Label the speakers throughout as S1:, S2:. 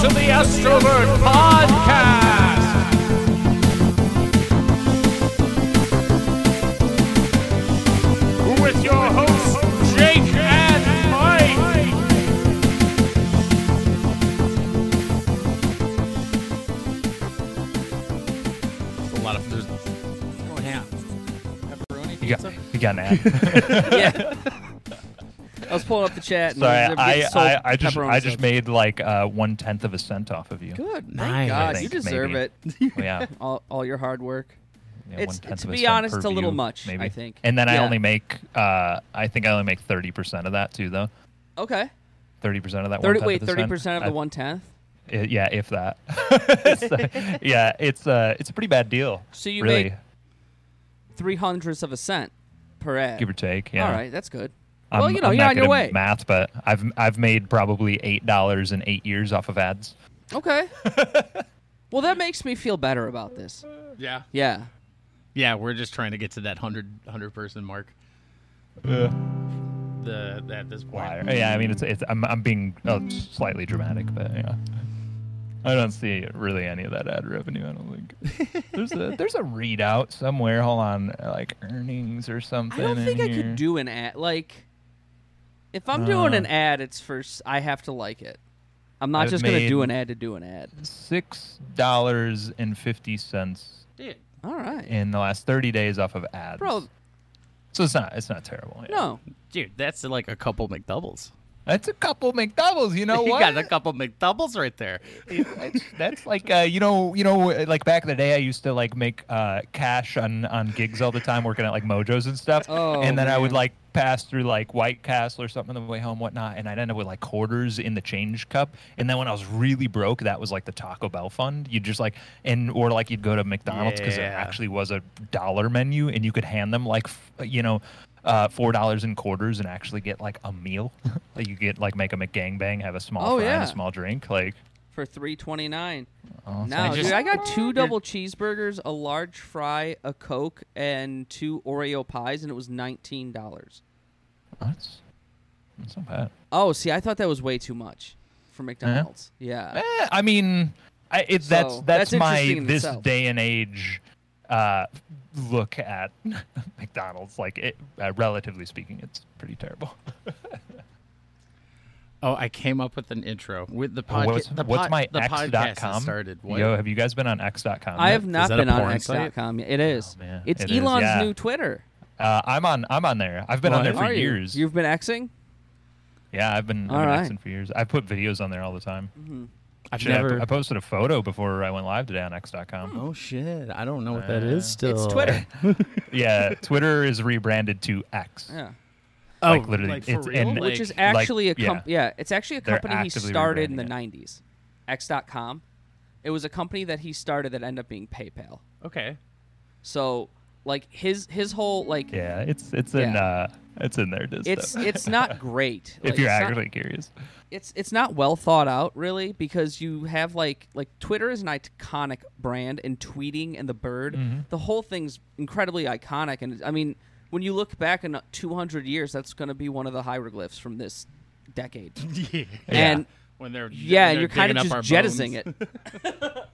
S1: to the Astrovert Podcast. With your hosts, Jake and Mike.
S2: a lot of there's what happened?
S3: You got, you got an ad.
S2: yeah. I was pulling up the chat. And
S3: Sorry,
S2: there was-
S3: I,
S2: sold
S3: I, I just
S2: pepperoni
S3: I just
S2: subs.
S3: made like uh, one tenth of a cent off of you.
S2: good. Thank
S4: Nice. I
S2: God, you
S3: think,
S2: deserve
S3: maybe.
S2: it.
S3: Yeah.
S2: all, all your hard work.
S3: Yeah,
S2: It's-
S3: one-tenth
S2: to
S3: of a
S2: be
S3: cent
S2: honest,
S3: per
S2: it's a little
S3: view,
S2: much, I
S3: Maybe.
S2: think.
S3: And then I
S2: Yeah.
S3: only make uh, I think I only make thirty percent of that too, though.
S2: Okay.
S3: Thirty percent of that.
S2: Thirty.
S3: one-tenth
S2: Wait,
S3: of a cent.
S2: thirty percent of
S3: I-
S2: the one tenth.
S3: i- yeah, if that. It's, uh, yeah, it's uh, it's a pretty bad deal.
S2: So you
S3: really,
S2: make three hundredths of a cent per ad.
S3: give or take. Yeah.
S2: All right, that's good.
S3: I'm,
S2: well, you know,
S3: I'm
S2: you're
S3: not
S2: on your
S3: good at
S2: way.
S3: Math, but I've I've made probably eight dollars in eight years off of ads.
S2: Okay. well, that makes me feel better about this.
S4: Yeah.
S2: Yeah.
S4: Yeah, we're just trying to get to that 100, 100 person mark. The at this point.
S3: Wire. Yeah, I mean, it's, it's I'm, I'm being uh, slightly dramatic, but yeah. I don't see really any of that ad revenue. I don't think there's a there's a readout somewhere. Hold on, like earnings or something.
S2: I don't
S3: in
S2: think I
S3: here.
S2: could do an ad. Like, if I'm doing
S3: Uh,
S2: an ad, it's first I have to like it. I'm not
S3: I've
S2: just gonna do
S3: made-
S2: an ad to do an ad.
S3: six dollars and fifty cents
S4: Dude,
S2: All right,
S3: in the last thirty days off of ads.
S2: bro.
S3: so it's not it's not terrible. yeah.
S2: No,
S4: dude, that's like a couple McDoubles.
S3: that's a couple McDoubles. You know
S4: you
S3: what?
S4: got a couple McDoubles right there.
S3: that's, that's like uh, you know you know like back in the day I used to like make uh, cash on on gigs all the time working at like Mojos and stuff
S2: Oh,
S3: and then I would
S2: man.
S3: like pass through like White Castle or something on the way home whatnot and I'd end up with like quarters in the change cup and then when I was really broke that was like the Taco Bell fund you'd just like and or like you'd go to McDonald's because
S4: Yeah.
S3: it actually was a dollar menu and you could hand them like f- you know uh, four dollars in quarters and actually get like a meal like you get like make a McGangbang have a small
S2: Oh,
S3: fry and
S2: yeah.
S3: a small drink like
S2: for three twenty nine.
S3: oh, thank
S2: No,
S4: I
S2: dude,
S4: just-
S2: I got two double cheeseburgers, a large fry, a coke, and two Oreo pies, and it was nineteen dollars.
S3: oh, That's that's not bad.
S2: Oh, see, I thought that was way too much
S3: Uh-huh.
S2: for McDonald's. Yeah,
S3: Eh, I mean, I, it, that's
S2: So,
S3: that's
S2: that's
S3: my
S2: interesting in
S3: this
S2: itself.
S3: day and age uh, look at McDonald's. Like, it, uh, relatively speaking, it's pretty terrible.
S4: Oh, I came up with an intro with the podcast.
S3: what's
S4: the
S3: what's
S4: pod-
S3: my
S4: the podcast
S3: X.com?
S4: has started? What?
S3: Yo, have you guys been on X.com?
S2: I
S3: yet?
S2: have not
S4: that a
S2: been on
S4: porn site?
S2: X.com. yet. It is.
S3: Oh, man,
S2: It's
S3: it is,
S2: Elon's
S3: yeah.
S2: new Twitter.
S3: Uh, I'm on. I'm on there. I've been on there
S4: What?
S3: for
S2: Are you?
S3: years.
S2: You've been Xing.
S3: Yeah, I've been.
S2: All
S3: I've been
S2: right.
S3: Xing for years. I put videos on there all the time.
S4: I've
S3: Shit, I po-
S4: never.
S3: I, posted a photo before I went live today on X.com.
S4: oh shit! I don't know what that is. Still,
S2: It's Twitter.
S3: yeah, Twitter is rebranded to X.
S2: Oh. Yeah.
S4: Oh,
S3: Like, literally,
S4: like, for
S3: it's-
S4: real?
S3: and-
S4: Like-
S2: which is
S3: like,
S2: actually a comp- yeah. it's actually a
S3: They're
S2: company he
S3: actively
S2: started in the
S3: rebranding
S2: 90s x.com it was a company that he started that ended up being paypal
S4: okay.
S2: so like his his whole like
S3: Yeah, it's it's in
S2: Yeah.
S3: uh it's in there. It is
S2: it's
S3: though.
S2: it's not great
S3: if
S2: Like,
S3: you're
S2: it's not-
S3: actually curious.
S2: it's it's not well thought out really because you have like like Twitter is an iconic brand and tweeting and the bird
S4: Mm-hmm.
S2: the whole thing's incredibly iconic and I mean when you look back in 200 years that's going to be one of the hieroglyphs from this decade
S4: yeah.
S2: and
S4: when they're
S2: yeah
S4: when
S2: and
S4: they're
S2: you're kind
S4: digging
S2: of
S4: up
S2: just
S4: our
S2: jettisoning
S4: bones.
S2: it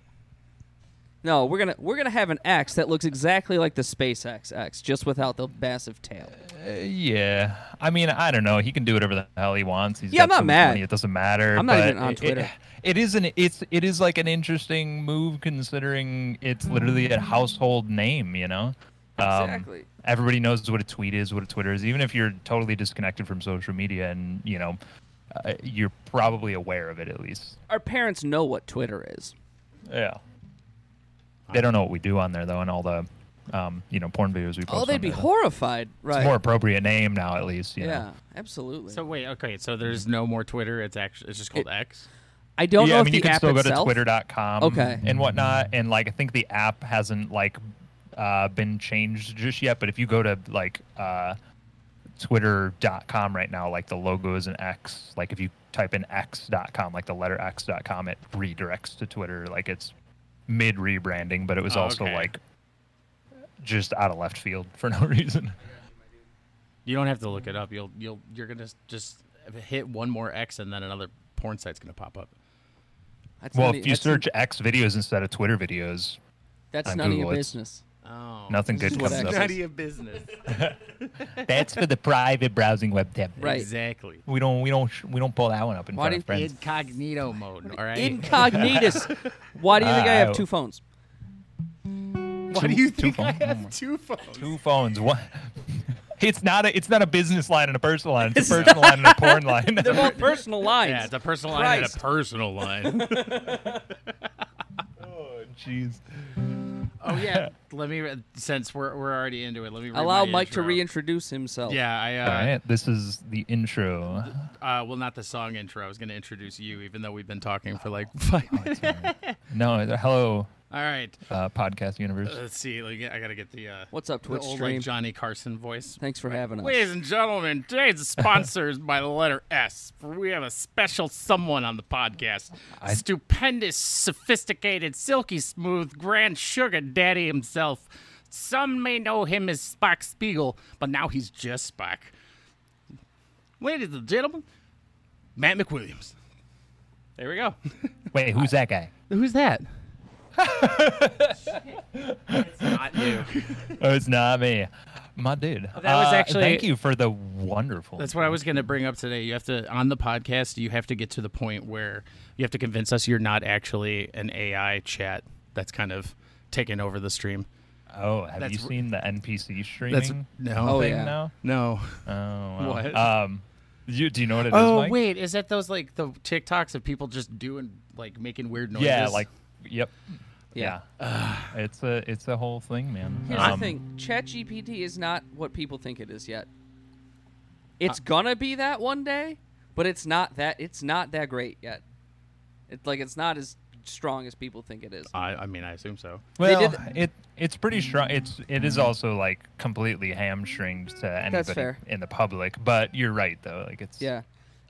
S2: no we're gonna we're gonna have an x that looks exactly like the spacex x just without the massive tail
S3: Uh, yeah, I mean, I don't know. He can do whatever the hell he wants. He's
S2: Yeah, I'm
S3: got
S2: not
S3: so much
S2: mad.
S3: money, It doesn't matter.
S2: I'm not
S3: but
S2: even on
S3: it-
S2: Twitter.
S3: it is an it's it is like an interesting move considering it's literally a household name. You know. Um,
S2: Exactly.
S3: Everybody knows what a tweet is, what a Twitter is. Even if you're totally disconnected from social media, and you know, uh, you're probably aware of it at least.
S2: our parents know what twitter is
S3: Yeah. They don't know what we do on there though, and all the, um, you know, porn videos we post.
S2: oh
S3: on
S2: they'd be
S3: there.
S2: horrified right
S3: It's a more appropriate name now, at least. You
S2: yeah
S3: Know?
S2: absolutely
S4: So wait, okay, so there's no more Twitter. It's actually it's just called X.
S2: i don't
S3: yeah,
S2: know
S3: I
S2: if
S3: mean,
S2: the
S3: you can
S2: app
S3: still go
S2: itself
S3: to twitter.com
S2: Okay.
S3: and whatnot. And, like, I think the app hasn't, like, uh, been changed just yet. But if you go to, like, uh, twitter.com right now, like, the logo is an X. Like, if you type in x.com, like the letter x.com, it redirects to Twitter. Like, it's mid rebranding, but it was
S4: Oh,
S3: also,
S4: okay.
S3: like, just out of left field for no reason.
S4: You don't have to look it up. You'll you'll you're gonna just hit one more X and then another porn site's gonna pop up.
S2: That's
S3: Well,
S2: none of-
S3: if you
S2: that's-
S3: search X videos instead of Twitter videos,
S2: that's
S3: on
S2: none of your
S3: Google, it's-
S2: business.
S5: Oh,
S3: nothing
S2: This
S3: good
S2: is what
S3: comes
S2: X
S3: up.
S2: is.
S5: of business.
S3: That's for the private browsing web tab.
S2: Right.
S5: Exactly.
S3: We don't. We don't. We don't pull that one up in
S2: Why
S3: front of
S2: do you-
S3: friends.
S5: Incognito mode. All right.
S2: Incognitus. Why do you think I have
S3: Wow.
S2: two phones?
S5: Why do
S3: Two-
S5: you
S3: two
S5: think I
S3: phones.
S5: have two phones?
S3: Two phones. One. It's not a. It's not a business line and a personal line. It's, a personal line and a porn line.
S2: They're both personal lines.
S5: Yeah, it's a personal line and a
S2: Christ.
S5: personal line.
S3: Oh, Jeez.
S5: oh yeah. Let me re- since we're we're already into it. Let me read
S2: Allow
S5: my
S2: Mike
S5: intro.
S2: to reintroduce himself.
S5: Yeah, I uh,
S3: All right. This is the intro.
S5: Uh, well, not the song intro. I was going to introduce you, even though we've been talking for like five minutes.
S3: No. Hello,
S5: All right.
S3: uh, podcast universe.
S5: Let's see. Let me get- I got to get the. Uh,
S2: What's up,
S5: the
S2: Twitch
S5: old,
S2: stream?
S5: Like, Johnny Carson voice.
S2: Thanks for having us.
S5: Ladies and gentlemen, today's sponsor is by the letter S. For we have a special someone on the podcast.
S3: I-
S5: Stupendous, sophisticated, silky smooth, grand sugar daddy himself. Some may know him as Spock Spiegel, but now he's just Spock. Ladies and gentlemen, Matt McWilliams. There we go.
S3: Wait, who's that guy?
S5: Who's that? it's not you.
S3: Oh, it's not me. My dude.
S5: Oh, that was
S3: Uh,
S5: actually-
S3: Thank you for the wonderful.
S5: That's what I was going to bring up today. You have to on the podcast. You have to get to the point where you have to convince us you're not actually an AI chat that's kind of taking over the stream.
S3: Oh, have
S5: That's
S3: you
S5: r-
S3: seen the NPC streaming
S5: That's
S3: thing
S5: no,
S2: Oh, yeah.
S3: now?
S5: no.
S3: Oh, wow.
S5: What?
S3: Um, you, do you know what it is?
S5: Oh
S3: Mike?
S5: wait, is that those like the TikToks of people just doing like making weird noises?
S3: Yeah, like, yep.
S2: Yeah.
S3: Yeah. it's a it's a whole thing, man.
S2: Here's
S3: Um,
S2: the thing: ChatGPT is not what people think it is yet. It's
S3: Uh,
S2: gonna be that one day, but it's not that. It's not that great yet. It's like it's not as strong as people think it is.
S5: I, I mean, I assume so.
S2: They
S3: Well,
S2: did-
S3: it it's pretty strong. It's it is also like completely hamstringed to anybody
S2: fair.
S3: in the public. But you're right though. Like it's
S2: Yeah,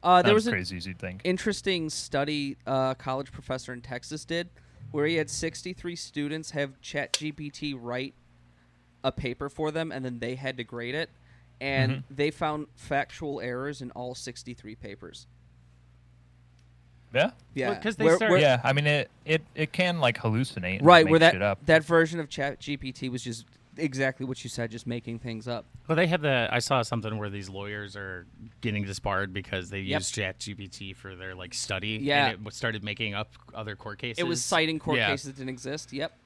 S2: uh,
S3: not
S2: there
S3: as
S2: was an
S3: crazy as you'd think.
S2: interesting study a college professor in Texas did, where he had 63 students have ChatGPT write a paper for them, and then they had to grade it, and
S3: Mm-hmm.
S2: they found factual errors in all 63 papers.
S3: yeah.
S2: Yeah,
S5: Well, 'cause they
S2: Where-
S5: start-
S2: where-
S3: Yeah. I mean it it it can like hallucinate. and
S2: right
S3: make
S2: where
S3: shit
S2: that
S3: up.
S2: that version of chat gpt was just exactly what you said just making things up
S5: Well, they have the. I saw something where these lawyers are getting disbarred because they
S2: Yep.
S5: used ChatGPT for their like study.
S2: Yeah.
S5: and it started making up other court cases.
S2: it was citing court
S5: Yeah.
S2: cases that didn't exist yep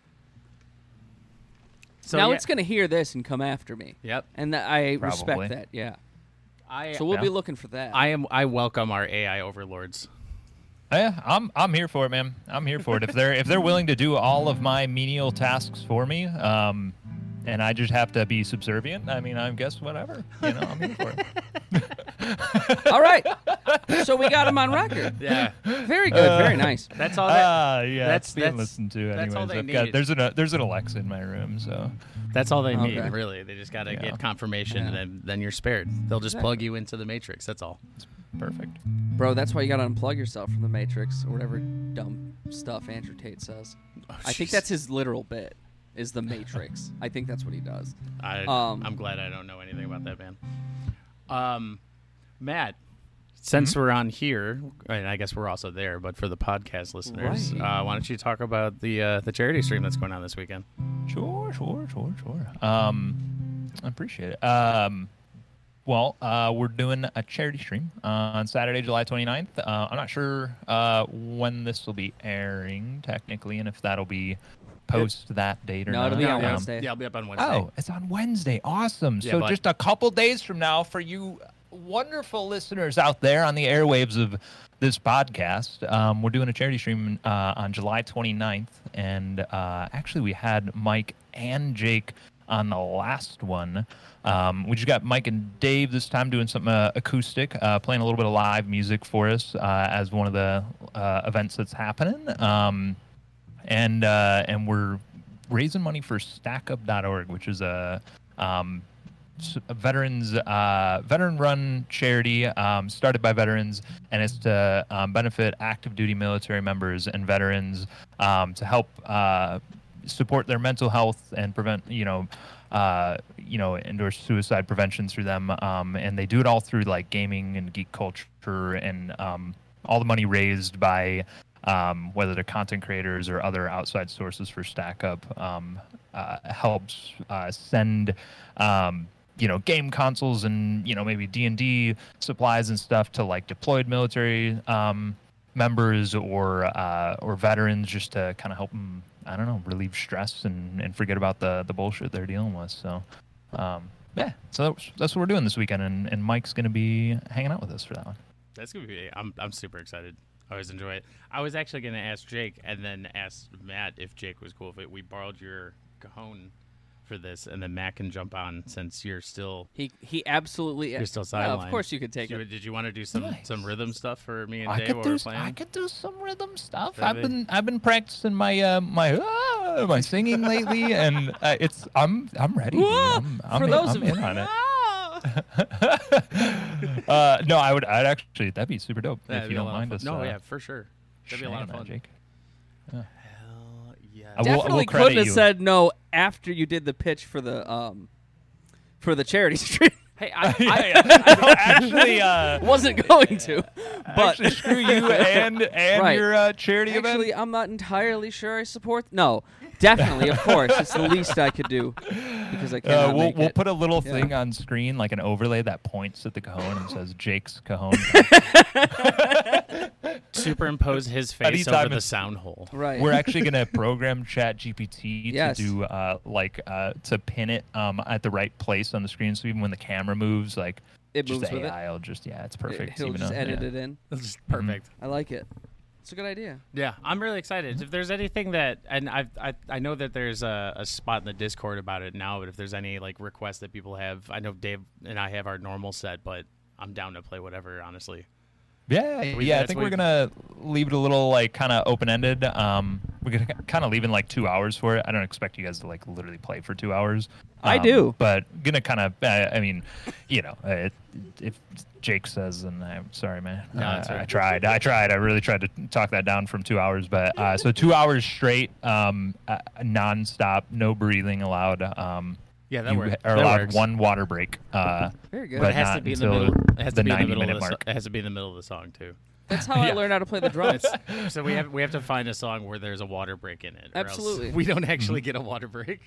S5: So
S2: now
S5: yeah,
S2: it's going to hear this and come after me
S5: Yep.
S2: and that i
S3: Probably.
S2: respect that yeah
S5: I,
S2: so we'll
S3: Yeah.
S2: be looking for that
S5: I am. I welcome our AI overlords.
S3: Yeah, I'm I'm here for it, man. I'm here for it. If they're if they're willing to do all of my menial tasks for me, um, and I just have to be subservient, I mean, I guess whatever. You know, I'm here for it.
S2: all right so we got him on record
S5: Yeah,
S2: very good very
S3: Uh.
S2: nice
S5: that's all. Oh, That,
S2: Uh,
S3: Ah, yeah,
S5: that's-
S3: that's, it's being
S5: that's-
S3: listened to anyways.
S5: that's all they
S3: I've got,
S5: needed.
S3: there's an uh, there's an Alexa in my room, so
S5: that's all they
S2: Okay.
S5: need. Really, they just gotta
S3: Yeah.
S5: get confirmation, and then, then you're spared. They'll just plug you into the matrix. That's all.
S3: it's perfect.
S2: bro that's why you got to unplug yourself from the matrix or whatever dumb stuff andrew tate says
S3: Oh,
S2: i think
S5: jeez.
S2: that's his literal bit is the matrix i think that's what he does
S5: I,
S2: Um,
S5: I'm glad I don't know anything about that man. Um, Matt,
S2: Mm-hmm.
S5: since we're on here, and I guess we're also there, but for the podcast listeners,
S2: Right.
S5: uh, why don't you talk about the uh, the charity stream that's going on this weekend?
S3: Sure, sure, sure, sure. Um, I appreciate it. Um, well, uh, we're doing a charity stream uh, on Saturday, July 29th. Uh, I'm not sure uh, when this will be airing technically, and if that'll be post that date or
S2: No,
S3: not.
S2: it'll be on
S3: Um,
S2: Wednesday.
S5: Yeah, I'll be up on Wednesday.
S3: Oh, it's on Wednesday. Awesome.
S5: Yeah,
S3: so
S5: but-
S3: just a couple days from now, for you wonderful listeners out there on the airwaves of this podcast, um, we're doing a charity stream uh, on July 29th. And uh, actually, we had Mike and Jake on the last one. Um, we just got Mike and Dave this time doing something uh, acoustic, uh, playing a little bit of live music for us uh, as one of the uh, events that's happening. Um, and uh, and we're raising money for StackUp.org, which is a um, s- a veterans uh, veteran-run charity um, started by veterans, and it's to um, benefit active duty military members and veterans um, to help uh, support their mental health and prevent you know. Uh, you know, endorse suicide prevention through them, um, and they do it all through like gaming and geek culture, and um, all the money raised by uh, um, whether they're content creators or other outside sources for StackUp, um, uh, helps uh, send um, you know game consoles and you know maybe D and D supplies and stuff to like deployed military um, members or uh, or veterans just to kind of help them. I don't know, relieve stress and, and forget about the the bullshit they're dealing with. So. Um, yeah, so that's, that's what we're doing this weekend, and, and Mike's going to be hanging out with us for that one.
S5: That's gonna be. I'm I'm super excited. I always enjoy it. I was actually gonna ask Jake and then ask Matt if Jake was cool if it, we borrowed your cajon for this, and then Matt can jump on since you're still.
S2: He he absolutely.
S5: You're still
S2: Yeah,
S5: sidelined.
S2: Of course, you could take
S5: Did you,
S2: it.
S5: did you want to do some
S3: Nice.
S5: some rhythm stuff for me and
S3: I
S5: Dave
S3: could
S5: while
S3: do
S5: we're
S3: s- I
S5: playing?
S3: could do some rhythm stuff.
S5: That'd
S3: I've
S5: be-
S3: been I've been practicing my uh, my uh, my singing lately, and uh, it's I'm I'm ready. dude. I'm, I'm
S2: for
S3: in-
S2: those
S3: I'm
S2: of
S3: in
S2: you. Ah!
S3: on it. uh, no, I would I'd actually that'd be super dope
S5: That'd
S3: if
S5: be
S3: you
S5: a
S3: don't
S5: lot of
S3: mind
S5: fun.
S3: us.
S5: No,
S3: uh,
S5: yeah, for sure. That'd be a lot of
S3: sharing that,
S5: fun.
S3: Jake.
S5: Hell yeah.
S3: I will-
S2: Definitely
S3: credit
S2: couldn't have
S3: you.
S2: said no after you did the pitch for the um for the charity stream.
S5: Hey, I,
S3: Yeah,
S5: I,
S3: yeah. No, actually, uh,
S2: Wasn't going to, but
S3: actually, screw you and and
S2: Right.
S3: your uh, charity
S2: actually,
S3: event.
S2: I'm not entirely sure I support. No, definitely, of course, it's the least I could do because I
S3: Uh,
S2: cannot
S3: we'll
S2: make
S3: we'll
S2: it.
S3: put a little
S2: Yeah.
S3: thing on screen, like an overlay that points at the cajon and says Jake's cajon.
S5: superimpose his face
S3: Anytime
S5: over the
S3: it's-
S5: sound hole.
S2: right.
S3: We're actually going to program ChatGPT
S2: Yes.
S3: to do uh, like uh, to pin it um, at the right place on the screen, so even when the camera moves, like
S2: It
S3: just
S2: moves
S3: the
S2: with it.
S3: AI will just yeah, it's
S2: It-
S3: perfect.
S2: He'll
S3: even
S2: just
S3: though-
S2: edit
S3: yeah.
S2: it in.
S5: That's just perfect.
S2: I like it. It's a good idea.
S5: Yeah, I'm really excited. If there's anything that, and I've, I, I know that there's a, a spot in the Discord about it now, but if there's any like requests that people have, I know Dave and I have our normal set, but I'm down to play whatever. Honestly,
S3: Yeah,
S5: We-
S3: yeah. I
S5: that's
S3: think
S5: what
S3: we're
S5: we-
S3: gonna leave it a little like kind of open ended. Um, we're gonna kind of leave in like two hours for it. I don't expect you guys to like literally play for two hours.
S2: I
S3: Um,
S2: do.
S3: but gonna kind of. Uh, I mean, you know, uh, it, if Jake says, and I'm sorry, man.
S5: No,
S3: Uh,
S5: it's all right.
S3: I tried. I tried. I really tried to talk that down from two hours, but uh, so two hours straight, um, uh, nonstop, no breathing allowed. Um,
S5: yeah, that
S3: you
S5: works.
S3: are
S5: that
S3: allowed
S5: works.
S3: one water break. Uh,
S2: Very good.
S3: But
S5: It has to
S3: not
S5: be in the
S3: until
S5: middle. It has
S3: the
S5: to be in the
S3: 90
S5: middle of
S3: minute
S5: the so-
S3: mark.
S5: It has to be in the middle of the song too.
S2: That's how I
S3: Yeah.
S2: learned how to play the drums.
S5: So we have we have to find a song where there's a water break in it. or else
S2: Absolutely.
S5: we don't actually get a water break.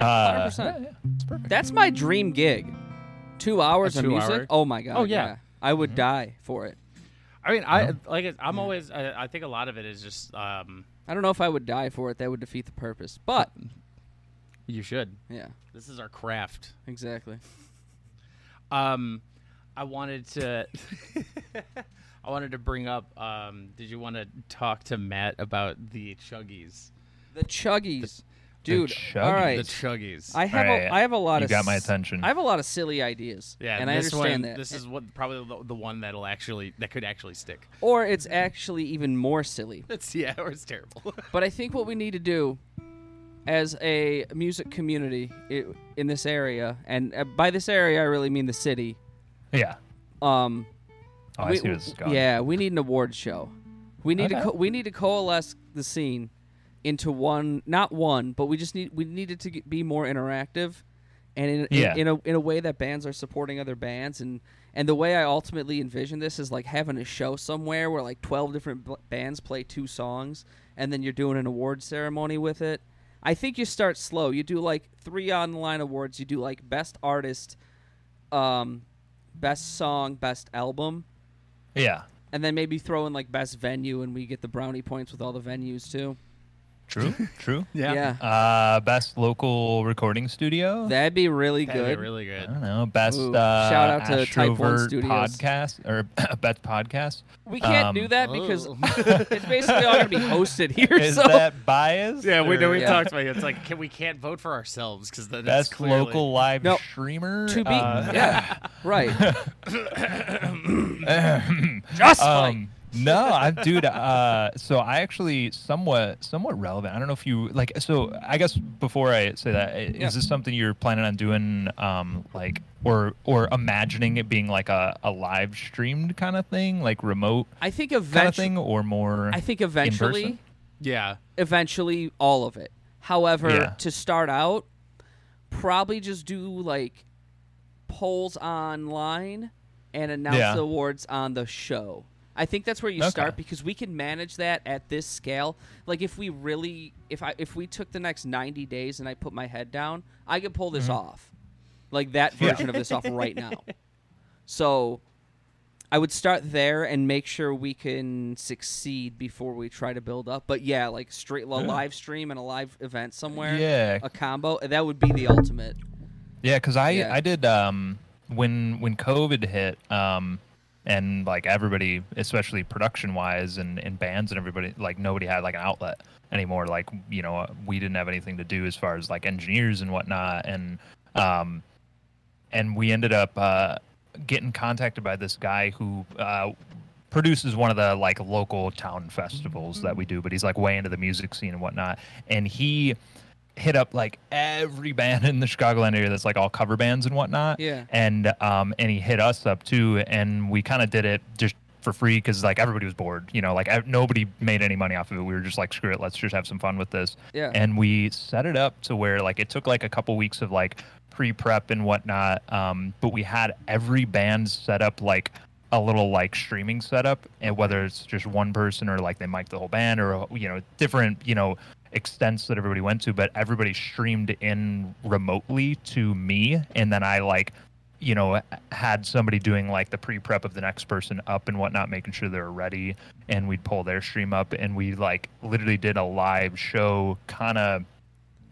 S3: uh,
S2: 100%.
S3: yeah, yeah, it's perfect.
S2: That's my dream gig. Two hours of
S5: two
S2: music.
S5: hour?
S2: Oh my god.
S5: Oh, yeah.
S2: I would
S3: Mm-hmm.
S2: die for it.
S5: I mean, I like it- I'm always. I, I think a lot of it is just. um
S2: I don't know if I would die for it. That would defeat the purpose. But
S5: You should.
S2: yeah,
S5: This is our craft.
S2: exactly.
S5: Um, I wanted to. I wanted to bring up. Um, did you want to talk to Matt about the chuggies?
S2: The chuggies, dude.
S3: chuggies.
S2: All
S5: The
S2: right.
S5: chuggies.
S2: I have
S3: Alright,
S2: a, I have a lot
S3: you
S2: of
S3: got my
S2: s-
S3: attention.
S2: I have a lot of silly ideas.
S5: yeah,
S2: and I
S5: this
S2: understand
S5: one,
S2: that.
S5: This is what probably the, the one that'll actually that could actually stick.
S2: or it's actually even more silly.
S5: It's yeah, or it's terrible.
S2: But I think what we need to do as a music community i in this area, and uh, by this area I really mean the city.
S3: Yeah.
S2: Um,
S3: Oh, I
S2: we-
S3: see where this is going.
S2: Yeah, we need an award show. We need to
S3: Okay.
S2: co- we need to coalesce the scene into one, not one, but we just need we need it to get, be more interactive, and in, in-
S3: Yeah.
S2: in, a in a way that bands are supporting other bands and. And the way I ultimately envision this is like having a show somewhere where like 12 different bl- bands play two songs and then you're doing an award ceremony with it. I think you start slow. You do like three online awards. You do like best artist, um, best song, best album,
S3: Yeah.
S2: and then maybe throw in like best venue, and we get the brownie points with all the venues too.
S3: True. True.
S2: Yeah,
S3: Uh, best local recording studio.
S2: that'd be really
S5: That'd
S2: good.
S5: be really
S3: I
S5: good.
S3: don't know. Best
S2: Ooh,
S3: uh,
S2: shout out to Type One
S3: Astrovert
S2: Studios.
S3: podcast or best podcast.
S2: we can't
S3: Um,
S2: do that because
S5: Oh.
S2: it's basically all gonna be hosted here.
S3: Is
S2: so
S3: that biased?
S5: yeah, we
S3: or
S5: know we
S2: Yeah.
S5: talked about it. It's like can, we can't vote for ourselves because then
S3: Best
S5: it's clearly,
S3: local live
S2: No.
S3: streamer.
S2: to be,
S3: Uh,
S2: yeah, right.
S3: Just um, no, I, dude. Uh, so I actually somewhat somewhat relevant. I don't know if you like. So I guess before I say that, i- is
S2: Yeah.
S3: this something you're planning on doing, um, like or or imagining it being like a, a live streamed kind of thing, like remote
S2: I think
S3: kind of
S2: eventually,
S3: thing, or more?
S2: I think
S3: in
S2: eventually,
S5: Yeah,
S2: eventually all of it. However,
S3: Yeah.
S2: to start out, probably just do like polls online and announce
S3: Yeah.
S2: the awards on the show. I think that's where you
S3: Okay.
S2: start because we can manage that at this scale. Like if we really, if I, if we took the next ninety days and I put my head down, I could pull this
S3: Mm-hmm.
S2: off, like that version of this off right now. So, I would start there and make sure we can succeed before we try to build up. But yeah, like straight a live stream and a live event somewhere,
S3: Yeah.
S2: a combo that would be the ultimate.
S3: Yeah, because I
S2: Yeah.
S3: I did um when when COVID hit um and like everybody, especially production wise and and bands and everybody like nobody had like an outlet anymore. Like you know we didn't have anything to do as far as like engineers and whatnot and um and we ended up uh getting contacted by this guy who uh produces one of the like local town festivals that we do but he's like way into the music scene and whatnot and he hit up like every band in the Chicagoland area that's like all cover bands and whatnot.
S2: Yeah.
S3: And um and he hit us up too, and we kind of did it just for free because like everybody was bored. You know, like ev- nobody made any money off of it. We were just like, screw it, let's just have some fun with this.
S2: Yeah.
S3: And we set it up to where like it took like a couple weeks of like pre-prep and whatnot, um, but we had every band set up like a little like streaming setup and whether it's just one person or like they mic the whole band or you know different you know extents that everybody went to but everybody streamed in remotely to me and then i like you know had somebody doing like the pre-prep of the next person up and whatnot making sure they're ready and we'd pull their stream up and we like literally did a live show kind of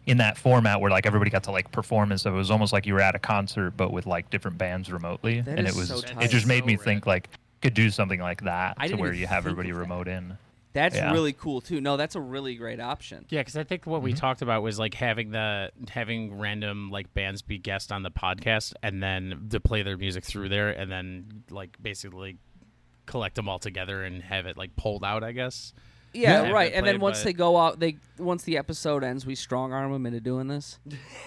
S3: in that format where like everybody got to like perform and so it was almost like you were at a concert but with like different bands remotely
S2: That
S3: and
S2: is
S3: it was
S2: so
S3: it
S2: tight.
S3: just made
S5: So
S3: me
S5: rad.
S3: think like could do something like that
S2: I
S3: to
S2: didn't
S3: where
S2: even
S3: you have
S2: think
S3: everybody
S2: of that.
S3: remote in
S2: That's
S3: Yeah.
S2: really cool too. No, that's a really great option.
S5: Yeah, because I think what we talked about was like having the having random like bands be guests on the podcast, and then to play their music through there, and then like basically collect them all together and have it like pulled out. I guess.
S2: Yeah,
S5: Yeah.
S2: right.
S5: Haven't
S2: And then
S5: played,
S2: once
S5: but-
S2: they go out, they once the episode ends, we strong arm them into doing this.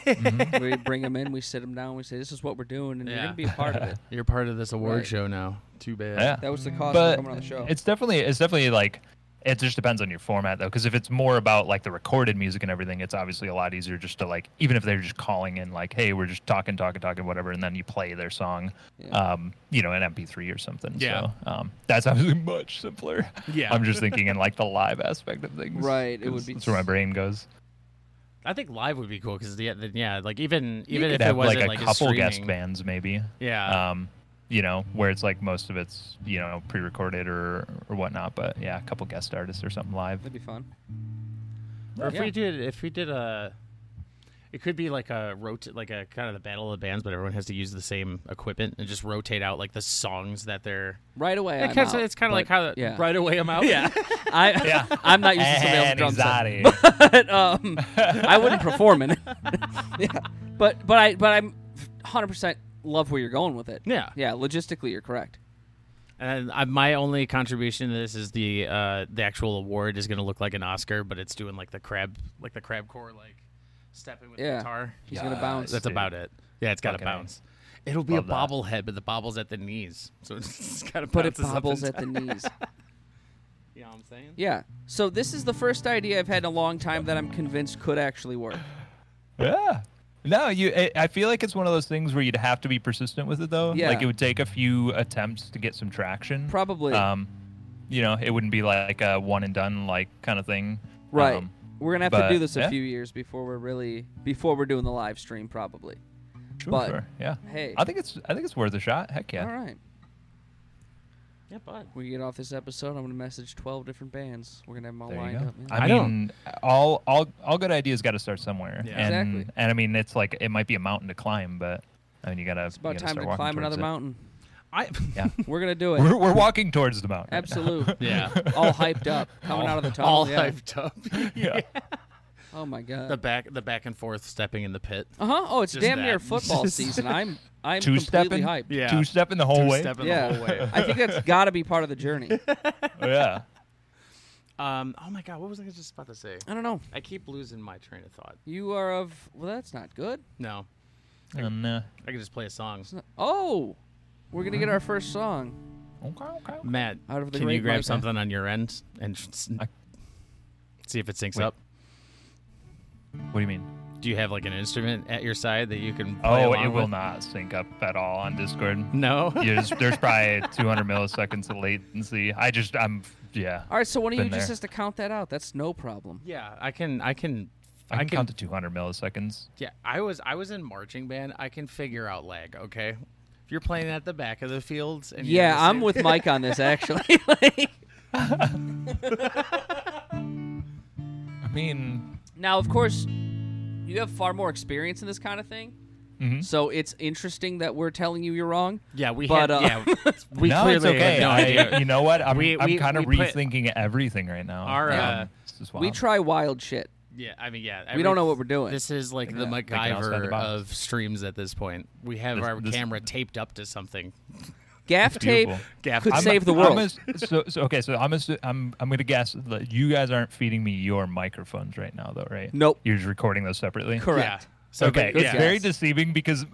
S2: Mm-hmm. we bring them in, we sit them down, we say, "This is what we're doing," and you're
S5: Yeah.
S2: gonna be a part of it.
S5: You're part of this award
S2: Right.
S5: show now. Too bad.
S3: yeah
S2: That was the cost
S3: but
S2: of coming on the show.
S3: it's definitely it's definitely like it just depends on your format though because if it's more about like the recorded music and everything it's obviously a lot easier just to like even if they're just calling in like hey we're just talking talking talking whatever and then you play their song
S2: Yeah.
S3: um you know an mp3 or something
S5: Yeah.
S3: so um that's obviously much simpler
S5: Yeah.
S3: i'm just thinking in like the live aspect of things
S2: Right, it would
S3: 'cause
S2: be
S3: that's where my brain goes
S5: I think live would be cool because yeah, then, yeah, like even
S3: you
S5: even
S3: could
S5: if it
S3: have
S5: wasn't
S3: like
S5: like
S3: a couple guest
S5: streaming-
S3: bands maybe
S5: Yeah.
S3: um you know where it's like most of it's you know pre-recorded or or whatnot but yeah a couple guest artists or something live
S2: That'd be fun.
S5: Or if
S2: Yeah.
S5: we did, if we did a, it could be like a rotate, like a kind of the battle of the bands, but everyone has to use the same equipment and just rotate out like the songs that they're.
S2: Right away, I'm
S5: It kinda-
S2: out,
S5: it's kind of
S2: but-
S5: like how the,
S2: yeah.
S5: right away I'm out. Yeah,
S2: I,
S3: Yeah.
S2: I'm not using somebody else's
S3: and
S2: drum set,
S3: exotic.
S2: but um, I wouldn't perform in it. yeah, but but I but I'm 100 percent love where you're going with it.
S5: Yeah.
S2: yeah. Logistically, you're correct.
S5: and I, my only contribution to this is the uh, the actual award is going to look like an Oscar, but it's doing like the crab, like the crab core, like stepping with
S2: Yeah.
S5: the guitar.
S2: He's gonna bounce.
S5: That's about it. Yeah, it's got to
S3: Fucking
S5: bounce. It'll be a
S3: Love that.
S5: bobblehead, but the bobble's at the knees, so it's got to.
S2: but it bobbles at the knees.
S5: You know what I'm saying?
S2: Yeah. So this is the first idea I've had in a long time that I'm convinced could actually
S3: Um,
S2: work.
S3: Yeah. No, you. I- I feel like it's one of those things where you'd have to be persistent with it, though.
S2: Yeah.
S3: Like it would take a few attempts to get some traction.
S2: Probably.
S3: Um, you know, it wouldn't be like a one and done like kind of thing.
S2: right.
S3: Um,
S2: we're gonna have
S3: but,
S2: to do this a
S3: yeah.
S2: few years before we're really before we're doing the live stream probably.
S3: sure.
S2: But-
S3: sure, Yeah.
S2: Hey.
S3: I think it's. I think it's worth a shot. Heck yeah.
S2: All right.
S5: Yeah, bud.
S2: When we get off this episode, I'm gonna message 12 different bands. We're gonna have them all
S3: There you
S2: lined
S3: go.
S2: up. Man.
S3: I,
S5: I don't-
S3: mean, all all all good ideas got to start somewhere.
S5: Yeah.
S3: And,
S2: Exactly.
S3: And I mean, it's like it might be a mountain to climb, but I mean, you gotta.
S2: it's about
S3: you gotta
S2: time
S3: start
S2: to
S3: walking
S2: climb
S3: towards
S2: another
S3: it.
S2: mountain.
S5: I
S3: Yeah.
S2: We're gonna do it.
S3: we're, we're walking towards the mountain. right now.
S2: Absolute.
S5: yeah.
S2: all hyped up, coming out of the tunnel.
S5: all
S2: yeah.
S5: hyped up.
S3: Yeah.
S2: Oh my
S5: the
S2: god.
S5: back, the back and forth stepping in the pit.
S2: Uh huh. Oh, it's
S5: Just
S2: damn
S5: that.
S2: near football season. I'm I'm
S3: Two
S2: completely
S3: stepping.
S2: hyped.
S5: Yeah.
S3: Two stepping the whole way.
S5: Step in
S2: Yeah.
S5: the whole way.
S2: I think that's got to be part of the journey.
S3: yeah.
S5: Um. Oh my God. What was I just about to say?
S2: I don't know.
S5: I keep losing my train of thought.
S2: You are of well. That's not good.
S5: No,
S3: And, uh,
S5: I can just play a song.
S2: Oh, we're gonna get our first song.
S3: okay, okay. okay.
S5: Matt,
S2: Out of the
S5: can
S2: great
S5: you grab
S2: Micah.
S5: something on your end and s-
S3: I-
S5: see if it syncs
S3: Wait.
S5: up?
S3: What do you mean?
S5: Do do you have like an instrument at your side that you can? Play
S3: Oh,
S5: along
S3: it will
S5: with?
S3: not sync up at all on Discord.
S5: No.
S3: There's, there's probably 200 milliseconds of latency. I just, I'm, yeah.
S2: All right, so one of
S3: Been
S2: you just
S3: there.
S2: has to count that out. That's no problem.
S5: Yeah, I can. I can.
S3: I can count to 200 milliseconds.
S5: Yeah, I was I was in marching band. I can figure out lag. Okay, if you're playing at the back of the fields and you're
S2: Yeah,
S5: just
S2: I'm
S5: in-
S2: with Mike on this actually. Like-
S3: I mean,
S2: Now, of course, you have far more experience in this kind of thing,
S3: Mm-hmm.
S2: so it's interesting that we're telling you you're wrong.
S5: yeah we
S2: But,
S5: had,
S2: uh,
S5: yeah we
S3: no,
S5: clearly
S3: it's okay.
S5: had no
S3: I-
S5: idea.
S3: You know what? I'm,
S5: We-
S3: I'm
S5: we-
S3: kind of
S5: we put
S3: rethinking everything right now.
S5: our, uh,
S3: this is
S2: We
S3: wild.
S2: try wild shit.
S5: Yeah, I mean yeah
S2: we don't
S5: every-
S2: know what we're doing.
S5: This is like the
S3: Thinking outside the
S5: MacGyver
S3: box.
S5: of streams at this point. We have
S3: This-
S5: our
S3: this-
S5: camera taped up to something.
S2: Gaff tape
S3: beautiful.
S5: Gaff
S2: could
S5: tape.
S2: save the
S3: I'm
S2: world.
S3: ass- so, so okay, so I'm assu- I'm I'm gonna guess that you guys aren't feeding me your microphones right now, though, right?
S2: Nope.
S3: You're just recording those separately.
S2: Correct.
S5: Yeah. So
S3: Okay,
S5: but-
S3: it's
S5: yeah.
S3: very
S2: guess.
S3: deceiving because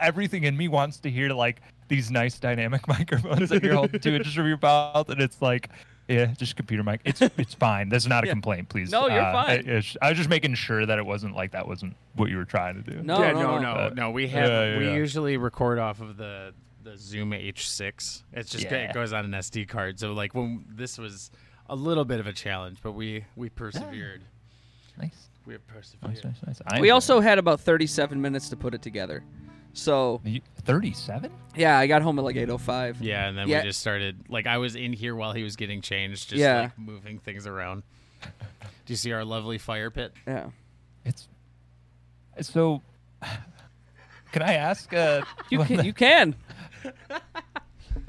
S3: everything in me wants to hear like these nice dynamic microphones that you're holding two inches from your mouth, and it's like, yeah, just computer mic. It's it's fine. That's not a complaint, please. Uh,
S2: No, you're
S3: I-
S2: fine.
S3: it's- I, was just making sure that it wasn't like that wasn't what you were trying to do.
S2: No,
S5: yeah,
S2: no,
S5: no,
S2: no.
S5: no,
S3: Uh,
S5: no, We have
S3: yeah, yeah,
S5: we
S3: yeah.
S5: usually record off of the the Zoom H6. It's just
S3: Yeah.
S5: it goes on an SD card. So like when this was a little bit of a challenge, but we we persevered.
S3: Nice,
S5: We have persevered.
S3: nice, nice, nice. I
S2: We
S3: enjoy
S2: also had about 37 minutes to put it together. So,
S3: it. You- 37.
S2: yeah, I got home at like 8:05.
S5: Yeah, and then
S2: Yeah.
S5: we just started. Like I was in here while he was getting changed, just
S2: Yeah.
S5: like moving things around. Do you see our lovely fire pit?
S2: Yeah.
S3: It's so. Can I ask? Uh,
S2: You
S3: what
S2: can,
S3: the-
S2: you can.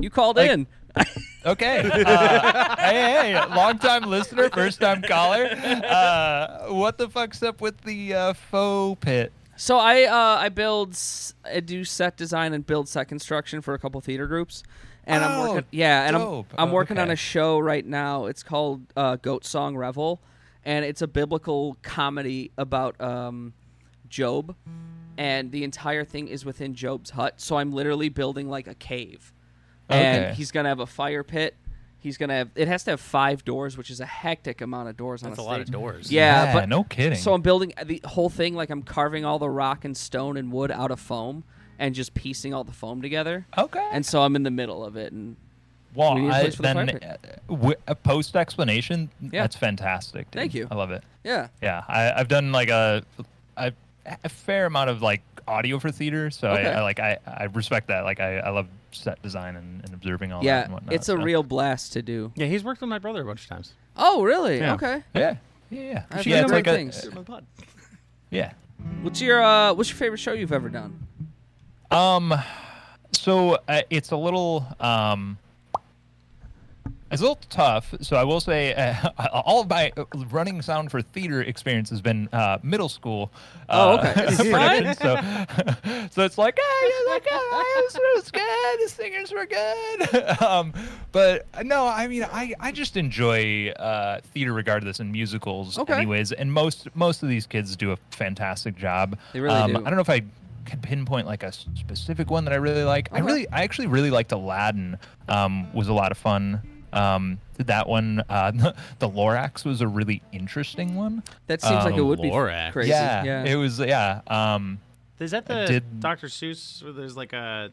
S2: You called in.
S3: Okay. Uh, hey, hey, long time listener, first time caller. Uh, what the fuck's up with the uh, faux pit?
S2: So I uh, I build s- I do set design and build set construction for a couple theater groups, and I'm
S3: Oh,
S2: working yeah, and
S3: dope.
S2: I'm I'm
S3: Oh,
S2: working on
S3: okay.
S2: a show right now. It's called uh, Goat Song Revel, and it's a biblical comedy about um, Job, and the entire thing is within Job's hut. So I'm literally building like a cave,
S3: Okay.
S2: and he's gonna have a fire pit. He's gonna have it has to have five doors, which is a hectic amount of doors on
S5: That's
S2: a
S5: a
S2: stage.
S5: lot of doors.
S2: Yeah,
S3: Yeah,
S2: but
S3: no kidding.
S2: So I'm building the whole thing like I'm carving all the rock and stone and wood out of foam and just piecing all the foam together.
S3: Okay.
S2: And so I'm in the middle of it, and
S3: well,
S2: we need a
S3: I-
S2: place for the fire
S3: then
S2: pit.
S3: uh, wi- a post explanation.
S2: Yeah.
S3: That's fantastic. dude.
S2: Thank you.
S3: I love it.
S2: yeah,
S3: Yeah, I, I've done like a, a a fair amount of like audio for theater, so
S2: Okay.
S3: I, I like I, I respect that. Like I, I love set design and, and observing all that.
S2: yeah,
S3: and whatnot,
S2: it's a
S3: so.
S2: real blast to do.
S5: Yeah, he's worked with my brother a bunch of times.
S2: Oh, really?
S5: Yeah.
S2: Okay.
S3: Yeah. Yeah.
S2: I've
S3: yeah,
S2: heard
S3: it's
S2: great
S3: like a-
S2: things.
S5: My pod.
S3: yeah.
S2: What's your uh, What's your favorite show you've ever done?
S3: Um, so uh, it's a little um, it's a little tough. So I will say, uh, all of my running sound for theater experience has been uh, middle school.
S2: Oh,
S3: uh,
S2: okay. It's
S3: productions. So, so it's like, oh, yeah, like, oh, this was good. The singers were good. um, but uh, no, I mean, I, I just enjoy uh, theater regardless and musicals,
S2: Okay.
S3: anyways. And most most of these kids do a fantastic job.
S2: They really
S3: um,
S2: do.
S3: I don't know if I can pinpoint like a specific one that I really like. I
S2: Okay.
S3: really, I actually really liked Aladdin. Um, was a lot of fun. Um, that one, uh, the Lorax was a really interesting one.
S2: That seems like
S3: Um,
S2: it would be
S5: Lorax.
S2: crazy.
S3: Yeah,
S2: yeah.
S3: it was. Yeah, um,
S5: Is that
S3: I
S5: the
S3: did-
S5: Dr. Seuss where there's like a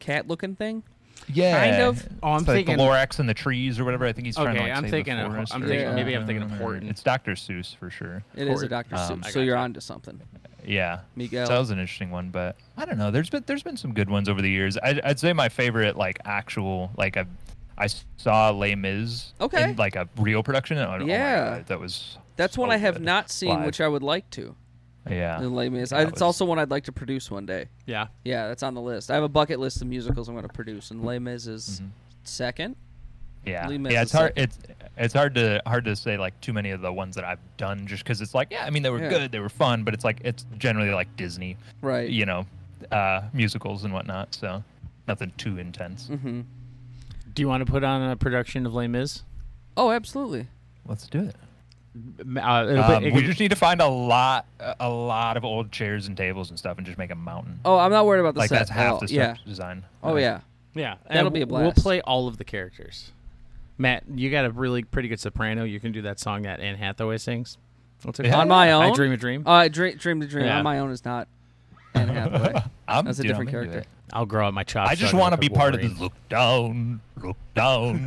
S2: cat looking thing.
S3: yeah.
S2: of.
S5: Oh, I'm
S3: It's like
S5: thinking-
S3: the Lorax and the trees or whatever. I think he's trying to.
S5: Okay,
S3: Like,
S5: I'm
S3: save the
S5: thinking of-
S3: forest
S5: I'm
S3: or
S2: thinking- maybe
S5: I'm
S3: something.
S5: thinking of Horton.
S3: It's Dr. Seuss for sure.
S2: It is a
S5: Horton.
S2: Dr.
S3: Um,
S2: Seuss,
S5: I
S2: so you're
S5: gotcha.
S2: onto something.
S3: Yeah,
S2: Miguel.
S3: So that was an interesting one, but I don't know. There's been there's been some good ones over the years. I, I'd say my favorite, like actual, like I, I saw Les Mis.
S2: Okay.
S3: In, like a real production. and I- oh my
S2: Yeah.
S3: God, that was.
S2: That's one
S3: so
S2: I have
S3: good.
S2: not seen,
S3: Live.
S2: which I would like to.
S3: Yeah.
S2: in Les Mis.
S3: That
S2: I, it's
S3: was-
S2: also one I'd like to produce one day.
S5: yeah.
S2: Yeah, that's on the list. I have a bucket list of musicals I'm going to produce, and Les Mis is
S3: Mm-hmm.
S2: second.
S3: Yeah.
S2: Les Mis
S3: yeah.
S2: is
S3: It's hard.
S2: second.
S3: It's it's hard to hard to say like too many of the ones that I've done just because it's like yeah I mean they were
S2: Yeah.
S3: good they were fun but it's like it's generally like Disney
S2: Right.
S3: you know uh musicals and whatnot so nothing too intense
S2: Mm. Mm-hmm.
S5: Do you want to put on a production of Les Mis?
S2: Oh, absolutely.
S3: let's do it
S5: M- Uh, it'll be-
S3: Um,
S5: it
S3: we
S5: could-
S3: just need to find a lot, a lot of old chairs and tables and stuff, and just make a mountain.
S2: Oh, I'm not worried about the
S3: like
S2: set
S3: that's
S2: at
S3: half
S2: all.
S3: the
S2: yeah.
S3: stuff design.
S2: Oh yeah.
S5: yeah, and
S2: that'll be a
S5: we'll- We'll
S2: blast.
S5: play all of the characters. Matt, you got a really pretty good soprano. You can do that song that Anne Hathaway sings. What's it
S3: Yeah.
S2: on my own.
S5: I Dream a Dream?
S2: Uh, dream, dream the dream
S5: Yeah.
S2: on my own is not Anne Hathaway.
S3: I'm,
S2: That's a
S3: dude, I'm
S2: different
S3: into
S2: character.
S3: it.
S5: I'll grow out my chops.
S3: I just
S5: so
S3: want to
S5: look
S3: be
S5: like
S3: part of the
S5: Wolverine.
S3: look down, look down.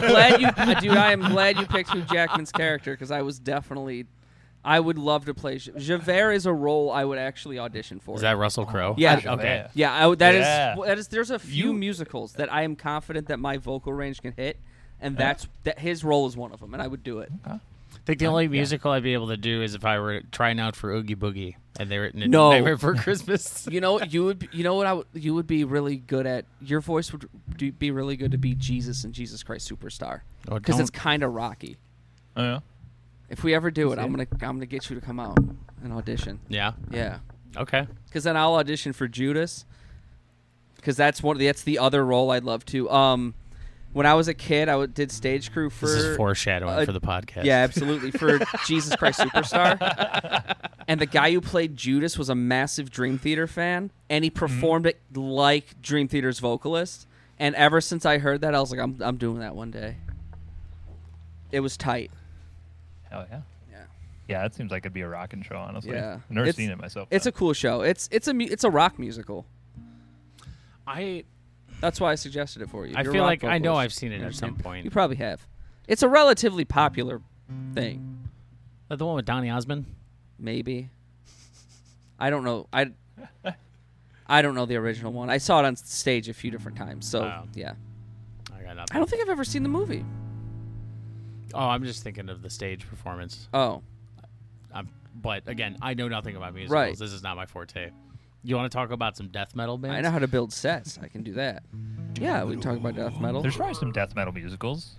S2: glad you, uh, dude. I am glad you picked Hugh Jackman's character because I was definitely, I would love to play. Ja- Javert is a role I would actually audition for.
S5: Is that Russell Crowe?
S2: Yeah.
S5: Okay.
S3: Yeah.
S2: yeah, I would, that is
S3: Yeah.
S2: well, that is. There's a few
S3: You-
S2: musicals that I am confident that my vocal range can hit, and that's that. His role is one of them, and I would do it.
S5: I think the only musical I'd be able to do is if I were trying out for Oogie Boogie and they were in
S2: No.
S5: Nightmare Before Christmas.
S2: You know, you would. be- You know what? I would, you would be really good at. Your voice would do- be really good to be Jesus and Jesus Christ Superstar
S5: Oh,
S2: because it's
S5: don't-
S2: kind of rocky.
S3: Uh,
S2: If we ever do it, I'm gonna I'm gonna get you to come out and audition.
S5: Yeah.
S2: Yeah,
S5: Okay.
S2: because then I'll audition for Judas. Because that's one. That's the other role I'd love to. Um, when I was a kid, I w- did stage crew for.
S5: This is foreshadowing
S2: uh,
S5: for the podcast.
S2: Yeah, absolutely. For Jesus Christ Superstar. And the guy who played Judas was a massive Dream Theater fan, and he
S5: Mm-hmm.
S2: performed it like Dream Theater's vocalist. And ever since I heard that, I was like, I'm, I'm doing that one day. It was tight.
S3: hell yeah.
S2: Yeah.
S3: Yeah, it seems like it'd be a rocking show, honestly.
S2: Yeah.
S3: I've never
S2: It's-
S3: seen it myself.
S2: It's
S3: though.
S2: a cool show. It's it's a mu- it's a rock musical.
S5: I
S2: That's why I suggested it for you.
S5: I
S2: You're a
S5: feel
S2: rock
S5: like I know
S2: vocalist.
S5: I've seen it at some
S2: You
S5: point.
S2: probably have. It's a relatively popular thing,
S5: Uh, The one with Donny Osmond.
S2: maybe. I don't know. I I don't know the original one. I saw it on stage a few different times. So
S5: Wow.
S2: yeah,
S5: I got
S2: I
S5: nothing.
S2: don't think I've ever seen the movie.
S5: Oh, I'm just thinking of the stage performance.
S2: Oh,
S5: I'm, but again, I know nothing about musicals.
S2: Right.
S5: This is not my forte. You want to talk about some death metal bands?
S2: I know how to build sets. I can do that. Yeah, we can talk about death metal.
S3: There's probably some death metal musicals.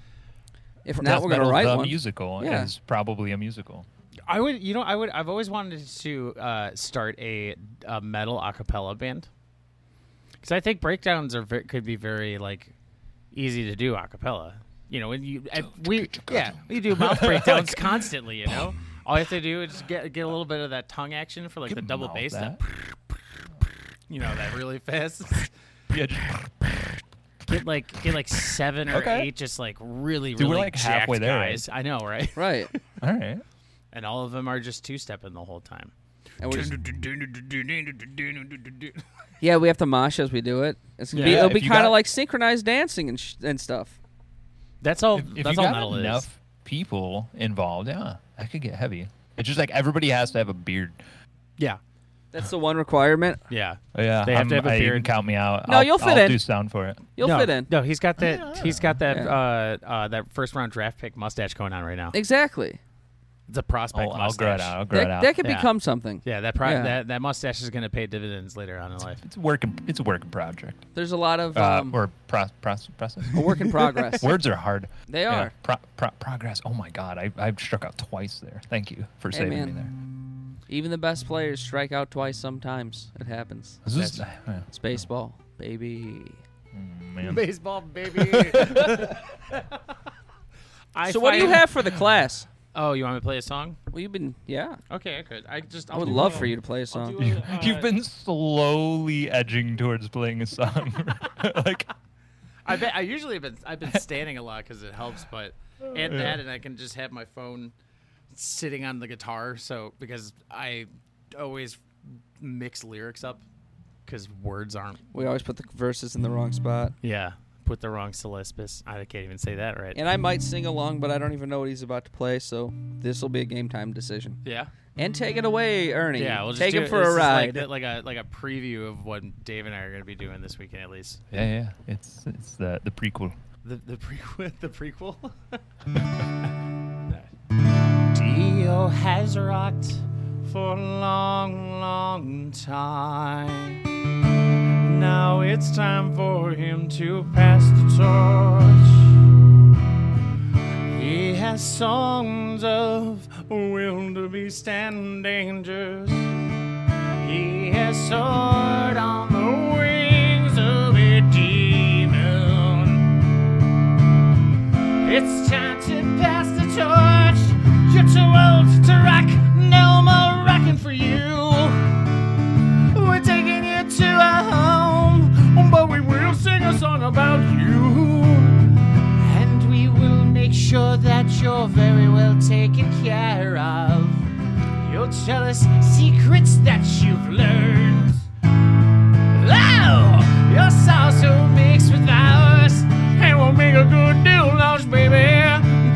S2: If
S3: death
S2: not, we're gonna
S3: metal,
S2: write
S3: the
S2: one.
S3: musical
S2: Yeah.
S3: is probably a musical.
S5: I would, you know, I would. I've always wanted to uh, start a, a metal a cappella band because I think breakdowns are very, could be very like easy to do a cappella. You know, when you and we yeah we do mouth breakdowns constantly. You know, all you have to do is just get get a little bit of that tongue action for like the double
S3: Mouth
S5: bass.
S3: that.
S5: That. You know that really fast.
S3: Yeah, just-
S5: Get like get like seven or
S3: Okay.
S5: eight, just like really
S3: Dude, we're,
S5: really
S3: like,
S5: jacked
S3: halfway there, right?
S5: guys. I know, right?
S2: Right.
S3: all right.
S5: And all of them are just two stepping the whole time.
S2: And we're just,
S5: That'd
S2: yeah, we have to mosh as we do it. It's gonna be
S3: Yeah,
S2: it'll
S3: if
S2: be
S3: you
S2: kind of
S3: got-
S2: like synchronized dancing and sh- and stuff.
S5: That's all.
S3: If, if
S5: that's
S3: you
S5: all
S3: got
S5: metal
S3: enough
S5: is.
S3: people involved, yeah, that could get heavy. It's just like everybody has to have a beard.
S5: Yeah,
S2: That's the one requirement.
S5: yeah.
S3: Yeah,
S5: They have to
S3: I'm-
S5: have a
S3: I- you can
S5: beard.
S3: count me out.
S2: No,
S3: I'll,
S2: you'll fit
S3: I'll
S2: in.
S3: do sound for it.
S2: You'll
S5: no,
S2: fit in.
S5: No, he's got that.
S3: Oh,
S5: he's got that.
S2: Yeah.
S5: Uh, uh, that first round draft pick mustache going on right now.
S2: Exactly.
S5: It's a prospect
S3: I'll, Oh, I'll
S5: mustache.
S3: grow it out. I'll grow it
S2: That,
S3: out.
S2: that could
S5: Yeah.
S2: become something.
S5: Yeah, that pro-
S2: Yeah.
S5: that that mustache is gonna pay dividends later on in life.
S3: it's a working. It's a working project.
S2: There's a lot of
S3: Uh,
S2: um,
S3: or pro, process. process.
S2: a work in progress.
S3: Words are hard.
S2: They
S3: Yeah.
S2: are.
S3: Pro, pro, progress. Oh my God, I I struck out twice there. Thank you for
S2: Hey,
S3: saving me
S2: man.
S3: there.
S2: Even the best players strike out twice sometimes. It happens.
S3: This is- yeah.
S2: It's baseball, baby.
S3: oh, Man.
S5: Baseball, baby. I
S2: so what do you
S5: find-
S2: have for the class?
S5: Oh, you want me to play a song?
S2: Well, you've been yeah.
S5: Okay, I could. I just.
S2: I would love for you to play a song.
S3: You've been slowly edging towards playing a song. like,
S5: I bet I usually have been I've been standing a lot because it helps, but and that and I can just have my phone sitting on the guitar. So because I always mix lyrics up because words aren't.
S2: We always put the verses in the wrong spot.
S5: Yeah, put the wrong syllables. I can't even say that right.
S2: And I might sing along, but I don't even know what he's about to play. So this will be a game time decision.
S5: yeah,
S2: And take it away, Ernie.
S5: yeah. We'll just
S2: take
S5: do
S2: him
S5: it.
S2: for
S5: This
S2: a
S5: is like
S2: ride.
S5: the- Like, a like a preview of what Dave and I are going to be doing this weekend at least.
S3: yeah, yeah. It's it's the the prequel.
S5: The the prequel. The prequel. Dio has rocked for a long, long time. Now it's time for him to pass the torch. He has songs of wildebeest and dangers. He has soared on the wings of a demon. It's time to pass the torch. You're too old to rock, no more rocking for you. We're taking you to our home, but we will sing a song about you. And we will make make sure that you're very well taken care of. You'll tell us secrets that you've learned. Oh, your sauce will mix with ours, and we'll make a good deal, lounge, baby.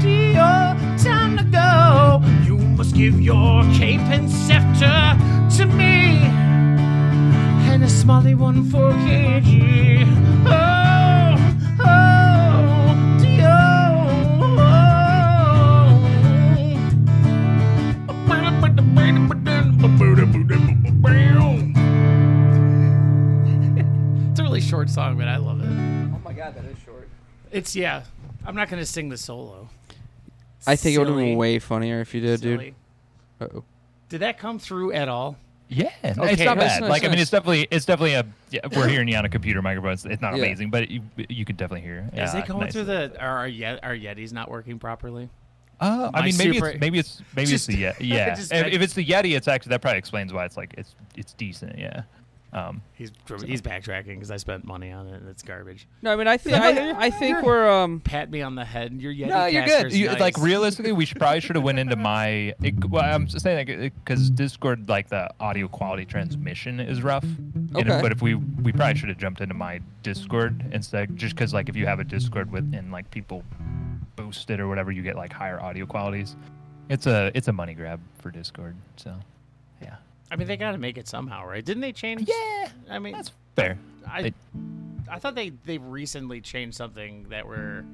S5: Deal, time to go. You must give your cape and scepter to me, and a smally one for KG. Oh, oh, deal. Oh, It's a really short song, but I love it.
S2: Oh my god, that is short.
S5: It's yeah. I'm not gonna sing the solo.
S2: I think it would have
S5: Silly.
S2: been way funnier if you did,
S5: Silly.
S2: dude. Uh-oh.
S5: Did that come through at all?
S3: Yeah, no,
S5: Okay,
S3: it's not
S2: that's
S3: bad.
S2: nice,
S3: like I mean,
S2: nice.
S3: it's definitely it's definitely a. Yeah, we're hearing you on a computer microphone. It's, it's not
S2: Yeah.
S3: amazing, but you, you could definitely hear.
S5: Is
S3: yeah,
S5: it going
S3: nice.
S5: through the are our, Ye- our Yeti's not working properly?
S3: Uh, I
S5: my
S3: mean, maybe
S5: super-
S3: it's maybe it's maybe
S5: Just-
S3: it's the Yeti. Yeah,
S5: just
S3: if,
S5: like-
S3: if it's the Yeti, it's actually that probably explains why it's like it's it's decent. Yeah. Um,
S5: He's he's backtracking because I spent money on it and it's garbage.
S2: No, I mean, I think I, I think we're um.
S5: Pat me on the head. Your Yeti.
S3: no, you're good.
S5: caster's
S3: You,
S5: nice.
S3: Like realistically, we should, probably should have went into my. It, well, I'm just saying like because Discord like the audio quality transmission is rough. And if-
S2: Okay.
S3: but if we we probably should have jumped into my Discord instead, just because like if you have a Discord with and like people boost it or whatever, you get like higher audio qualities. It's a it's a money grab for Discord. So yeah,
S5: I mean, they got to make it somehow, right? Didn't they change?
S3: yeah,
S5: I mean,
S3: that's fair.
S5: I,
S3: They-
S5: I thought they they recently changed something that were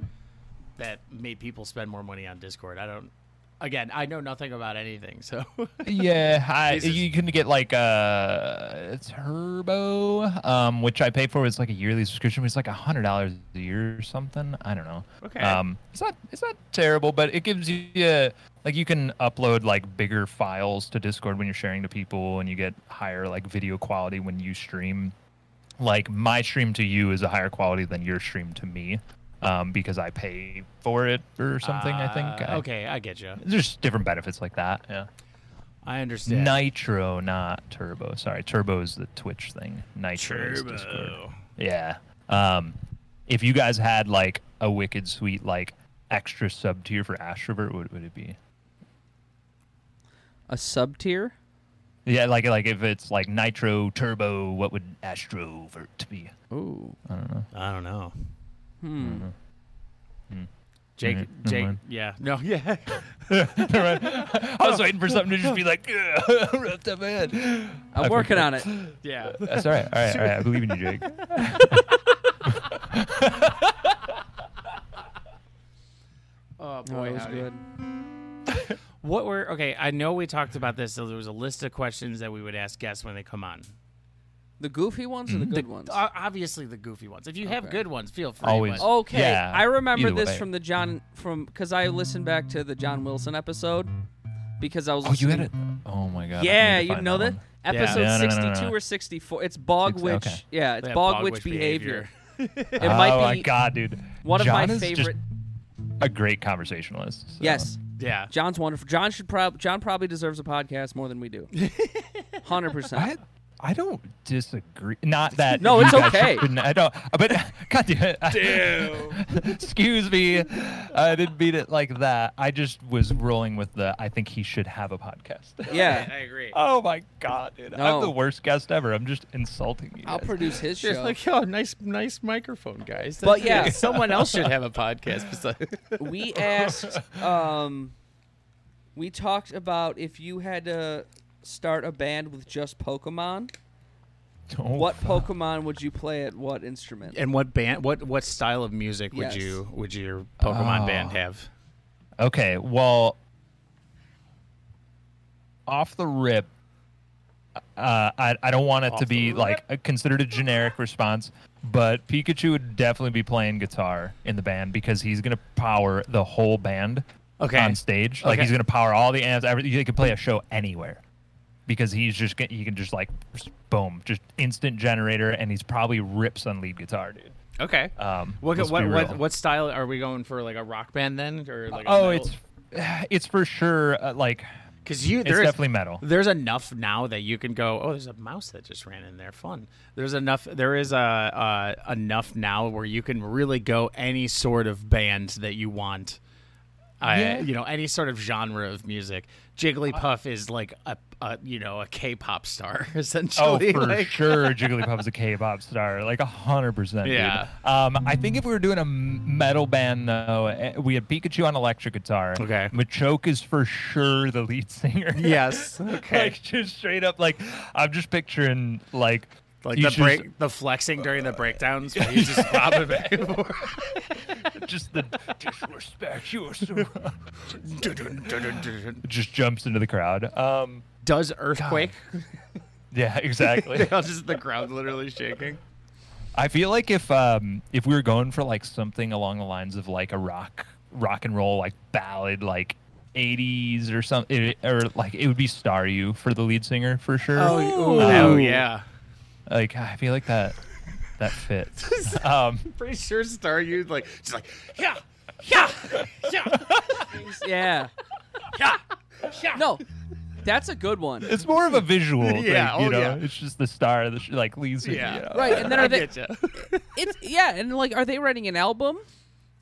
S5: that made people spend more money on Discord. I don't. Again, I know nothing about anything, so
S3: yeah, I,
S5: Jesus.
S3: you can get like uh turbo, um, which I pay for. It's like a yearly subscription. It's like a hundred dollars a year or something. I don't know.
S5: Okay.
S3: Um, it's not it's not terrible, but it gives you uh, like you can upload like bigger files to Discord when you're sharing to people, and you get higher like video quality when you stream. Like my stream to you is a higher quality than your stream to me, um, because I pay for it or something. I think.
S5: Uh,
S3: I-
S5: okay, I get you.
S3: There's different benefits like that. Yeah.
S5: I understand.
S3: Nitro, not Turbo. Sorry, Turbo is the Twitch thing. Nitro is Discord.
S5: Turbo.
S3: Yeah. Um, if you guys had like a wicked sweet like extra sub tier for Astrovert, what would it be?
S2: a sub tier.
S3: Yeah, like like if it's like Nitro Turbo, what would Astrovert be?
S2: Ooh,
S5: Uh-huh. I don't know. Hmm. Jake, Jake, yeah, no, yeah.
S3: I was waiting for something to just be like, "Ugh, ripped up man.
S2: I'm working on it.
S5: Yeah.
S3: That's all right. All right. All right. I believe in you, Jake.
S5: Oh
S2: Oh,
S5: boy,
S2: that was
S5: howdy.
S2: good.
S5: What were okay? I know we talked about this. So there was a list of questions that we would ask guests when they come on.
S2: The goofy ones or
S3: Mm,
S2: the good ones?
S5: O- obviously, the goofy ones. If you have
S2: Okay. Oh,
S5: good ones, feel free.
S3: Always.
S5: but-
S2: Okay,
S3: Yeah,
S2: I remember
S3: either
S2: this
S3: way.
S2: from the John from because I listened back to the John Wilson episode because I was.
S3: Oh, you had
S2: listening-
S3: it. Oh my god. I need
S2: Yeah,
S3: to
S2: you
S3: find
S2: know
S3: that one.
S2: that, episode
S3: Yeah. No, no, no, no,
S2: sixty-two
S3: no.
S2: or sixty-four. It's bog
S3: Six-
S2: witch.
S3: okay.
S2: Yeah, it's
S5: That
S2: bog,
S5: bog
S2: witch,
S5: witch
S2: behavior.
S5: behavior.
S2: it might
S3: oh
S2: be
S3: my god, dude.
S2: one of my
S3: John is just
S2: favorite.
S3: a great conversationalist. so-
S2: Yes,
S5: Yeah.
S2: John's wonderful. John should prob- John probably deserves a podcast more than we do. Hundred
S3: I
S2: percent.
S3: I don't disagree. Not that.
S2: No,
S3: you
S2: it's
S3: guys
S2: okay.
S3: shouldn't- I don't. But God damn it. Excuse me. I didn't mean it like that. I just was rolling with the. I think he should have a podcast.
S2: Yeah,
S5: agree.
S3: Oh my god, dude!
S2: No.
S3: I'm the worst guest ever. I'm just insulting you.
S2: I'll
S3: guys.
S2: produce his
S5: You're
S2: show.
S5: like, oh, nice, nice microphone, guys.
S2: But yeah.
S5: someone else should have a podcast besides.
S2: we asked um we talked about if you had to start a band with just pokemon
S3: Oh,
S2: what
S3: fuck.
S2: pokemon would you play at what instrument
S5: and what band? What what style of music would
S2: Yes.
S5: you would your Pokemon
S3: Oh.
S5: band have?
S3: Okay, well, off the rip, uh, I, I don't want it to be like a, considered a generic response, but Pikachu would definitely be playing guitar in the band because he's gonna power the whole band
S5: Okay.
S3: on stage. Like
S5: Okay.
S3: he's gonna power all the amps. Everything. He could play a show anywhere because he's just gonna, he can just like boom, just instant generator, and he's probably rips on lead guitar, dude.
S5: Okay.
S3: Um,
S5: what
S3: let's
S5: what
S3: be
S5: what,
S3: real.
S5: what style are we going for? Like a rock band then, or like? A
S3: Oh, it's it's for sure uh, like.
S5: because you.
S3: It's
S5: There's
S3: definitely metal.
S5: There's enough now that you can go. Oh, there's a mouse that just ran in there. Fun. There's enough. There is a uh, enough now where you can really go any sort of band that you want. uh,
S3: Yeah.
S5: you know any sort of genre of music. Jigglypuff is like a, a you know a K-pop star
S3: Oh,
S5: essentially.
S3: for
S5: like,
S3: sure, Jigglypuff is a K-pop star, like a hundred percent. dude.
S5: Yeah.
S3: Um, I think if we were doing a m- metal band, though, eh, we had Pikachu on electric guitar.
S5: Okay.
S3: Machoke is for sure the lead singer.
S5: Yes. Okay.
S3: like just straight up, like I'm just picturing like
S5: Like
S3: he's
S5: the
S3: just-
S5: break, the flexing during the breakdowns. where he's just bobbing back and forth.
S3: just the disrespect you are so.
S5: Dun, dun, dun, dun, dun.
S3: just jumps into the crowd. Um,
S5: Does earthquake?
S3: yeah, exactly.
S5: just the crowd literally shaking.
S3: I feel like if um if we were going for like something along the lines of like a rock rock and roll like ballad like 80s or something or like it would be Star You for the lead singer for sure.
S5: Oh,
S3: Um,
S5: yeah.
S3: Like I feel like that that fits. um
S5: Pretty sure Star you like just like yeah, yeah, yeah,
S2: Yeah.
S5: yeah, yeah.
S2: No, that's a good one.
S3: it's more of a visual
S5: Yeah,
S3: thing, you
S5: oh,
S3: know.
S5: yeah.
S3: It's just the star that like leads it,
S5: Yeah.
S3: you know?
S2: Right, and then are
S5: I
S2: they?
S5: get ya.
S2: It's yeah, and like, are they writing an album?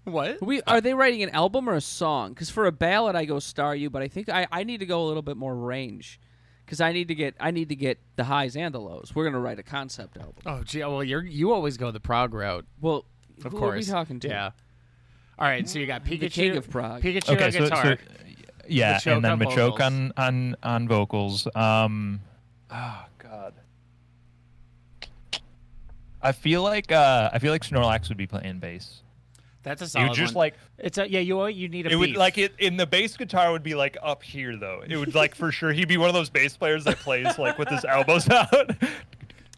S5: What?
S2: We are they writing an album or a song? Because for a ballad, I go Star You, but I think I, I need to go a little bit more range, because I need to get I need to get the highs and the lows. We're gonna write a concept album.
S5: Oh, gee. Well, you're you always go the prog route,
S2: Well,
S5: of
S2: who
S5: course.
S2: are we talking to?
S5: Yeah. All right, so you got Pikachu,
S2: king of prog.
S5: Pikachu
S3: Okay,
S5: on
S3: so,
S5: guitar.
S3: so yeah,
S5: Machoke
S3: and then
S5: on
S3: Machoke
S5: vocals.
S3: on on on vocals. Um, oh god, I feel like uh, I feel like Snorlax would be playing bass.
S5: That's a
S3: It
S5: solid
S3: would just
S5: one.
S3: like
S5: it's a yeah. You uh, you need a
S3: it would
S5: beat.
S3: like it in the bass guitar would be like up here though. It would like for sure he'd be one of those bass players that plays like with his elbows out.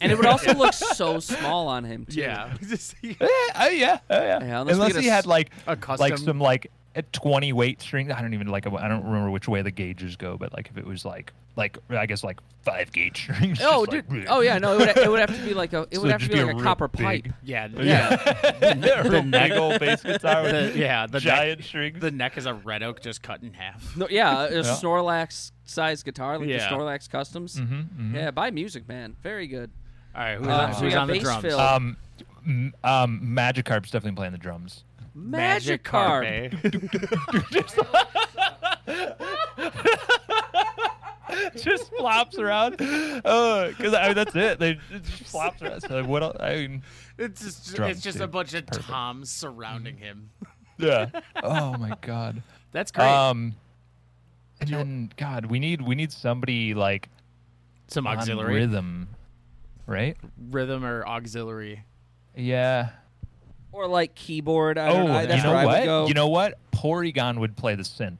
S2: and it would also look so small on him too.
S5: yeah.
S3: Eh, oh yeah, oh yeah.
S2: Yeah,
S3: unless
S2: unless we get a
S3: he
S2: s-
S3: had like
S5: a
S3: like
S5: custom-
S3: some like a twenty weight string. I don't even like. I don't remember which way the gauges go, but like if it was like like I guess like five gauge strings.
S2: Oh,
S3: just,
S2: dude.
S3: like, bleh.
S2: Oh, yeah. No, it would, it would have to be like a. It
S3: So
S2: would have to
S3: just be
S2: be
S3: a
S2: like a
S3: real
S2: copper
S3: big-
S2: pipe.
S5: yeah.
S3: yeah.
S5: Yeah.
S3: A real
S5: neck-
S3: big old bass guitar
S5: The,
S3: with
S5: yeah. The
S3: giant
S5: neck,
S3: strings.
S5: The neck is a red oak just cut in half.
S2: No, yeah, a Snorlax size guitar, like
S5: Yeah.
S2: the Snorlax Customs. Mm-hmm, Yeah, buy music, man. Very good.
S5: All right, who's,
S2: Uh,
S5: on,
S2: so we
S5: who's
S2: got
S5: on the
S2: bass
S5: drums?
S2: fill.
S3: um, m- um, Magikarp's definitely playing the drums.
S2: Magikarp.
S5: Magikarp, eh?
S3: just flops around. Oh, because I mean, that's it. They it just flops around. So like, what? Else? I mean,
S5: It's just
S3: Drums,
S5: it's just a
S3: dude.
S5: bunch of toms surrounding him.
S3: yeah. Oh my god.
S5: That's great.
S3: Um, and then God, we need we need somebody like
S5: Some
S3: on
S5: auxiliary rhythm.
S3: rhythm, right?
S5: or auxiliary.
S3: Yeah.
S2: Or like keyboard. I don't know. I-
S3: Oh, you
S2: That's
S3: know
S2: where I would
S3: what?
S2: go.
S3: You know what? Porygon would play the synth,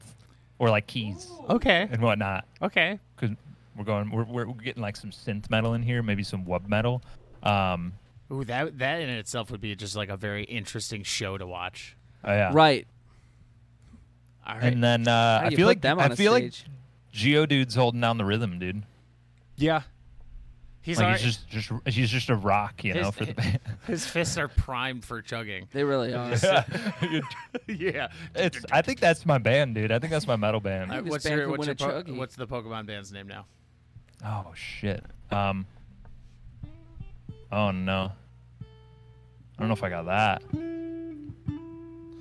S3: or like keys
S5: Okay.
S3: and whatnot.
S5: Okay.
S3: Because we're going, we're, we're getting like some synth metal in here, maybe some web metal. Um,
S5: Ooh, that that in itself would be just like a very interesting show to watch.
S3: oh, yeah.
S2: right.
S5: All right.
S3: And then uh,
S2: How
S3: I
S2: do you
S3: feel
S2: put
S3: like
S2: them
S3: I
S2: on a
S3: feel
S2: stage?
S3: like Geodude's holding down the rhythm, dude.
S5: yeah. He's,
S3: like
S5: already,
S3: he's just just he's just a rock, you know,
S5: His-
S3: for the band.
S5: his fists are primed for chugging.
S2: They really are.
S5: yeah.
S3: it's. I think that's my band, dude. I think that's my metal band.
S5: Uh,
S2: this
S5: what's
S2: band
S5: your,
S2: could
S5: what's, your
S2: win a
S5: po-
S2: chuggy.
S5: what's the Pokemon band's name now?
S3: Oh shit. Um. Oh no. I don't know if I got that.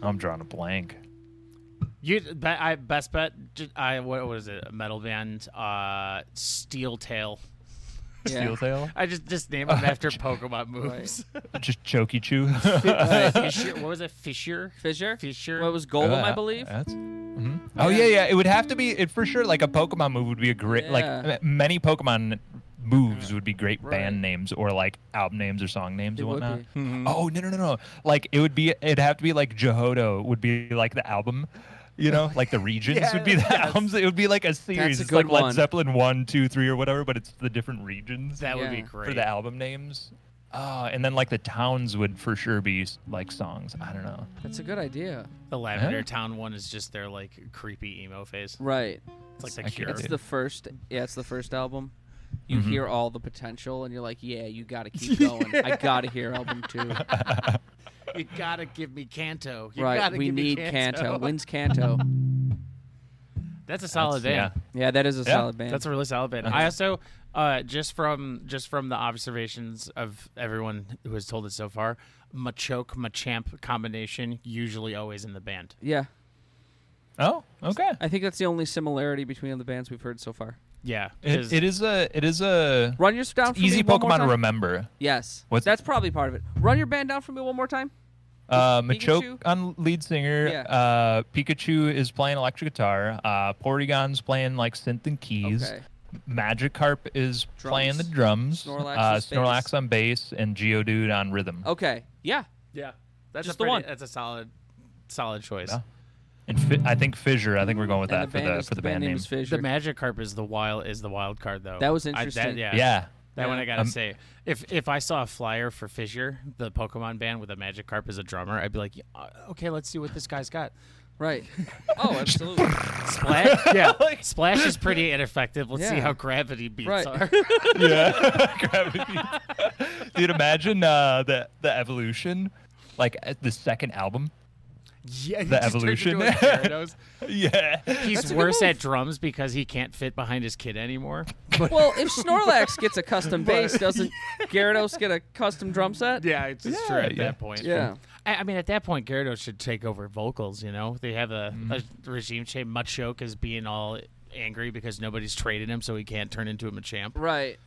S3: I'm drawing a blank.
S5: You be, I best bet ju- I what was it? A metal band uh Steel Tail.
S2: Yeah.
S3: Steel tail.
S5: I just just name them after Pokemon moves.
S3: Just chokey chew.
S5: Fisher, what was it? Fisher?
S2: Fisher?
S5: Fisher?
S2: Well, it was Golem, I believe.
S3: Oh, That's- mhm. Oh yeah, yeah. It would have to be it for sure. Like a Pokemon move would be a great. Like
S2: Yeah.
S3: m- many Pokemon moves would be great
S2: Right.
S3: band names or like album names or song names
S2: It
S3: and
S2: would
S3: whatnot.
S2: be. Mm-hmm.
S3: Oh no no no no! Like it would be. It'd have to be like Jehodo would be like the album. You know, like the regions would be the albums. It would be like a series.
S2: a
S3: it's like
S2: good
S3: Led
S2: one.
S3: Zeppelin one, two, three, or whatever. But it's the different regions
S5: That would be
S2: Yeah.
S5: great.
S3: for the album names. Uh, and then like the towns would for sure be like songs. I don't know.
S2: That's a good idea.
S5: The Lavender Town one is just their like creepy emo phase.
S2: Right.
S5: It's like the
S3: I get
S5: cure.
S3: it.
S2: It's the first. Yeah, it's the first album. You
S3: Mm-hmm.
S2: hear all the potential, and you're like, "Yeah, you got to keep going. I got to hear album two.
S5: You gotta give me Canto. You
S2: right?
S5: gotta
S2: We
S5: give
S2: need
S5: me
S2: Canto. Wins Canto.
S5: That's a solid
S3: That's-
S5: band.
S2: Yeah, that is a
S3: Yeah,
S2: solid band.
S5: That's a really solid band. I also uh, just from just from the observations of everyone who has told it so far, Machoke Machamp combination usually always in the band.
S2: yeah.
S3: Oh, okay.
S2: I think that's the only similarity between the bands we've heard so far.
S5: Yeah,
S3: It, it is a it is a
S2: Run your down for me
S3: easy
S2: one more
S3: Pokemon to
S2: time.
S3: remember.
S2: Yes,
S3: What's-
S2: that's probably part of it. Run your band down for me one more time.
S3: Uh,
S2: Pikachu?
S3: Machoke on lead singer.
S2: Yeah.
S3: Uh, Pikachu is playing electric guitar. Uh, Porygon's playing like synth and keys.
S2: Okay.
S3: Magikarp is playing the drums.
S2: Snorlax
S3: uh,
S2: is bass. Oh.
S3: Snorlax on bass and Geodude on rhythm.
S2: Okay. Yeah.
S5: yeah. That's
S2: Just
S5: a
S2: the
S5: pretty-
S2: one.
S5: That's a solid, solid choice.
S3: Yeah. And fi- I think Fissure. I think we're going with
S2: And
S3: that
S2: the band
S3: for the
S2: is,
S3: for the band, name.
S2: is Fissure.
S5: The Magikarp is the wild is the wild card though.
S2: That was
S5: I- that-
S2: interesting.
S5: yeah,
S3: Yeah.
S5: That one
S2: Yeah.
S5: I gotta
S3: Um,
S5: say. If if I saw a flyer for Fissure, the Pokemon band with a Magikarp as a drummer, I'd be like, "Yeah, uh, okay, let's see what this guy's got.
S2: right. Oh, absolutely.
S5: Splash, yeah, Splash is pretty ineffective. Let's see
S2: Yeah.
S5: how gravity beats
S2: Right.
S5: are.
S3: Yeah. Gravity. Dude, imagine uh, the the evolution, like at the second album.
S5: yeah, he
S3: The
S5: just turned
S3: evolution.
S5: into a Gyarados.
S3: Yeah.
S5: He's
S2: That's a good
S5: worse
S2: move.
S5: at drums because he can't fit behind his kid anymore.
S2: well, if Snorlax gets a custom bass, doesn't Gyarados get a custom drum set?
S5: Yeah, it's just
S3: true
S5: true
S3: Yeah,
S5: at
S3: at yeah.
S5: that
S3: that
S5: point.
S2: Yeah.
S5: I, I mean, at that point, Gyarados should take over vocals. You know, they have a,
S3: Mm-hmm.
S5: a regime change. Machoke is being all angry because nobody's traded him, so he can't turn into a Machamp.
S2: Right.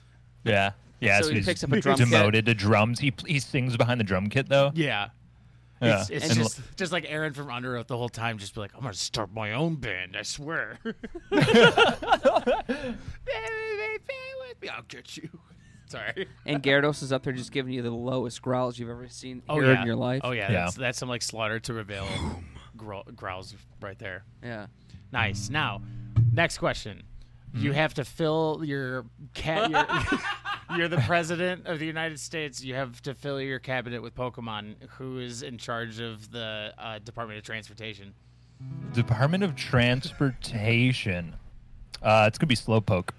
S3: Yeah. Yeah.
S2: So he
S3: he's
S2: picks up a drum kit.
S3: demoted to drums. He he sings behind the drum kit though.
S5: Yeah.
S3: Yeah.
S5: It's, it's
S3: And
S5: just just like Aaron from Under Oath the whole time, just be like, I'm gonna start my own band, I swear. Baby, baby, with me, I'll get you. Sorry.
S2: And Gyarados is up there just giving you the lowest growls you've ever seen
S5: Oh
S2: heard
S5: yeah.
S2: in your life.
S5: Oh yeah,
S3: Yeah.
S5: That's, that's some like slaughter to reveal grow- growls right there.
S2: Yeah.
S5: Nice. Now, next question. You have to fill your cat. Your, you're the president of the United States. You have to fill your cabinet with Pokemon. Who is in charge of the uh, Department of Transportation?
S3: Department of Transportation. Uh, it's gonna be Slowpoke.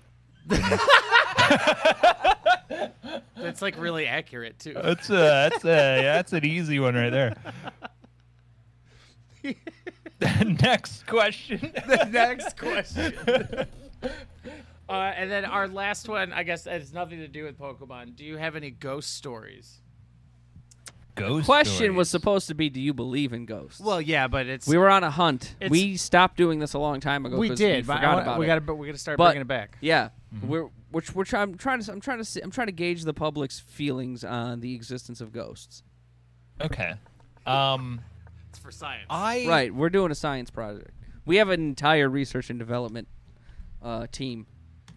S5: That's like really accurate too.
S3: That's uh, that's uh, yeah, that's an easy one right there. Next question.
S5: next question. Uh, and then our last one, I guess, it has nothing to do with Pokemon. Do you have any ghost stories?
S3: Ghost
S2: Question was
S3: stories.
S2: supposed to be, do you believe in ghosts?
S5: Well, yeah, but it's
S2: we were on a hunt.
S5: It's-
S2: we stopped doing this a long time ago.
S5: we
S2: 'cause
S5: did.
S2: We
S5: but I
S2: forgot
S5: wa-
S2: about
S5: we
S2: it.
S5: gotta but we gotta start
S2: But-
S5: bringing it back.
S2: Yeah, we're which we're trying. I'm trying to. I'm trying to. See, I'm trying to gauge the public's feelings on the existence of ghosts.
S3: okay. Um,
S5: It's for science.
S3: I
S2: Right. We're doing a science project. We have an entire research and development uh, team.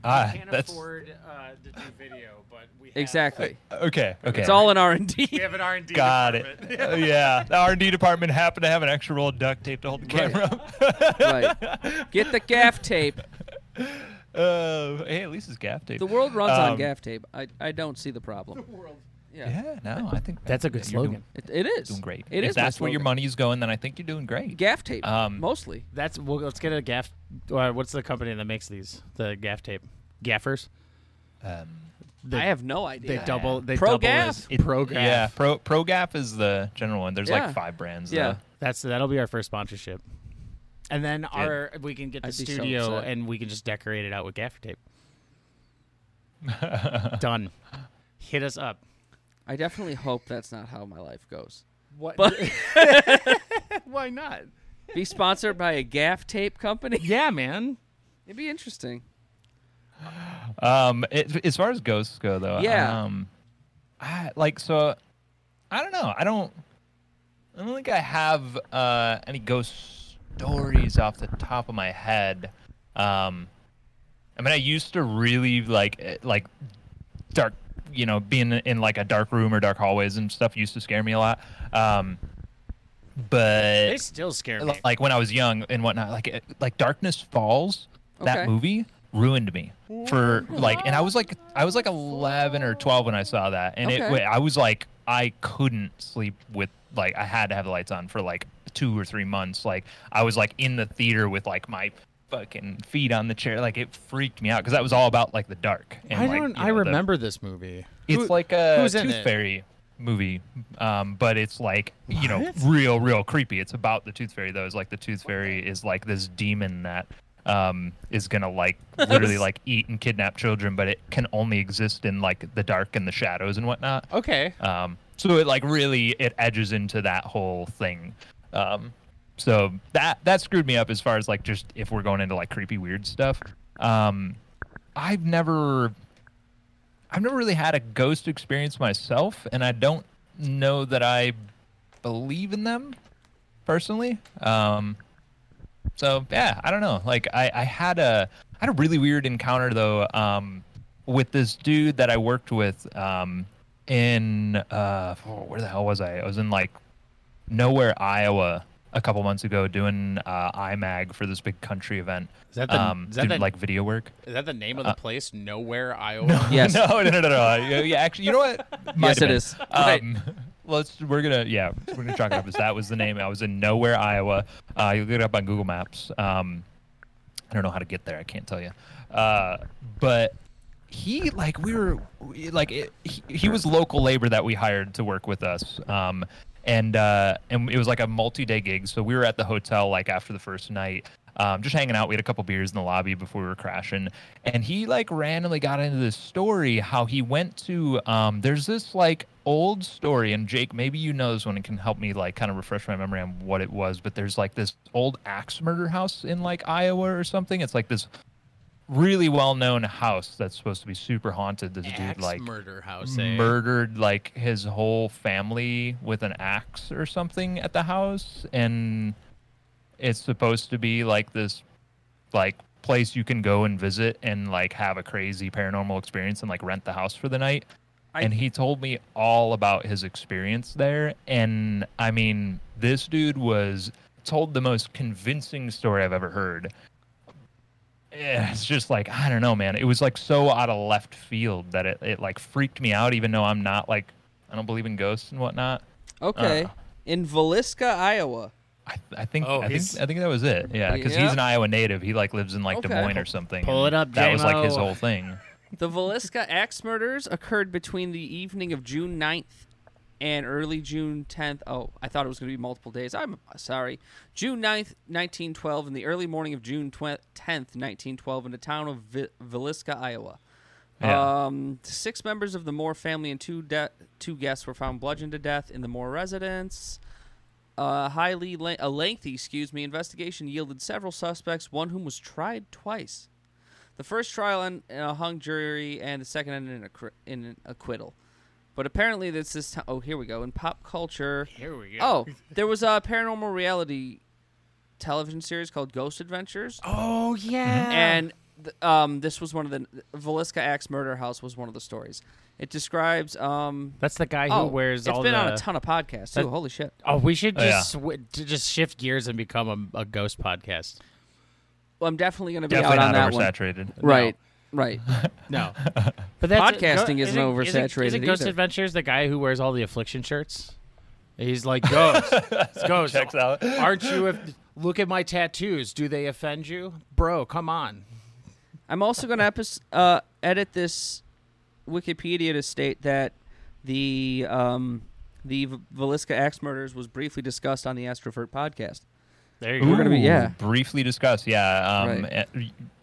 S3: Ah,
S5: We can't
S3: that's
S5: afford uh, to do video, but we have,
S2: Exactly.
S3: uh, okay. Okay.
S2: It's all in R and D.
S5: We have an R and D.
S3: Got it. Uh, yeah, the R and D department happened to have an extra roll of duct tape to hold the camera up.
S2: Right. Get the gaff tape.
S3: uh, hey, at least it's gaff tape.
S2: The world runs on
S3: Um,
S2: gaff tape. I, I don't see the problem. Yeah.
S3: Yeah, no, I think
S5: That's a
S3: yeah,
S5: good
S3: you're
S5: slogan.
S3: Doing,
S2: It, it is.
S3: doing great.
S2: It is.
S3: if
S2: my
S3: that's where your
S2: slogan.
S3: money's going, then I think you're doing great.
S2: Gaff tape.
S3: Um,
S2: mostly.
S5: That's well, let's get a gaff. Uh, what's the company that makes these? The gaff tape, gaffers.
S3: um,
S5: They,
S2: I have no
S5: They
S2: idea.
S5: double. They
S2: Pro
S5: double
S2: gaff.
S5: as
S3: it-
S5: pro gaff.
S3: Yeah, pro pro gaff is the general one. There's
S2: Yeah.
S3: like five brands.
S2: Yeah.
S3: though.
S5: That's that'll be our first sponsorship. And then our we can get the
S2: I'd be so
S5: studio
S2: upset.
S5: and we can just decorate it out with gaffer tape. Done. Hit us up.
S2: I definitely hope that's not how my life goes.
S5: What?
S2: But-
S5: why not?
S2: Be sponsored by a gaff tape company.
S5: Yeah, man.
S2: It'd be interesting.
S3: Um, it, as far as ghosts go, though,
S2: Yeah.
S3: Um, I, like so, I don't know. I don't. I don't think I have uh, any ghost stories off the top of my head. Um, I mean, I used to really like eh, like dark, you know, being in like a dark room or dark hallways and stuff used to scare me a lot. Um, but
S5: They still scare me.
S3: like, when I was young and whatnot. Like it- like Darkness Falls,
S2: Okay.
S3: that movie ruined me for like, and I was like I was like eleven or twelve when I saw that, and it
S2: Okay.
S3: it I was like I couldn't sleep with like I had to have the lights on for like two or three months. Like I was like in the theater with like my fucking feet on the chair like it freaked me out because that was all about like the dark and
S5: I
S3: like,
S5: don't.
S3: you
S5: I
S3: know, the-
S5: remember this movie.
S3: it's like a
S5: who's in
S3: Tooth
S5: it?
S3: Fairy movie, um, but it's like you know
S5: What?
S3: real, real creepy. It's about the Tooth Fairy though. It's like the Tooth Fairy is like this demon that um, is gonna like literally like eat and kidnap children, but it can only exist in like the dark and the shadows and whatnot.
S5: Okay.
S3: Um, so it like really it edges into that whole thing. Um, so that that screwed me up as far as like just if we're going into like creepy weird stuff. Um, I've never I've never really had a ghost experience myself, and I don't know that I believe in them personally. Um, so yeah, I don't know. Like I, I had a I had a really weird encounter though um, with this dude that I worked with um, in uh, oh, where the hell was I? I was in like nowhere Iowa a couple months ago doing uh, IMAG for this big country event.
S4: Is that the-
S3: um,
S4: is that
S3: doing,
S4: the-
S3: like video work?
S4: Is that the name
S5: Uh,
S4: of the place? Nowhere, Iowa.
S2: Yes.
S3: no, no, no, no, no. Yeah, yeah, actually, you know what? Might
S2: Yes,
S3: have
S2: it
S3: been.
S2: is. Okay.
S3: Um, let's. We're gonna. Yeah, we're gonna chalk it up as that was the name. I was in nowhere, Iowa. Uh, you look it up on Google Maps. Um, I don't know how to get there. I can't tell you. Uh, but he like we were we- like it, he, he was local labor that we hired to work with us. Um, and uh, and it was like a multi-day gig. So we were at the hotel like after the first night. Um, just hanging out. We had a couple beers in the lobby before we were crashing, and he like randomly got into this story how he went to. Um, there's this like old story, and Jake, maybe you know this one and can help me like kind of refresh my memory on what it was. But there's like this old axe murder house in like Iowa or something. It's like this really well-known house that's supposed to be super haunted. This
S4: Axe
S3: dude like
S4: murder house. eh?
S3: murdered like his whole family with an axe or something at the house and it's supposed to be like this like place you can go and visit and like have a crazy paranormal experience and like rent the house for the night
S2: I-
S3: and he told me all about his experience there and i mean this dude was told the most convincing story i've ever heard yeah, it's just like I don't know, man. It was like so out of left field that it, it like freaked me out, even though I'm not like I don't believe in ghosts and whatnot.
S5: Uh,
S2: Okay. In Valiska, Iowa.
S3: I, I think
S4: Oh,
S3: I think
S4: he's-
S3: I think that was it. Yeah, because
S2: Yeah.
S3: he's an Iowa native. He like lives in like Des
S2: Okay.
S3: Moines or something.
S4: Pull it up,
S3: That was like his
S4: J-Mo.
S3: whole thing.
S2: The Valiska axe murders occurred between the evening of June 9th and early June 10th. Oh, I thought it was going to be multiple days. I'm sorry. June 9th, 1912, and the early morning of June 12th, 10th, 1912, in the town of Vi- Villisca, Iowa.
S3: Yeah.
S2: Um, six members of the Moore family and two de- two guests were found bludgeoned to death in the Moore residence. A highly la- a lengthy, excuse me, investigation yielded several suspects, one whom was tried twice. The first trial in, in a hung jury, and the second ended in, a, cri- in an acquittal. But apparently, this is t- oh here we go in pop culture.
S4: Here we go.
S2: Oh, there was a paranormal reality television series called Ghost Adventures,
S4: Oh yeah.
S2: Mm-hmm. and th- um, this was one of the Velisca Axe Murder House was one of the stories. It describes um.
S4: that's the guy who
S2: Oh,
S4: wears
S2: it's
S4: all
S2: been
S4: the.
S2: on a ton of podcasts too.
S4: That-
S2: Holy shit!
S4: Oh, we should
S3: Oh,
S4: just swi- to just shift gears and become a, a ghost podcast.
S2: Well, I'm definitely going to be
S3: Definitely
S2: out on
S3: not
S2: that one.
S3: oversaturated.
S2: Right, right.
S4: No, but that's
S2: Podcasting isn't oversaturated
S4: Isn't, Ghost
S2: either.
S4: Adventures the guy who wears all the affliction shirts? He's like ghost. It's ghost.
S3: Checks out.
S4: Aren't you? If, look at my tattoos. Do they offend you, bro? Come on.
S2: I'm also going to epis uh, edit this Wikipedia to state that the um, the V- Velisca axe murders was briefly discussed on the Astrovert podcast.
S4: There you
S3: We're
S2: gonna be- yeah.
S3: Briefly discuss, yeah. Um,
S2: Right.
S3: eh,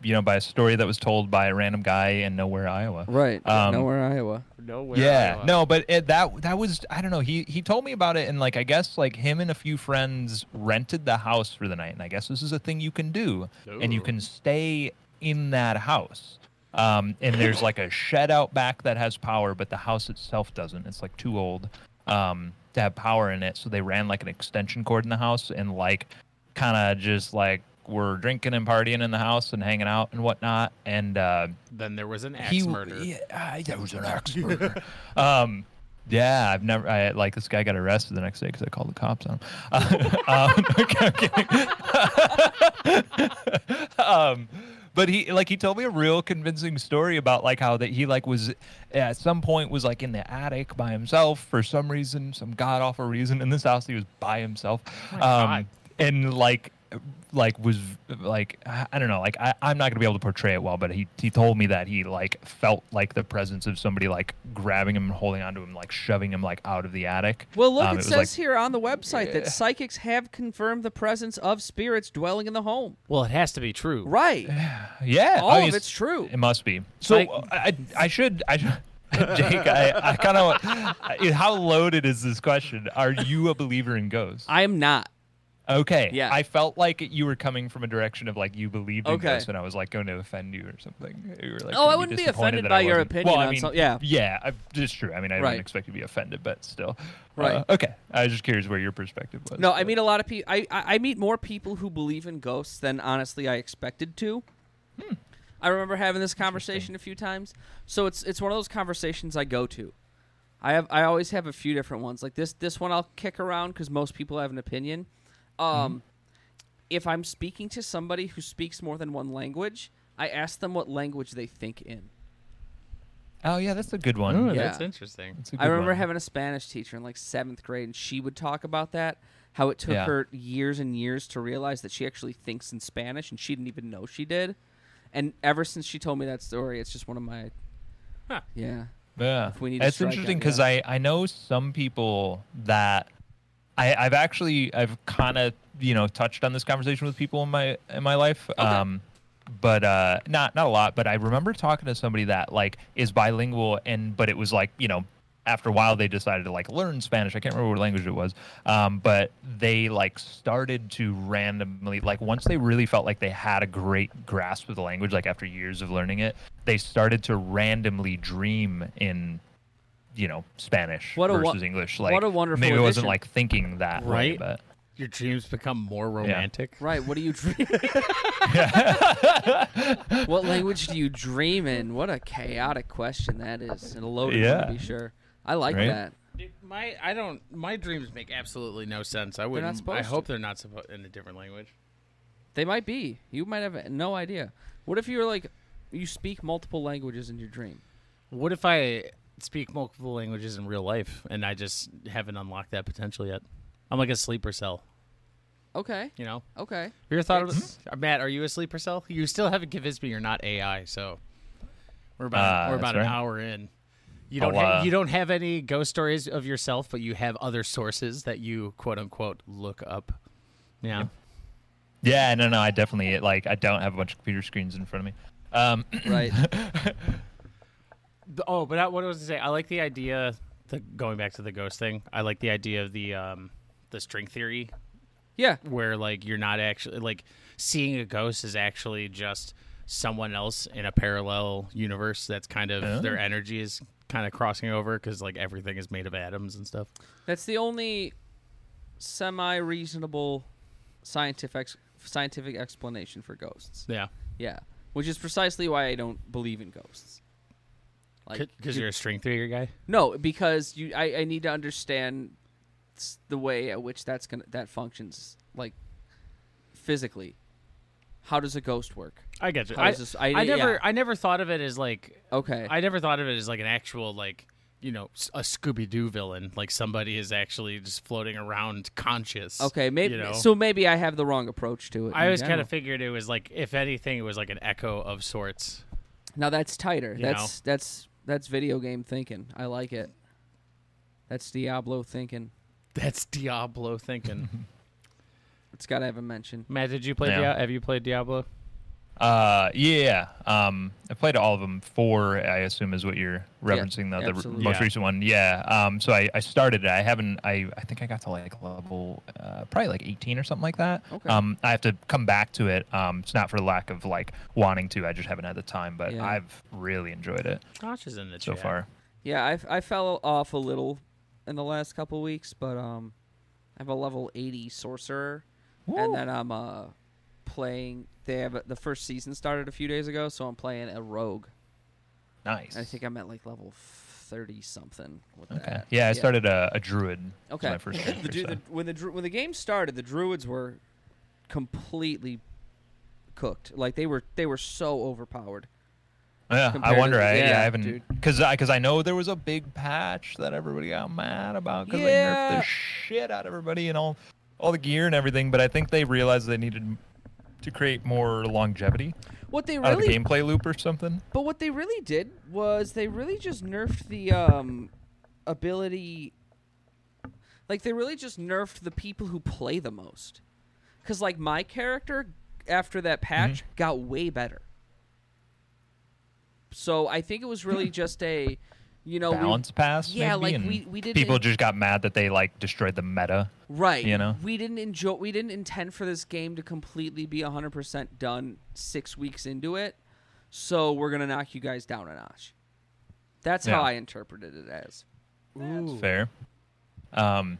S3: you know, by a story that was told by a random guy in nowhere, Iowa. Um,
S2: Nowhere Iowa.
S4: Nowhere.
S3: yeah
S4: Iowa.
S3: no but it, that that was i don't know he he told me about it and like i guess like him and a few friends rented the house for the night and i guess this is a thing you can do and you
S4: Ooh.
S3: can stay in that house um and there's like a shed out back that has power but the house itself doesn't it's like too old um to have power in it so they ran like an extension cord in the house and like kind of just like were drinking and partying in the house and hanging out and whatnot and uh
S4: Then there was an axe
S3: he-
S4: murder.
S3: Yeah, I, that was an axe murder. um, yeah, I've never. I like this guy got arrested the next day because I called the cops on him. Uh, um, okay, I'm kidding. um, but he like he told me a real convincing story about like how that he like was at some point was like in the attic by himself for some reason, some god awful reason. In this house, he was by himself.
S2: Oh
S3: Um,
S4: God.
S3: and like like was like I I don't know like I, I'm not gonna be able to portray it well but he he told me that he like felt like the presence of somebody like grabbing him and holding onto him like shoving him like out of the attic
S2: Well, look,
S3: Um,
S2: it,
S3: was,
S2: says
S3: like,
S2: here on the website that psychics have confirmed the presence of spirits dwelling in the home.
S4: Well, it has to be true.
S2: Right.
S3: yeah
S2: all
S3: I
S2: of
S3: mean,
S2: it's true.
S3: it must be so
S4: Like-
S3: uh, I, I should I should Jake I, I kind of how loaded is this question are you a believer in ghosts
S2: I am not.
S3: Okay.
S2: Yeah.
S3: I felt like you were coming from a direction of like you believed in
S2: Okay.
S3: this, and I was like going to offend you or something. You were, like,
S2: Oh, I
S3: gonna
S2: wouldn't be
S3: disappointed
S2: offended
S3: that
S2: by
S3: I
S2: your
S3: wasn't.
S2: opinion
S3: Well, I
S2: on
S3: mean,
S2: some- yeah.
S3: yeah, I, it's true. I mean, I
S2: Right.
S3: didn't expect you to be offended, but still,
S2: Right.
S3: Uh, okay. I was just curious where your perspective was.
S2: No, I
S3: but- uh,
S2: meet a lot of people. I, I I meet more people who believe in ghosts than honestly I expected to. I remember having this conversation a few times. So it's it's one of those conversations I go to. I have I always have a few different ones. Like this this one I'll kick around because most people have an opinion. Um, If I'm speaking to somebody who speaks more than one language, I ask them what language they think in.
S3: Oh yeah, that's a good one.
S5: Ooh,
S2: Yeah.
S5: that's interesting.
S3: That's a
S2: Mm. I
S3: good
S2: remember
S3: one.
S2: having a Spanish teacher in like seventh grade, and she would talk about that how it took
S3: Yeah.
S2: her years and years to realize that she actually thinks in Spanish, and she didn't even know she did. And ever since she told me that story, it's just one of my.
S5: Huh.
S2: Yeah.
S3: Yeah,
S2: if we need to
S3: that's
S2: strike
S3: interesting
S2: out,
S3: because
S2: yeah.
S3: I I know some people that I I've actually I've kind of you know touched on this conversation with people in my in my life. Um, but uh, not not a lot. But I remember talking to somebody that like is bilingual and but it was like you know after a while they decided to like learn Spanish. I can't remember what language it was. Um, but they like started to randomly like once they really felt like they had a great grasp of the language, like after years of learning it, they started to randomly dream in you know Spanish
S2: What a wo-
S3: versus English. Like
S2: what a wonderful
S3: maybe it
S2: addition.
S3: wasn't like thinking that way,
S5: Right?
S3: but
S5: Your dreams become more romantic.
S2: Right. What do you dream? what language do you dream in? What a chaotic question that is, and a loaded one
S3: Yeah.
S2: to be sure. I like
S3: Right?
S2: that.
S5: Dude, My I don't my dreams make absolutely no sense. I
S2: not
S5: wouldn't. I
S2: supposed
S5: hope
S2: to.
S5: they're not supposed in a different language.
S2: They might be. You might have no idea. What if you're like, you speak multiple languages in your dream?
S5: What if I speak multiple languages in real life and I just haven't unlocked that potential yet? I'm like a sleeper cell.
S2: Okay.
S5: You know.
S2: Okay.
S5: Have you ever thought of this? Matt, are you a sleeper cell? You still haven't convinced me you're not AI. So we're about
S3: Uh,
S5: we're about
S3: that's
S5: an
S3: right.
S5: hour in. You don't
S3: I'll,
S5: ha-
S3: uh,
S5: you don't have any ghost stories of yourself, but you have other sources that you quote unquote look up. Yeah.
S3: yeah, no, no, I definitely like I don't have a bunch of computer screens in front of me. Um,
S2: Right.
S5: The- Oh, but I, what I was to say, I like the idea. The going back to the ghost thing, I like the idea of the um, the string theory,
S2: Yeah.
S5: where like you're not actually like seeing a ghost is actually just someone else in a parallel universe. That's kind of
S3: Oh.
S5: their energy is kind of crossing over because like everything is made of atoms and stuff.
S2: That's the only semi reasonable scientific ex- scientific explanation for ghosts.
S5: Yeah,
S2: Yeah, which is precisely why I don't believe in ghosts. Like,
S5: because you're a string theory guy.
S2: no, because you, I, I need to understand s- the way at which that's gonna that functions, like physically. How does a ghost work?
S5: I get you.
S2: How
S5: I,
S2: is this- I-
S5: I never
S2: yeah.
S5: I never thought of it as like
S2: Okay,
S5: I never thought of it as like an actual like you know s- a Scooby Doo villain. Like somebody is actually just floating around conscious.
S2: okay, maybe
S5: you know?
S2: so. Maybe I have the wrong approach to it.
S5: I
S2: in
S5: always kind
S2: general.
S5: of figured it was like if anything, it was like an echo of sorts.
S2: Now that's tighter.
S5: You
S2: That's that's that's video game thinking. I like it. That's Diablo thinking.
S5: That's Diablo thinking.
S2: It's got to have a mention.
S5: Matt, did you play?
S3: Yeah.
S5: Dia- have you played Diablo?
S3: Uh, yeah. Um, I played all of them. Four, I assume, is what you're referencing. the- the,
S2: absolutely.
S3: most
S5: Yeah.
S3: recent one. Yeah. Um, so I, I started it. I haven't. I, I think I got to like level, uh, probably like 18 or something like that.
S2: Okay.
S3: Um, I have to come back to it. Um, it's not for lack of like wanting to. I just haven't had the time. But
S2: Yeah.
S3: I've really enjoyed it
S5: Josh is in the
S3: so
S5: chat.
S3: far.
S2: Yeah, I, I fell off a little in the last couple weeks, but um, I'm a level 80 sorcerer, and then I'm uh playing. They have the first season started a few days ago, so I'm playing a rogue.
S3: Nice.
S2: I think I'm at like level 30 something with
S3: Okay.
S2: that.
S3: Yeah, I started a, a druid. It's
S2: Okay.
S3: My first character,
S2: the, du-
S3: so.
S2: the, when the dru- when the game started, the druids were completely cooked. Like they were they were so overpowered.
S3: Yeah, I
S2: compared
S3: wonder.
S2: to the-
S3: I, yeah,
S2: yeah,
S3: I haven't
S2: dude.
S3: because I because I know there was a big patch that everybody got mad about because they nerfed
S2: Yeah.
S3: the shit out of everybody and all all the gear and everything. But I think they realized they needed to create more longevity
S2: What they
S3: out of Oh, the
S2: really
S3: gameplay loop or something.
S2: But what they really did was they really just nerfed the um, ability. Like they really just nerfed the people who play the most, because like my character after that patch
S3: Mm-hmm.
S2: got way better. So I think it was really just a You know, Oh, we-
S3: balance pass.
S2: Yeah,
S3: maybe,
S2: like,
S3: and
S2: we- we did
S3: People
S2: it-
S3: just got mad that they like destroyed the meta.
S2: Right.
S3: you know?
S2: we didn't enjoy. We didn't intend for this game to completely be 100% done six weeks into it. So we're gonna knock you guys down a notch. That's how
S3: Yeah.
S2: I interpreted it as.
S3: That's fair. Um,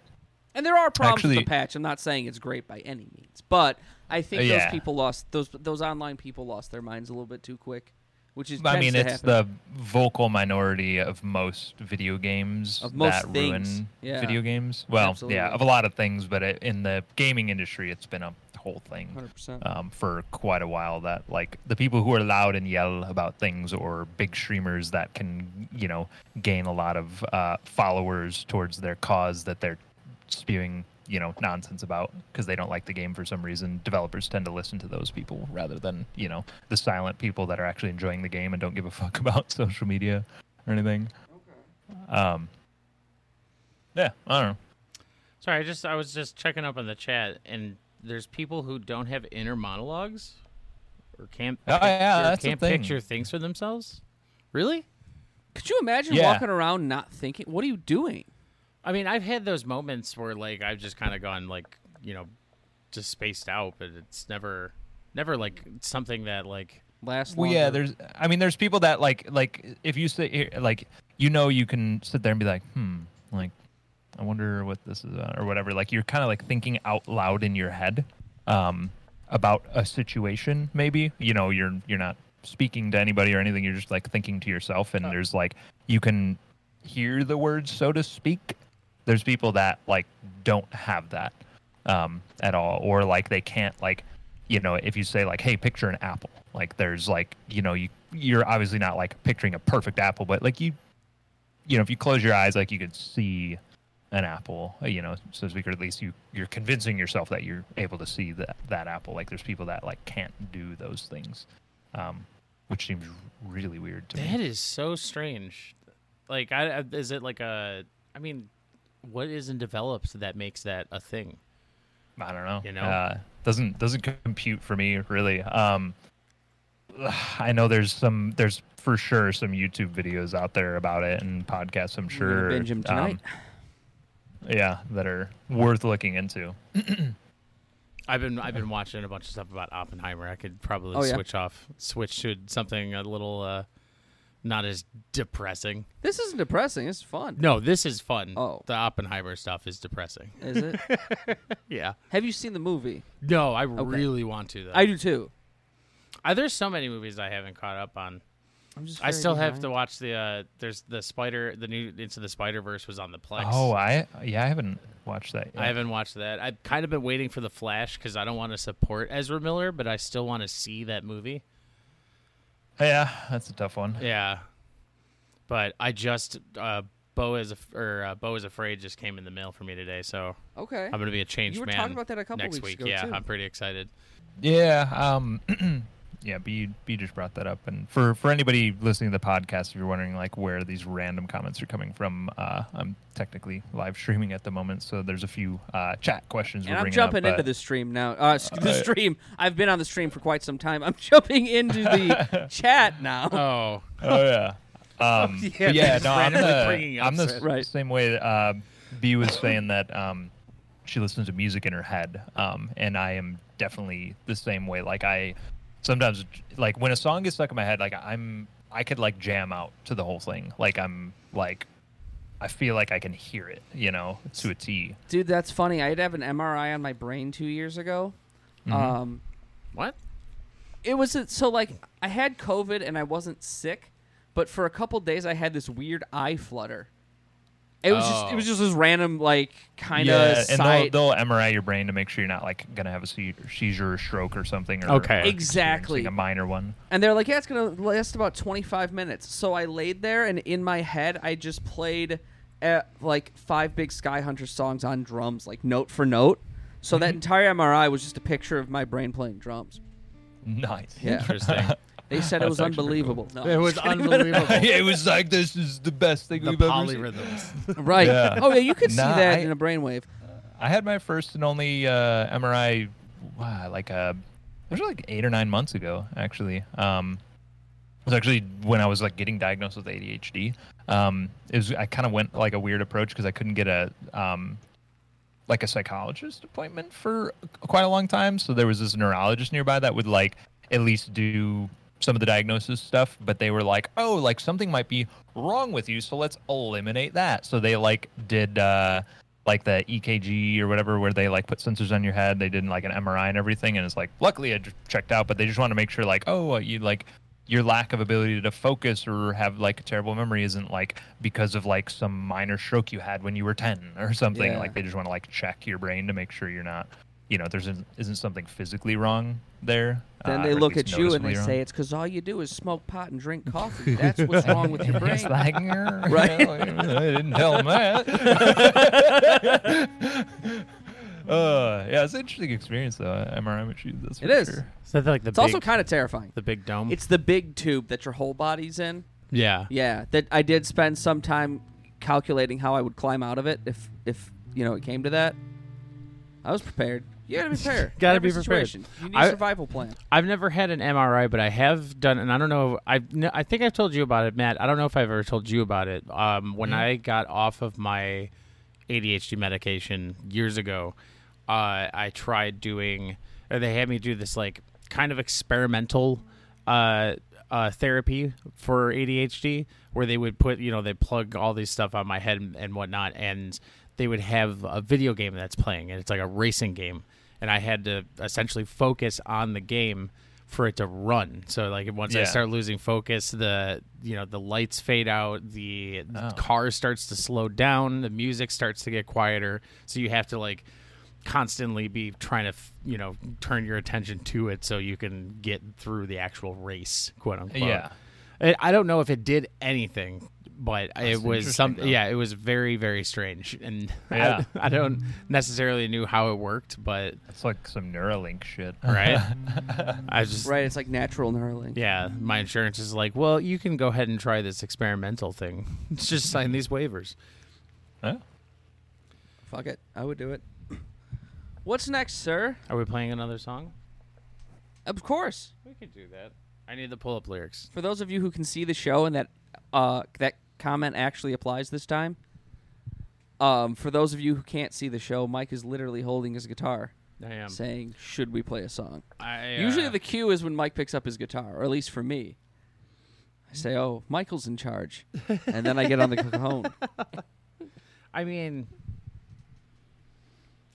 S2: And there are problems with
S3: Actually-
S2: the patch. I'm not saying it's great by any means, but I think
S3: Uh,
S2: those
S3: yeah.
S2: people lost those those online people lost their minds a little bit too quick, which is
S3: I
S2: tends
S3: mean,
S2: to
S3: it's
S2: happen.
S3: the vocal minority of most video games
S2: Of most
S3: that
S2: things,
S3: ruin
S2: yeah.
S3: video games. Well,
S2: Absolutely.
S3: yeah, of a lot of things, but it, in the gaming industry, it's been a whole thing
S2: 100%.
S3: um, for quite a while. That like the people who are loud and yell about things, or big streamers that can, you know, gain a lot of uh, followers towards their cause that they're spewing, you know, nonsense about because they don't like the game for some reason. Developers tend to listen to those people rather than you know the silent people that are actually enjoying the game and don't give a fuck about social media or anything. Um, yeah, I don't know.
S5: Sorry, I just I was just checking up on the chat, and there's people who don't have inner monologues, or can't
S3: Oh, yeah,
S5: or
S3: that's a
S5: can't
S3: thing.
S5: picture things for themselves. Really?
S2: Could you imagine
S3: Yeah.
S2: walking around not thinking? What are you doing?
S5: I mean, I've had those moments where like I've just kind of gone like you know, just spaced out, but it's never never like something that like
S2: Last
S3: Well, yeah,
S2: longer.
S3: there's. I mean, there's people that like like if you sit here, like you know, you can sit there and be like, hmm, like I wonder what this is about or whatever. Like you're kind of like thinking out loud in your head um, about a situation. Maybe you know you're you're not speaking to anybody or anything. You're just like thinking to yourself, and there's like you can hear the words, so to speak. There's people that like don't have that um, at all, or like they can't like you know if you say like hey picture an apple like there's like you know you you're obviously not like picturing a perfect apple but like you you know if you close your eyes like you could see an apple uh, you know so to speak or at least you you're convincing yourself that you're able to see that that apple like there's people that like can't do those things um which seems really weird to
S5: that
S3: me
S5: is so strange. Like, I, I- is it like a? I mean, what isn't developed that makes that a thing?
S3: i don't know
S5: You know?
S3: uh, doesn't doesn't compute for me really um I know there's some there's for sure some YouTube videos out there about it and podcasts I'm
S2: We're gonna
S3: sure
S2: binge 'em
S3: um,
S2: tonight.
S3: yeah that are worth looking into.
S5: I've been I've been watching a bunch of stuff about Oppenheimer. I could probably
S2: Oh, yeah.
S5: switch off, switch to something a little uh, not as depressing.
S2: this isn't depressing. It's fun.
S5: No, this is fun.
S2: Oh.
S5: The Oppenheimer stuff is depressing.
S2: Is it?
S5: Yeah.
S2: Have you seen the movie?
S5: No, I really want to though.
S2: I do too.
S5: Uh, there's so many movies I haven't caught up on.
S2: I'm just
S5: I
S2: very
S5: still have to
S2: behind.
S5: watch the uh, there's the spider the new into the Spider Verse was on the Plex.
S3: Oh, I yeah, I haven't watched that. Yet.
S5: I haven't watched that. I've kind of been waiting for the Flash because I don't want to support Ezra Miller, but I still want to see that movie.
S3: Yeah, that's a tough one.
S5: Yeah, but I just uh, Bo is Af- or uh, Bo is afraid just came in the mail for me today, so
S2: Okay.
S5: I'm gonna be a changed
S2: were
S5: man.
S2: talking about that a couple
S5: next
S2: weeks
S5: week.
S2: ago,
S5: yeah,
S2: too.
S5: I'm pretty excited.
S3: Yeah, um, yeah. B B just brought that up, and for for anybody listening to the podcast, if you're wondering like where these random comments are coming from, uh, I'm technically live streaming at the moment, so there's a few uh, chat questions.
S2: And
S3: we're
S2: I'm
S3: bringing
S2: jumping
S3: up,
S2: into
S3: but-
S2: the stream now. Uh, s- the stream. I've been on the stream for quite some time. I'm jumping into the chat now.
S5: Oh,
S3: Oh yeah. Um,
S5: Yeah,
S3: but
S5: they're
S3: yeah,
S5: just
S3: no, I'm
S5: randomly
S3: the,
S5: bringing up
S3: I'm the
S5: shit.
S3: s-
S2: Right.
S3: same way. Uh, B was saying that um, she listens to music in her head, um, and I am definitely the same way. Like I sometimes, like when a song gets stuck in my head, like I'm, I could like jam out to the whole thing. Like I'm, like I feel like I can hear it, you know, to a T.
S2: Dude, that's funny. I did have an MRI on my brain two years ago. Um,
S5: what?
S2: it was a, so like I had COVID and I wasn't sick, but for a couple days I had this weird eye flutter. It was just it
S5: Oh.
S2: was just this random like kind of
S3: yeah, and
S2: side.
S3: they'll, they'll MRI your brain to make sure you're not like gonna have a se- seizure, or stroke, or something. Or,
S5: Okay.
S3: or experiencing
S2: Exactly.
S3: a minor one.
S2: And they're like, yeah, it's going to last about 25 minutes. So I laid there, and in my head, I just played uh, like five big Sky Hunter songs on drums, like note for note. So
S3: Mm-hmm.
S2: that entire MRI was just a picture of my brain playing drums.
S3: Nice.
S2: Yeah.
S5: Interesting.
S2: They said it was
S3: actually pretty
S2: unbelievable. No,
S5: it was unbelievable.
S3: it was like this is the best thing
S5: the
S3: we've ever seen.
S5: polyrhythms.
S2: right.
S3: Yeah.
S2: Oh, yeah, you could see
S3: Nah,
S2: that
S3: I-
S2: in a brainwave.
S3: I had my first and only uh, MRI, wow, like uh, it was like eight or nine months ago, actually. Um, was actually when I was like getting diagnosed with ADHD. Um, it was I kind of went like a weird approach because I couldn't get a um, like a psychologist appointment for quite a long time. So there was this neurologist nearby that would like at least do some of the diagnosis stuff, but they were like, "Oh, like something might be wrong with you, so let's eliminate that." So they like did uh like the EKG or whatever where they like put sensors on your head. They did like an MRI and everything and it's like luckily I just checked out, but they just want to make sure like, "Oh, uh, you like your lack of ability to focus or have like a terrible memory isn't like because of like some minor stroke you had when you were 10 or something
S2: Yeah.
S3: like they just want to like check your brain to make sure you're not you know there's isn't something physically wrong there
S2: Then
S3: uh,
S2: they
S3: or
S2: look
S3: least
S2: at you and they
S3: noticeably wrong.
S2: say it's because all you do is smoke pot and drink coffee. That's what's wrong with your brain.
S3: It's like, "Grr," you
S2: Right.
S3: know, I didn't tell him that. uh, yeah, it's an interesting experience though. uh, MRI machine. That's
S2: It
S3: for
S2: is.
S3: sure.
S5: Is that like the
S2: It's
S5: big,
S2: also kind of terrifying.
S5: the big dome?
S2: It's the big tube that your whole body's in.
S5: yeah.
S2: Yeah, that I did spend some time calculating how I would climb out of it if if you know it came to that. I was prepared. You gotta be prepared.
S5: Gotta
S2: Every
S5: be prepared.
S2: Situation. You need
S5: I-
S2: a survival plan.
S5: I've never had an MRI, but I have done, and I don't know. I I think I've told you about it, Matt. I don't know if I've ever told you about it. Um, when I got off of my ADHD medication years ago, uh, I tried doing, or they had me do this like kind of experimental uh, uh, therapy for ADHD, where they would put, you know, they plug all these stuff on my head and, and whatnot, and they would have a video game that's playing, and it's like a racing game, and I had to essentially focus on the game for it to run. So like once I
S3: Yeah.
S5: start losing focus, the you know the lights fade out, the
S3: Oh.
S5: car starts to slow down, the music starts to get quieter, so you have to like constantly be trying to f- you know turn your attention to it so you can get through the actual race quote unquote
S3: Yeah.
S5: I- i don't know if it did anything but it was
S3: interesting,
S5: something
S3: though.
S5: yeah it was very very strange and
S3: Yeah.
S5: I, I don't necessarily knew how it worked but
S3: It's like some Neuralink shit.
S5: right i was just
S2: Right, it's like natural knurling.
S5: yeah my insurance is like well you can go ahead and try this experimental thing just sign these waivers
S3: Huh?
S2: Fuck it. I would do it. What's next, sir?
S5: are we playing another song
S2: Of course.
S5: we could do that i need the pull-up lyrics
S2: For those of you who can see the show and that uh, that comment actually applies this time. Um, for those of you who can't see the show, Mike is literally holding his guitar,
S5: i am
S2: saying, "Should we play a song?"
S5: I,
S2: Usually
S5: uh,
S2: the cue is when Mike picks up his guitar, or at least for me. I say, "Oh, Michael's in charge," and then I get on the cajon.
S5: I mean,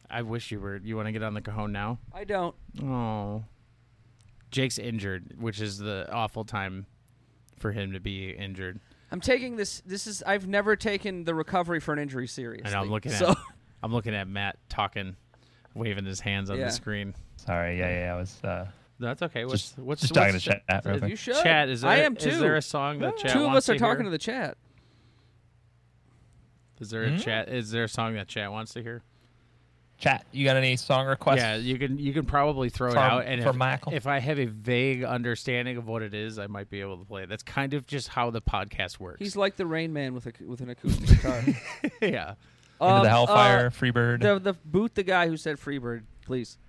S5: I wish you were. You want to get on the cajon now?
S2: I don't.
S5: Oh, Jake's injured, which is the awful time for him to be injured.
S2: I'm taking this. This is. I've never taken the recovery for an injury seriously.
S5: I know. I'm looking at.
S2: So
S5: I'm looking at Matt talking, waving his hands on
S2: Yeah.
S5: the screen.
S3: Sorry. Yeah, yeah. I was uh,
S5: No, that's okay. What's
S3: just,
S5: what's
S3: just
S5: what's uh,
S3: talking to chat. Real
S2: you
S3: quick.
S2: should.
S5: Chat is there,
S2: I am too.
S5: Is there a song that chat
S2: Two of
S5: wants
S2: us are
S5: to
S2: talking
S5: hear?
S2: to the chat.
S5: Is there a chat? Is there a song that chat wants to hear?
S3: Chat. You got any song requests?
S5: Yeah, you can you can probably throw it
S3: For-
S5: out, and
S3: for
S5: if,
S3: Michael.
S5: if I have a vague understanding of what it is, I might be able to play. it. That's kind of just how the podcast works.
S2: He's like the Rain Man with a, with an acoustic guitar.
S5: yeah,
S3: Into
S2: Um,
S3: the
S2: uh,
S3: Hellfire, Freebird.
S2: the the boot the guy who said Freebird, please.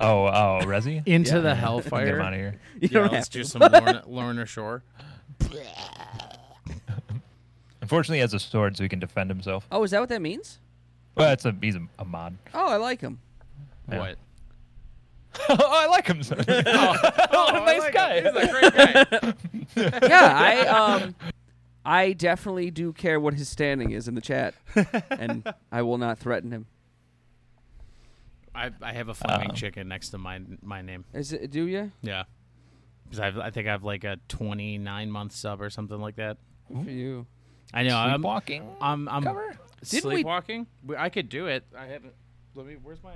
S3: Oh, oh, Resi.
S5: into the
S3: Get him out
S5: hellfire.
S3: of here.
S2: You
S5: Yeah,
S2: don't
S5: let's
S2: have
S5: do
S2: to.
S5: some Lorna, Lorna Shore.
S3: Unfortunately, he has a sword, so he can defend himself.
S2: Oh, is that what that means?
S3: Well, it's a he's a, a mod.
S2: Oh, I like him.
S3: Yeah.
S5: What?
S3: oh, I like him. so-
S2: Oh,
S3: what
S5: Oh,
S3: a nice guy.
S2: yeah, I um, I definitely do care what his standing is in the chat, and I will not threaten him.
S5: I, I have a flaming
S3: Oh.
S5: chicken next to my my name.
S2: Is it? Do you?
S5: Yeah, because I think I have like a twenty nine month sub or something like that.
S2: Good for you.
S5: I know. I'm
S3: Sleepwalking
S5: I'm I'm
S3: cover?
S2: Didn't we-
S5: sleepwalking. We... I could do it. I haven't. Let me. Where's my?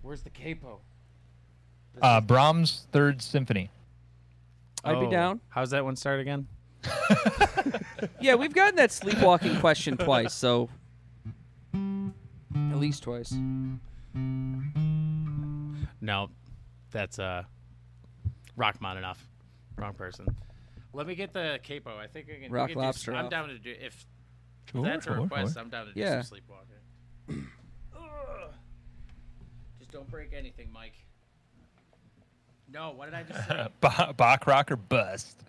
S5: Where's the capo?
S3: Uh, Brahms' Third Symphony.
S2: I'd be
S5: Oh,
S2: down.
S5: How's that one start again?
S2: Yeah, we've gotten that sleepwalking question twice, so at least twice.
S5: No, that's uh, Rachmaninoff. Wrong person. Let me get the capo. I think I can. we
S2: Rock
S5: can do-
S2: lobster
S5: I'm
S2: off.
S5: down to do if
S3: Sure,
S5: that's a
S3: sure,
S5: request.
S3: sure.
S5: I'm down to do
S2: Yeah.
S5: some sleepwalking. Just don't break anything, Mike.
S3: No, what did I just say?
S5: Uh, Ba- Bach rock or bust.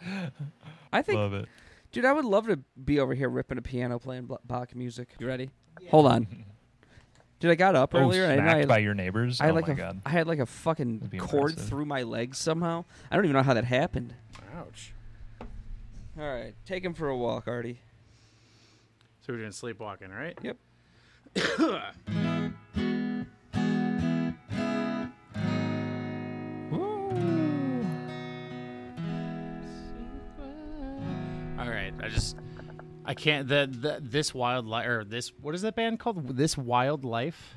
S2: I think,
S5: Love it.
S2: dude, I would love to be over here ripping a piano playing bla- Bach music. You ready? Hold on. Dude, I got up earlier
S5: oh,
S2: and I
S5: smacked
S2: had,
S5: by your neighbors.
S2: I had
S5: oh
S2: like
S5: my
S2: a,
S5: god.
S2: I had like a fucking
S5: That'd be
S2: cord
S5: impressive.
S2: through my legs somehow. I don't even know how that happened.
S3: Ouch.
S2: All right, take him for a walk, Artie.
S3: So we're doing sleepwalking, right?
S2: Yep.
S3: All right. I just I can't the, the this wildlife or this what is that band called? This wildlife.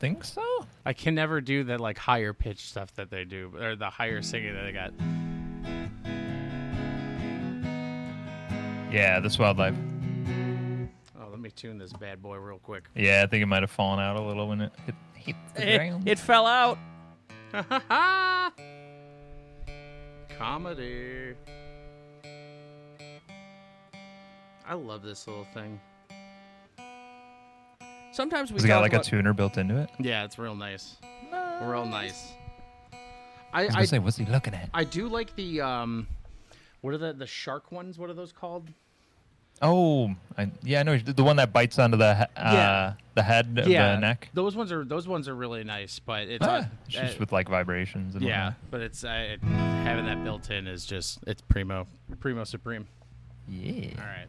S5: Think so?
S3: I can never do that like higher pitch stuff that they do or the higher singing that they got.
S5: Yeah, this wildlife.
S3: Oh, let me tune this bad boy real quick.
S5: Yeah, I think it might have fallen out a little when it hit, hit the
S2: It,
S5: ground.
S2: it fell out.
S3: Comedy. I love this little thing.
S2: Sometimes we
S5: Has it
S2: talk
S5: got like a
S2: about,
S5: tuner built into it?
S3: Yeah, it's real nice. Real nice.
S5: I was
S3: I
S5: gonna
S3: I,
S5: say, what's he looking at?
S3: I do like the um what are the the shark ones? What are those called?
S5: Oh, I, yeah, I know the one that bites onto the he- uh,
S3: Yeah.
S5: the head of the neck.
S3: Those ones are those ones are really nice, but it's
S5: Ah,
S3: uh,
S5: it's just
S3: uh,
S5: with like vibrations. And
S3: yeah, but it's uh, it, having that built in is just it's primo, primo supreme.
S5: whatnot. yeah.
S3: All right.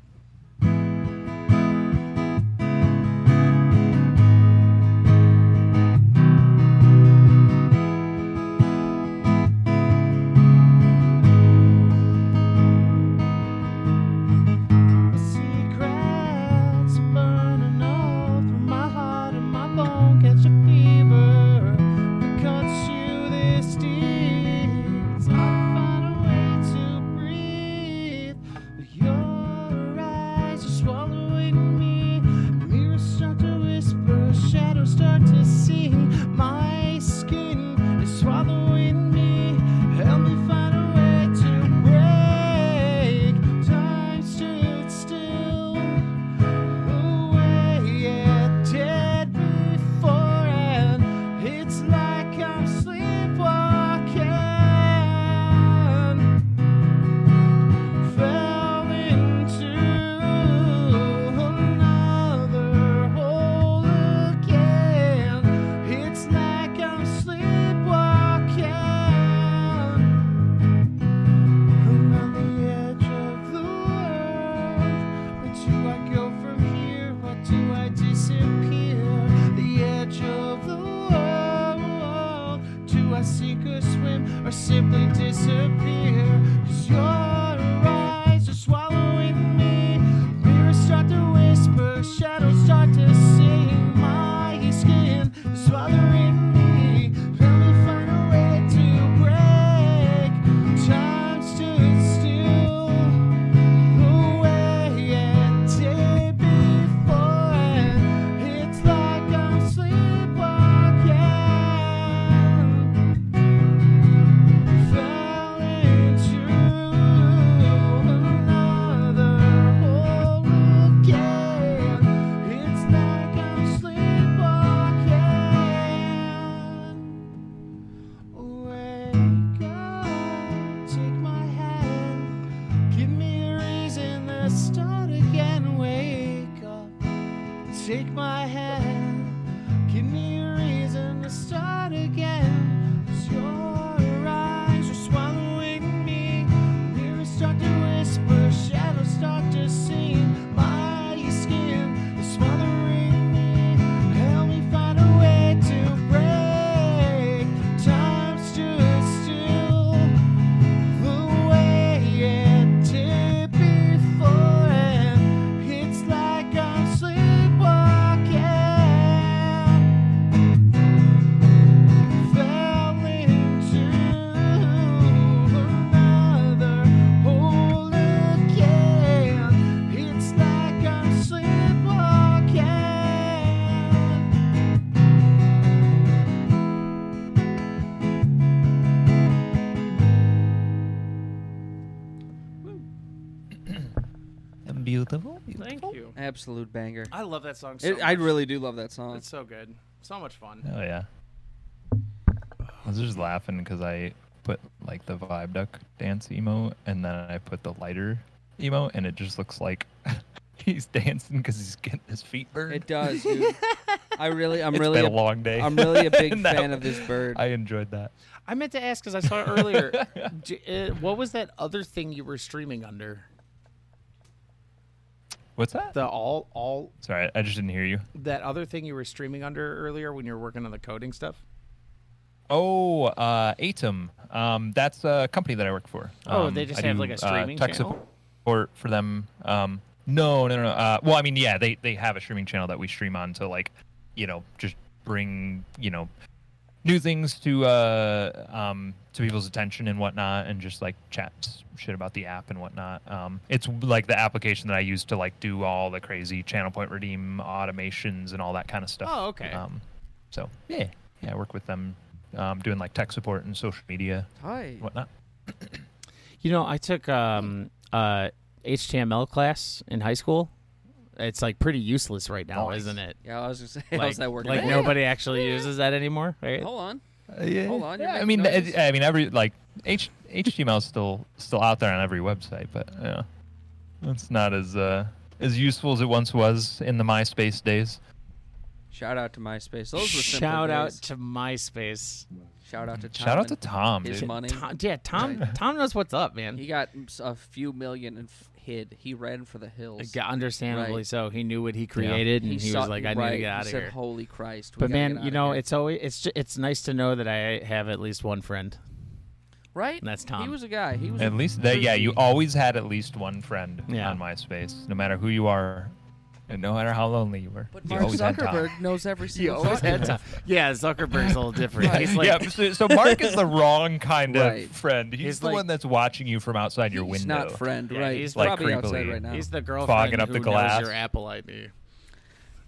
S5: Beautiful. beautiful.
S3: Thank you.
S2: Absolute banger.
S3: I love that song so
S2: It, I
S3: much.
S2: really do love that song.
S3: It's so good. So much fun.
S5: Oh yeah.
S3: Oh, I was just laughing because I put like the vibe duck dance emo and then I put the lighter emo and it just looks like he's dancing because he's getting his feet burned.
S2: It does. Dude. I really, I'm
S3: It's
S2: really,
S3: been a long day.
S2: I'm really a big
S3: And that-
S2: fan of this bird.
S3: I enjoyed that.
S5: I meant to ask because I saw earlier. j- uh, what was that other thing you were streaming under?
S3: What's that?
S5: The all all
S3: Sorry, I just didn't hear you.
S5: that other thing you were streaming under earlier when you were working on the coding stuff.
S3: Oh, uh, Atom. Um, that's a company that I work for.
S5: Oh,
S3: Um,
S5: they just
S3: I
S5: have,
S3: do,
S5: like, a
S3: uh,
S5: streaming
S3: tech
S5: channel?
S3: support for them. Um, no, no, no. no. Uh, well, I mean, yeah, they they have a streaming channel that we stream on to like, you know, just bring you know new things to uh um to people's attention and whatnot, and just like chat s- shit about the app and whatnot. Um, it's like the application that I use to like do all the crazy channel point redeem automations and all that kind of stuff.
S5: Oh, okay.
S3: Um, so yeah, yeah, I work with them, um, doing like tech support and social media
S2: Hi.
S3: and whatnot.
S5: You know, I took um, uh, HTML class in high school. It's like pretty useless right now,
S3: Nice.
S5: isn't it?
S2: Yeah, I was gonna say, how's that working?
S5: Like
S2: out?
S5: nobody actually uses that anymore, right?
S2: Hold on.
S3: yeah,
S2: Hold on, you're
S3: I
S2: making
S3: mean,
S2: noises.
S3: it- I mean, every like H- HTML is still still out there on every website, but yeah, it's not as uh, as useful as it once was in the MySpace days.
S2: Shout out to MySpace. Those were simple
S5: Shout out
S2: days.
S5: to MySpace.
S2: Shout out to Tom.
S3: Shout out
S2: and
S3: to Tom,
S2: His
S3: dude.
S2: money.
S5: Tom, yeah, Tom. Tom knows what's up, man.
S2: He got a few million and f- hid. He ran for the hills.
S5: Yeah, understandably
S2: Right.
S5: so. He knew what he created, and he, was
S2: saw-
S5: like, "I
S2: right,
S5: need to get out
S2: he
S5: of
S2: said,
S5: here."
S2: Holy Christ! we
S5: But
S2: gotta
S5: man,
S2: get
S5: you
S2: outta
S5: know,
S2: here."
S5: it's always it's ju- it's nice to know that I have at least one friend.
S2: right.
S5: and that's
S2: He
S5: Tom.
S2: was a guy. He was
S3: At
S2: a
S3: least that, yeah, you
S2: pretty-
S3: always had at least one friend
S5: Yeah.
S3: on MySpace, no matter who you are, and no matter how lonely you were.
S2: But
S3: you
S2: Mark
S3: always had Tom.
S2: Zuckerberg knows every single fucking
S5: That's- yeah, Zuckerberg's a little different. He's like,
S3: yeah, so, so Mark is the wrong kind
S2: Right.
S3: of friend. He's,
S5: He's
S3: the
S5: like-
S3: one that's watching you from outside your
S2: He's
S3: window.
S2: not friend,
S5: Yeah,
S2: right?
S5: he's
S2: He's
S3: like
S2: probably outside
S3: creepily-
S2: right now.
S5: he's the girlfriend
S3: Fogging up
S5: who
S3: the
S5: knows
S3: glass.
S5: your Apple ID.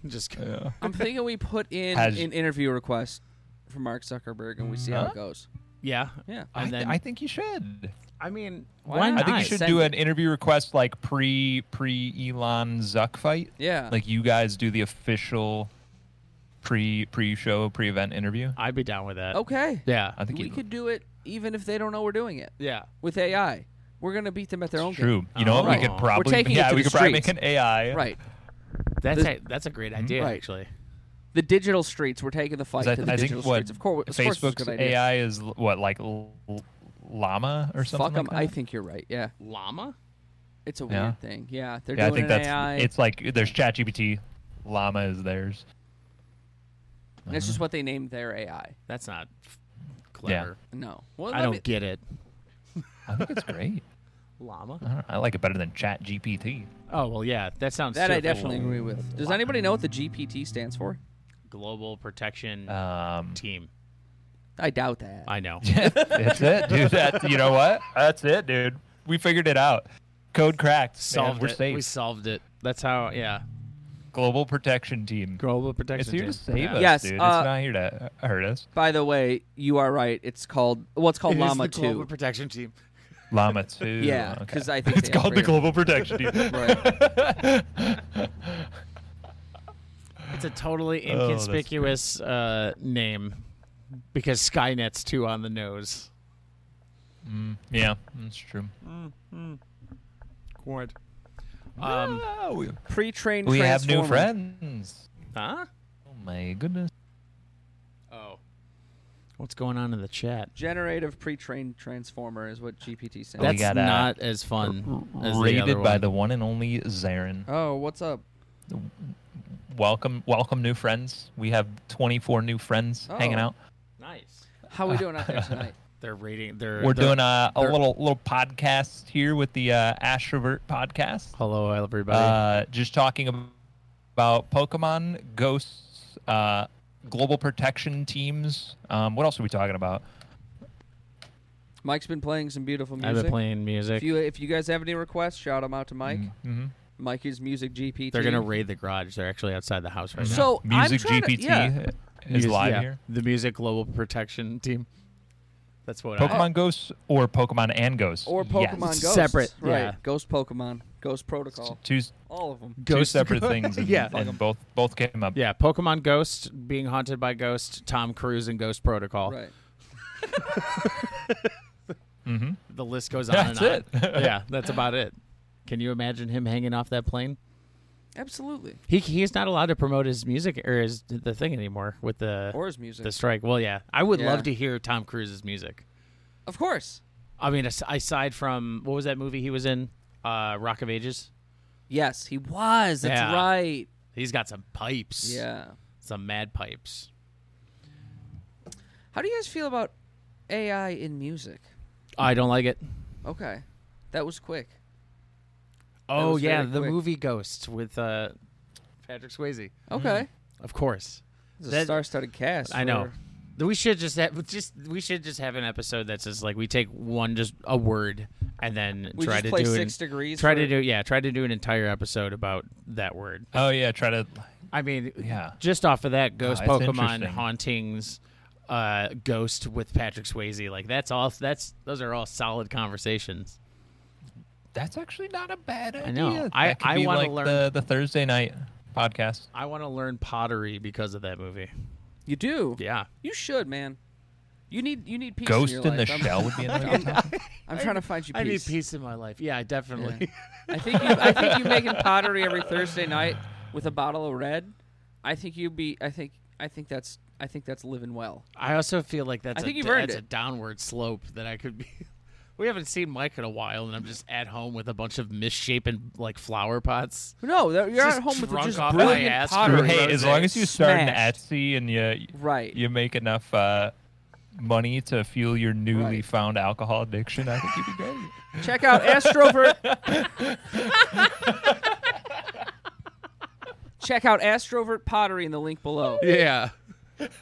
S5: Just kidding.
S3: Yeah.
S2: I'm thinking we put in
S3: Has-
S2: an interview request for Mark Zuckerberg, and we see how it goes.
S5: yeah,
S2: Yeah.
S5: And
S3: I, th-
S5: then
S3: I think you should.
S5: I mean,
S2: Why
S5: why
S2: not?
S3: I
S5: not?
S3: think you should
S2: Send
S3: do
S2: it.
S3: an interview request like pre pre Elon Zuck fight.
S2: Yeah.
S3: Like you guys do the official pre pre show pre event interview.
S5: I'd be down with that.
S2: okay.
S5: Yeah,
S3: I think
S2: We
S3: you-
S2: could do it even if they don't know we're doing it
S5: yeah.
S2: with AI. We're gonna beat them at their own
S3: True.
S2: game.
S3: You know what?
S2: Right.
S3: We could
S5: We're
S3: probably
S2: Oh. taking it
S3: yeah
S2: to
S3: we
S2: the
S3: could probably
S2: streets.
S3: make an AI.
S2: Right.
S5: That's
S2: This-
S5: a, that's a
S3: Hmm?
S5: great idea,
S2: Right.
S5: actually.
S2: The digital streets. We're taking the fight
S3: 'Cause I,
S2: to the
S3: I
S2: digital
S3: think what
S2: streets. Of course, of course it's a
S3: Facebook's
S2: good idea.
S3: AI is l- what like l- l- llama or something.
S2: Fuck
S3: like
S2: 'em. I
S3: that?
S2: think you're right. Yeah.
S5: Llama?
S2: It's a
S3: Yeah.
S2: weird thing. Yeah. They're
S3: yeah, I
S2: doing
S3: think
S2: an
S3: that's
S2: AI.
S3: it's like there's ChatGPT, llama is theirs.
S2: and That's just what they named their AI.
S5: That's not f- clever.
S2: No. Well,
S5: I
S2: let
S5: don't
S2: me-
S5: get it.
S3: I think it's great.
S5: Llama?
S3: I, don't know. I like it better than ChatGPT.
S5: Oh well, yeah. That sounds
S2: That I
S5: stupid.
S2: definitely agree with. Does anybody know what the GPT stands for?
S5: global protection
S3: Um,
S5: team.
S2: I doubt that.
S5: I know.
S3: That's it, dude. That, you know what? That's it, dude. We figured it out. Code cracked. man.
S5: solved
S3: We're
S5: it.
S3: safe.
S5: We solved it. That's how. Yeah.
S3: Global protection team.
S5: Global protection.
S3: It's here to save us,
S2: Yes,
S3: dude.
S2: uh,
S3: it's not here to hurt us.
S2: By the way, you are right. It's called well, it's called Llama
S5: the global
S2: Two.
S5: protection team.
S3: Llama too.
S2: Yeah,
S3: Okay.
S2: 'cause I think
S3: it's
S2: they
S3: called the
S2: upgraded.
S3: Global Protection Team.
S2: Right.
S5: It's a totally
S3: that's great.
S5: inconspicuous uh, name because Skynet's too on the nose.
S3: yeah, that's true.
S5: Quad. Um,
S3: Oh, we
S2: Pre-trained.
S3: we have new
S2: transformer.
S3: friends.
S5: huh?
S3: Oh my goodness.
S5: Oh. What's going on in the chat?
S2: Generative pre-trained transformer is what GPT stands.
S5: That's
S3: got, uh,
S5: not as fun as
S3: Rated
S5: the other
S3: by
S5: one.
S3: the one and only Zarin.
S2: for. Oh, what's up?
S3: Welcome, welcome, new friends. We have 24 new friends hanging
S2: Oh.
S3: out.
S5: Nice.
S2: How are we doing out there tonight?
S5: They're rating. They're
S3: We're
S5: they're-
S3: doing a, a
S5: they're-
S3: little little podcast here with the uh, Astrovert podcast.
S5: Hello, everybody.
S3: Uh, just talking ab- about Pokemon, ghosts, uh, global protection teams. Um, what else are we talking about?
S2: Mike's been playing some beautiful music.
S5: I've been playing
S2: If
S5: music.
S2: you if you guys have any requests, shout them out to Mike.
S3: Mm-hmm.
S2: Mikey's music GPT.
S5: They're gonna raid the garage. They're actually outside the house right now.
S2: So I'm
S3: Music
S2: trying to-
S3: GPT
S2: yeah.
S3: is
S5: Mus-
S3: live
S5: yeah,
S3: here.
S5: The music global protection team. That's what I.
S3: Pokemon Ghosts or Pokemon and Ghosts?
S2: Or
S3: Yes.
S2: Pokemon Ghosts.
S5: Separate,
S2: Right.
S5: yeah.
S2: Ghost Pokemon. Ghost Protocol.
S3: Two, two
S2: All of them.
S5: Ghost-
S3: separate things. And,
S5: Yeah.
S3: and both both came up.
S5: Yeah, Pokemon Ghost, being haunted by Ghost, Tom Cruise, and Ghost Protocol.
S2: Right.
S5: The list goes on
S3: That's
S5: and
S3: it.
S5: on. yeah, that's about it. Can you imagine him hanging off that plane?
S2: Absolutely.
S5: He he's not allowed to promote his music or his the thing anymore with the
S2: Or his music.
S5: the strike. Well, yeah, I would
S2: Yeah.
S5: love to hear Tom Cruise's music.
S2: Of course.
S5: I mean, as- aside from what was that movie he was in, uh, Rock of Ages?
S2: Yes, he was. That's
S5: Yeah.
S2: right.
S5: He's got some pipes.
S2: Yeah.
S5: some mad pipes.
S2: How do you guys feel about AI in music?
S5: I don't like it.
S2: Okay. That was quick.
S5: Oh
S2: was
S5: yeah,
S2: very
S5: the
S2: quick.
S5: movie Ghosts with uh, Patrick Swayze.
S2: Okay.
S5: Of course,
S2: It's a
S5: Mm-hmm. That-
S2: star-studded cast.
S5: I know.
S2: for-
S5: We should just have just we should just have an episode that's just like we take one just a word and then
S2: We
S5: try
S2: just
S5: to
S2: play
S5: do
S2: six
S5: an,
S2: degrees.
S5: try
S2: for-
S5: to do yeah try to do an entire episode about that word.
S3: Oh yeah, try to.
S5: I mean,
S3: Yeah.
S5: just off of that, Ghost
S3: that's
S5: Pokemon
S3: interesting.
S5: hauntings, uh, Ghost with Patrick Swayze, like that's all. That's those are all solid conversations.
S3: That's actually not a bad idea.
S5: know. I-
S3: That could
S5: I
S3: be
S5: wanna
S3: like
S5: learn-
S3: the, the Thursday night podcast.
S5: I want to learn pottery because of that movie.
S2: You do.
S5: Yeah,
S2: You should, man. You need you need peace.
S3: Ghost
S2: in,
S3: in,
S2: your
S3: the
S2: life. I'm-
S3: Shell would be another. one.
S2: I'm trying to find you peace.
S5: I need peace in my life. Yeah, definitely.
S2: I think you, I think you making pottery every Thursday night with a bottle of red. I think you'd be. I think I think that's I think that's living well.
S5: I also feel like that's
S2: I
S5: a,
S2: think you've
S5: that's
S2: earned
S5: a
S2: it.
S5: downward slope that I could be. We haven't seen Mike in a while, and I'm just at home with a bunch of misshapen like flower pots.
S2: No, that- you're
S5: Just
S2: at home with
S5: drunk
S2: just
S5: off my
S2: brilliant
S5: ass for
S2: pottery.
S3: hey, as long as you start an
S2: Smashed.
S3: Etsy and you
S2: Right.
S3: you make enough uh, money to fuel your newly
S2: Right.
S3: found alcohol addiction, I think you'd be great.
S2: Check out Astrovert. Check out Astrovert Pottery in the link below,
S5: Yeah,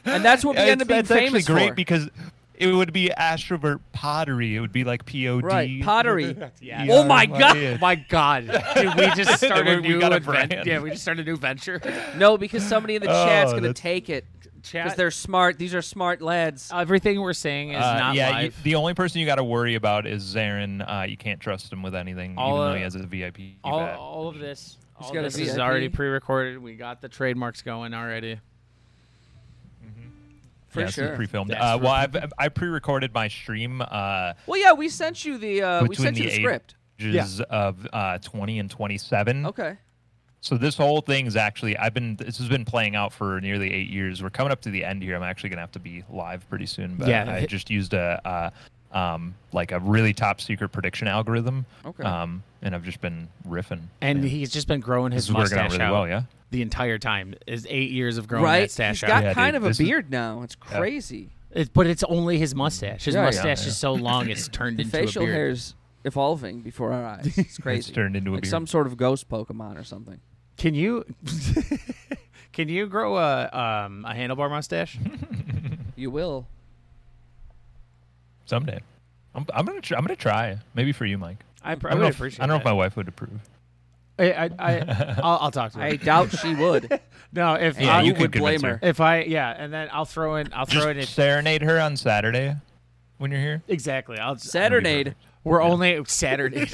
S2: and that's what we
S3: It's-
S2: end up being
S3: that's actually
S2: famous
S3: great
S2: for.
S3: because it would be Astrovert Pottery. It would be like POD.
S2: right, pottery.
S5: yeah.
S2: Oh my God.
S5: my god, dude, we just started a
S3: We
S5: new
S3: got a
S5: advent-
S3: brand.
S5: Yeah, we just started a new venture.
S2: No, because somebody in the
S3: Oh,
S2: chat's gonna
S3: that's-
S2: take it because
S5: Chat, Oh,
S2: they're smart. These are smart lads.
S5: everything we're saying is
S3: Uh,
S5: not
S3: yeah, you-
S5: live.
S3: the only person you got to worry about is Zarin. Uh, you can't trust him with anything,
S5: All,
S3: even
S5: uh,
S3: though he has a VIP.
S5: all,
S3: badge.
S5: all of this, all
S2: got a
S5: this is
S2: VIP.
S5: already pre-recorded. We got the trademarks going already.
S2: For
S3: yeah, this is
S2: sure.
S3: pre-filmed.
S5: That's
S3: Uh,
S5: for-
S3: well, I've, I pre-recorded my stream. Uh,
S2: Well, yeah, we sent you the uh, we
S3: between
S2: sent you the,
S3: the
S2: script.
S3: ages of uh, 20 and 27.
S2: Okay.
S3: So this whole thing's actually I've been this has been playing out for nearly eight years. We're coming up to the end here. I'm actually gonna have to be live pretty soon. But
S5: Yeah.
S3: I just used a uh, um, like a really top secret prediction algorithm.
S2: Okay.
S3: Um, and I've just been riffing.
S5: And
S3: Man,
S5: he's just been growing his
S3: this is working out
S5: mustache
S3: really
S5: out
S3: well. Yeah.
S5: the entire time. Is eight years of growing
S2: right.
S5: that stash
S2: He's
S5: out.
S2: got
S3: Yeah,
S2: kind
S3: dude,
S2: of a
S3: this is-
S2: beard now. It's crazy.
S5: It, but it's only his mustache. His
S2: Yeah, yeah,
S5: mustache
S3: yeah.
S5: is so long it's turned into
S2: Facial
S5: a beard.
S2: hair's evolving before our eyes. It's crazy.
S3: turned into a
S2: like
S3: beard.
S2: some sort of ghost Pokemon or something.
S5: Can you can you grow a um, a handlebar mustache?
S2: You will.
S3: Someday. I'm, I'm gonna tr- I'm gonna try. Maybe for you, Mike.
S5: I, pr-
S3: I
S5: I
S3: don't
S5: would
S3: know if,
S5: appreciate.
S3: I don't know if
S5: that.
S3: my wife would approve.
S5: I, I, I I'll, I'll talk to
S2: I
S5: him.
S2: doubt she would.
S5: No, if
S3: Yeah,
S5: I,
S3: you
S2: you
S3: could
S2: would blame
S3: convince her.
S2: her.
S5: if I yeah, and then I'll throw in I'll throw in
S3: Just
S5: if,
S3: serenade her on Saturday when you're here.
S5: exactly. I'll
S2: Saturnade.
S5: we're only Saturday.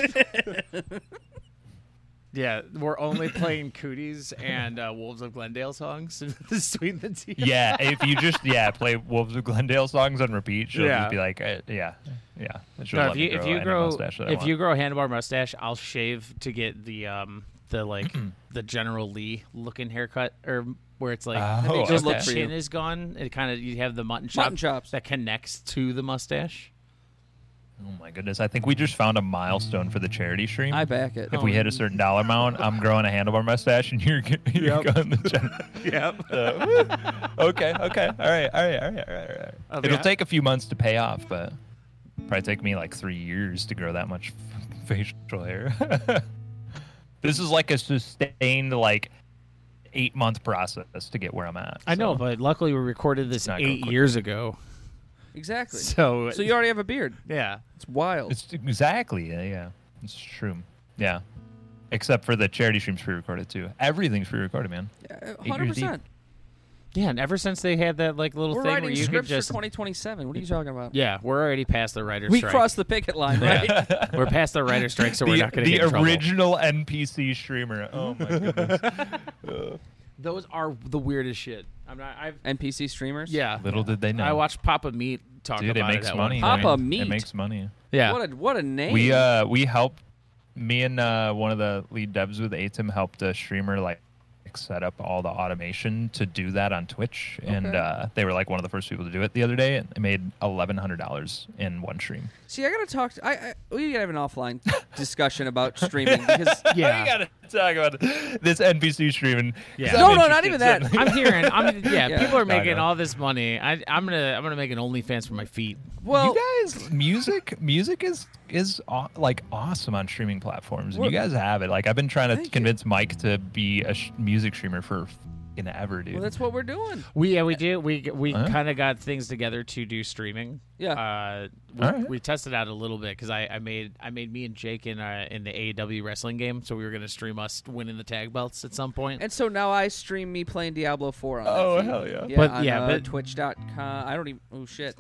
S5: yeah, we're only playing cooties and uh, Wolves of Glendale songs between the two.
S3: yeah, if you just yeah play Wolves of Glendale songs on repeat, she'll
S5: Yeah.
S3: just be like, eh, yeah, yeah. and she'll
S5: No,
S3: let
S5: if
S3: me
S5: you if you
S3: any
S5: grow
S3: mustache that I
S5: if
S3: want.
S5: you grow a handlebar mustache, I'll shave to get the um the like the General Lee looking haircut or where it's like
S3: Oh,
S5: just the
S2: okay. Look for
S5: chin
S2: you.
S5: is gone. It kind of you have the mutton, chop
S2: Mutton chops.
S5: that connects to the mustache.
S3: oh my goodness, I think we just found a milestone for the charity stream.
S2: I back it.
S3: if we hit a certain dollar amount, I'm growing a handlebar mustache, and you're g- you're
S5: Yep.
S3: going the general.
S5: Yep.
S3: okay, okay, all right, all right, all right, all right, all right.
S5: I'll be
S3: It'll
S5: hon-
S3: take a few months to pay off, but probably take me like three years to grow that much facial hair. this is like a sustained like eight month process to get where I'm at.
S5: I know,
S3: so.
S5: but luckily we recorded this
S3: not going
S5: eight
S3: quickly.
S5: years ago.
S2: Exactly.
S5: So
S2: So you already have a beard.
S5: yeah.
S2: It's wild.
S3: It's exactly yeah, yeah. It's true. Yeah. Except for the charity streams pre-recorded too. Everything's pre-recorded, man.
S2: Yeah,
S3: years
S2: 100%.
S5: Yeah, and ever since they had that like little
S2: We're
S5: thing where
S2: writing
S5: you could
S2: scripts
S5: just
S2: for 2027. What are you talking about?
S5: yeah, we're already past the writer
S2: we
S5: strike.
S2: crossed the picket line, right?
S5: we're past the writer strike, so we're
S3: the
S5: not going to
S3: the
S5: get in trouble.
S3: original NPC streamer. Oh my goodness.
S5: Those are the weirdest shit. I'm not. I've
S2: NPC streamers.
S5: yeah.
S3: Little did they know.
S5: I watched Papa Meat talk
S3: Dude, it
S5: about
S3: makes
S5: at
S3: money.
S5: One.
S2: Papa
S3: man.
S2: Meat.
S3: It makes money.
S5: Yeah.
S2: What a what a name.
S3: We uh we helped me and uh one of the lead devs with Atim helped a streamer like set up all the automation to do that on Twitch and
S2: Okay.
S3: uh they were like one of the first people to do it the other day and they made eleven hundred dollars in one stream.
S2: See, I gotta talk. To, I, I we gotta have an offline discussion about streaming because
S5: Yeah.
S3: we Oh, gotta talk about this NPC streaming. 'cause
S5: Yeah.
S3: I'm
S2: No, no,
S3: interested
S2: not even that.
S3: in-
S5: I'm hearing. I'm yeah.
S2: Yeah.
S5: People are
S3: No, I
S5: making
S3: know.
S5: all this money. I, I'm gonna. I'm gonna make an OnlyFans for my feet.
S2: well,
S3: you guys, music, music is is aw- like awesome on streaming platforms, and you
S2: Well,
S3: guys have it. Like I've been trying
S2: thank
S3: to
S2: you.
S3: convince Mike to be a sh- music streamer for in ever, dude.
S2: well, that's what we're doing.
S5: We yeah we do. We we
S3: Huh?
S5: kind of got things together to do streaming.
S2: Yeah.
S5: Uh, we,
S3: All right.
S5: we tested out a little bit because I, I made I made me and Jake in uh, in the AEW wrestling game, so we were gonna stream us winning the tag belts at some point.
S2: And so now I stream me playing Diablo 4 on. that
S3: oh
S2: feed.
S3: hell yeah!
S2: Yeah,
S5: But-
S2: on,
S5: yeah,
S2: uh,
S5: but-
S2: Twitch.com. I don't even. Oh shit,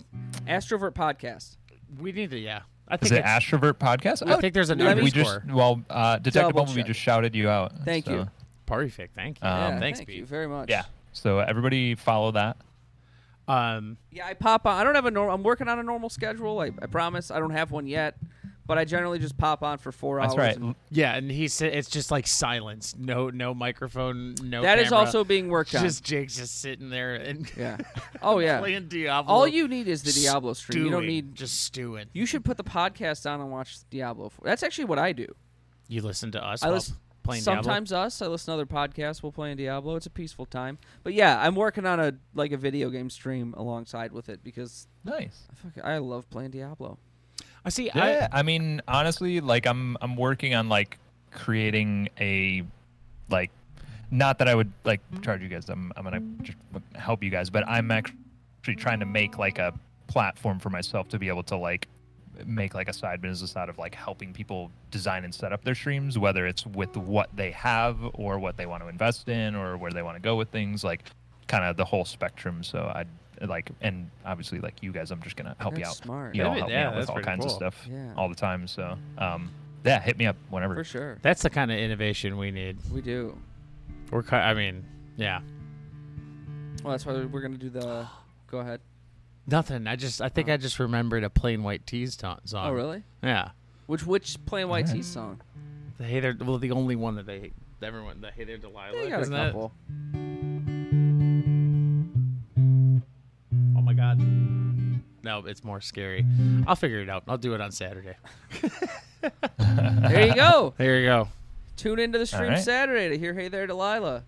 S2: Astrovert podcast.
S5: we need to yeah. I
S3: Is
S5: think
S3: it
S5: it's-
S3: Astrovert podcast? Oh,
S5: I think there's an
S2: Let me-
S3: we
S5: underscore.
S3: just well, uh, Detective
S2: Double
S3: Bumblebee
S2: check.
S3: just shouted you out.
S2: Thank
S3: so-
S2: you.
S5: Perfect. Thank you.
S3: Um,
S2: yeah,
S5: thanks,
S2: thank
S5: Pete.
S2: you very much.
S3: Yeah. So everybody follow that.
S5: Um,
S2: Yeah, I pop on. I don't have a normal. I'm working on a normal schedule. I, I promise. I don't have one yet, but I generally just pop on for four
S3: That's
S2: hours.
S3: right.
S2: and-
S5: yeah, and he said it's just like silence. No, no microphone. No.
S2: That is
S5: camera.
S2: also being worked on.
S5: just Jake's just sitting there and
S2: yeah. Oh yeah.
S5: playing Diablo.
S2: All you need is the Diablo stream. You don't
S5: stewing,
S2: need.
S5: just stewing.
S2: You should put the podcast on and watch Diablo. 4. That's actually what I do.
S5: You listen to us
S2: I
S5: while
S2: listen
S5: playing
S2: sometimes us. I listen to other podcasts while playing Diablo. It's a peaceful time. But yeah, I'm working on a like a video game stream alongside with it because
S3: Nice.
S2: fuck, I love playing Diablo.
S5: Diablo. I see.
S3: Yeah, I, mean, honestly, like I'm I'm working on like creating a like not that I would like charge you guys. I'm I'm gonna just help you guys, but I'm actually trying to make like a platform for myself to be able to like make like a side business out of like helping people design and set up their streams whether it's with what they have or what they want to invest in or where they want to go with things like kind of the whole spectrum so i like and obviously like you guys i'm just gonna help you out
S2: That's smart.
S3: you all
S5: Maybe-
S3: help
S5: yeah,
S3: me out with
S5: that's
S3: all
S5: pretty
S3: kinds of
S5: cool.
S3: stuff
S2: Yeah.
S3: all the time. So, um, yeah, hit me up whenever.
S2: For sure.
S5: I, that's the kind of innovation we need.
S2: We do.
S5: We're. ki- I mean, yeah.
S2: Well, that's why we're gonna do the. Go ahead.
S5: Nothing. I just. I think I just remembered a plain white tees to- song.
S2: Oh really?
S5: Yeah.
S2: Which which plain white
S3: Alright.
S2: tee song?
S5: The hey there. Well, the only one that they. Everyone. The hey there, Delilah.
S2: They got a
S5: isn't it?
S2: couple.
S5: Oh my god. No, it's more scary. I'll figure it out. I'll do it on Saturday.
S2: There you go.
S5: There you go.
S2: Tune into the stream
S3: Alright.
S2: Saturday to hear "Hey There, Delilah."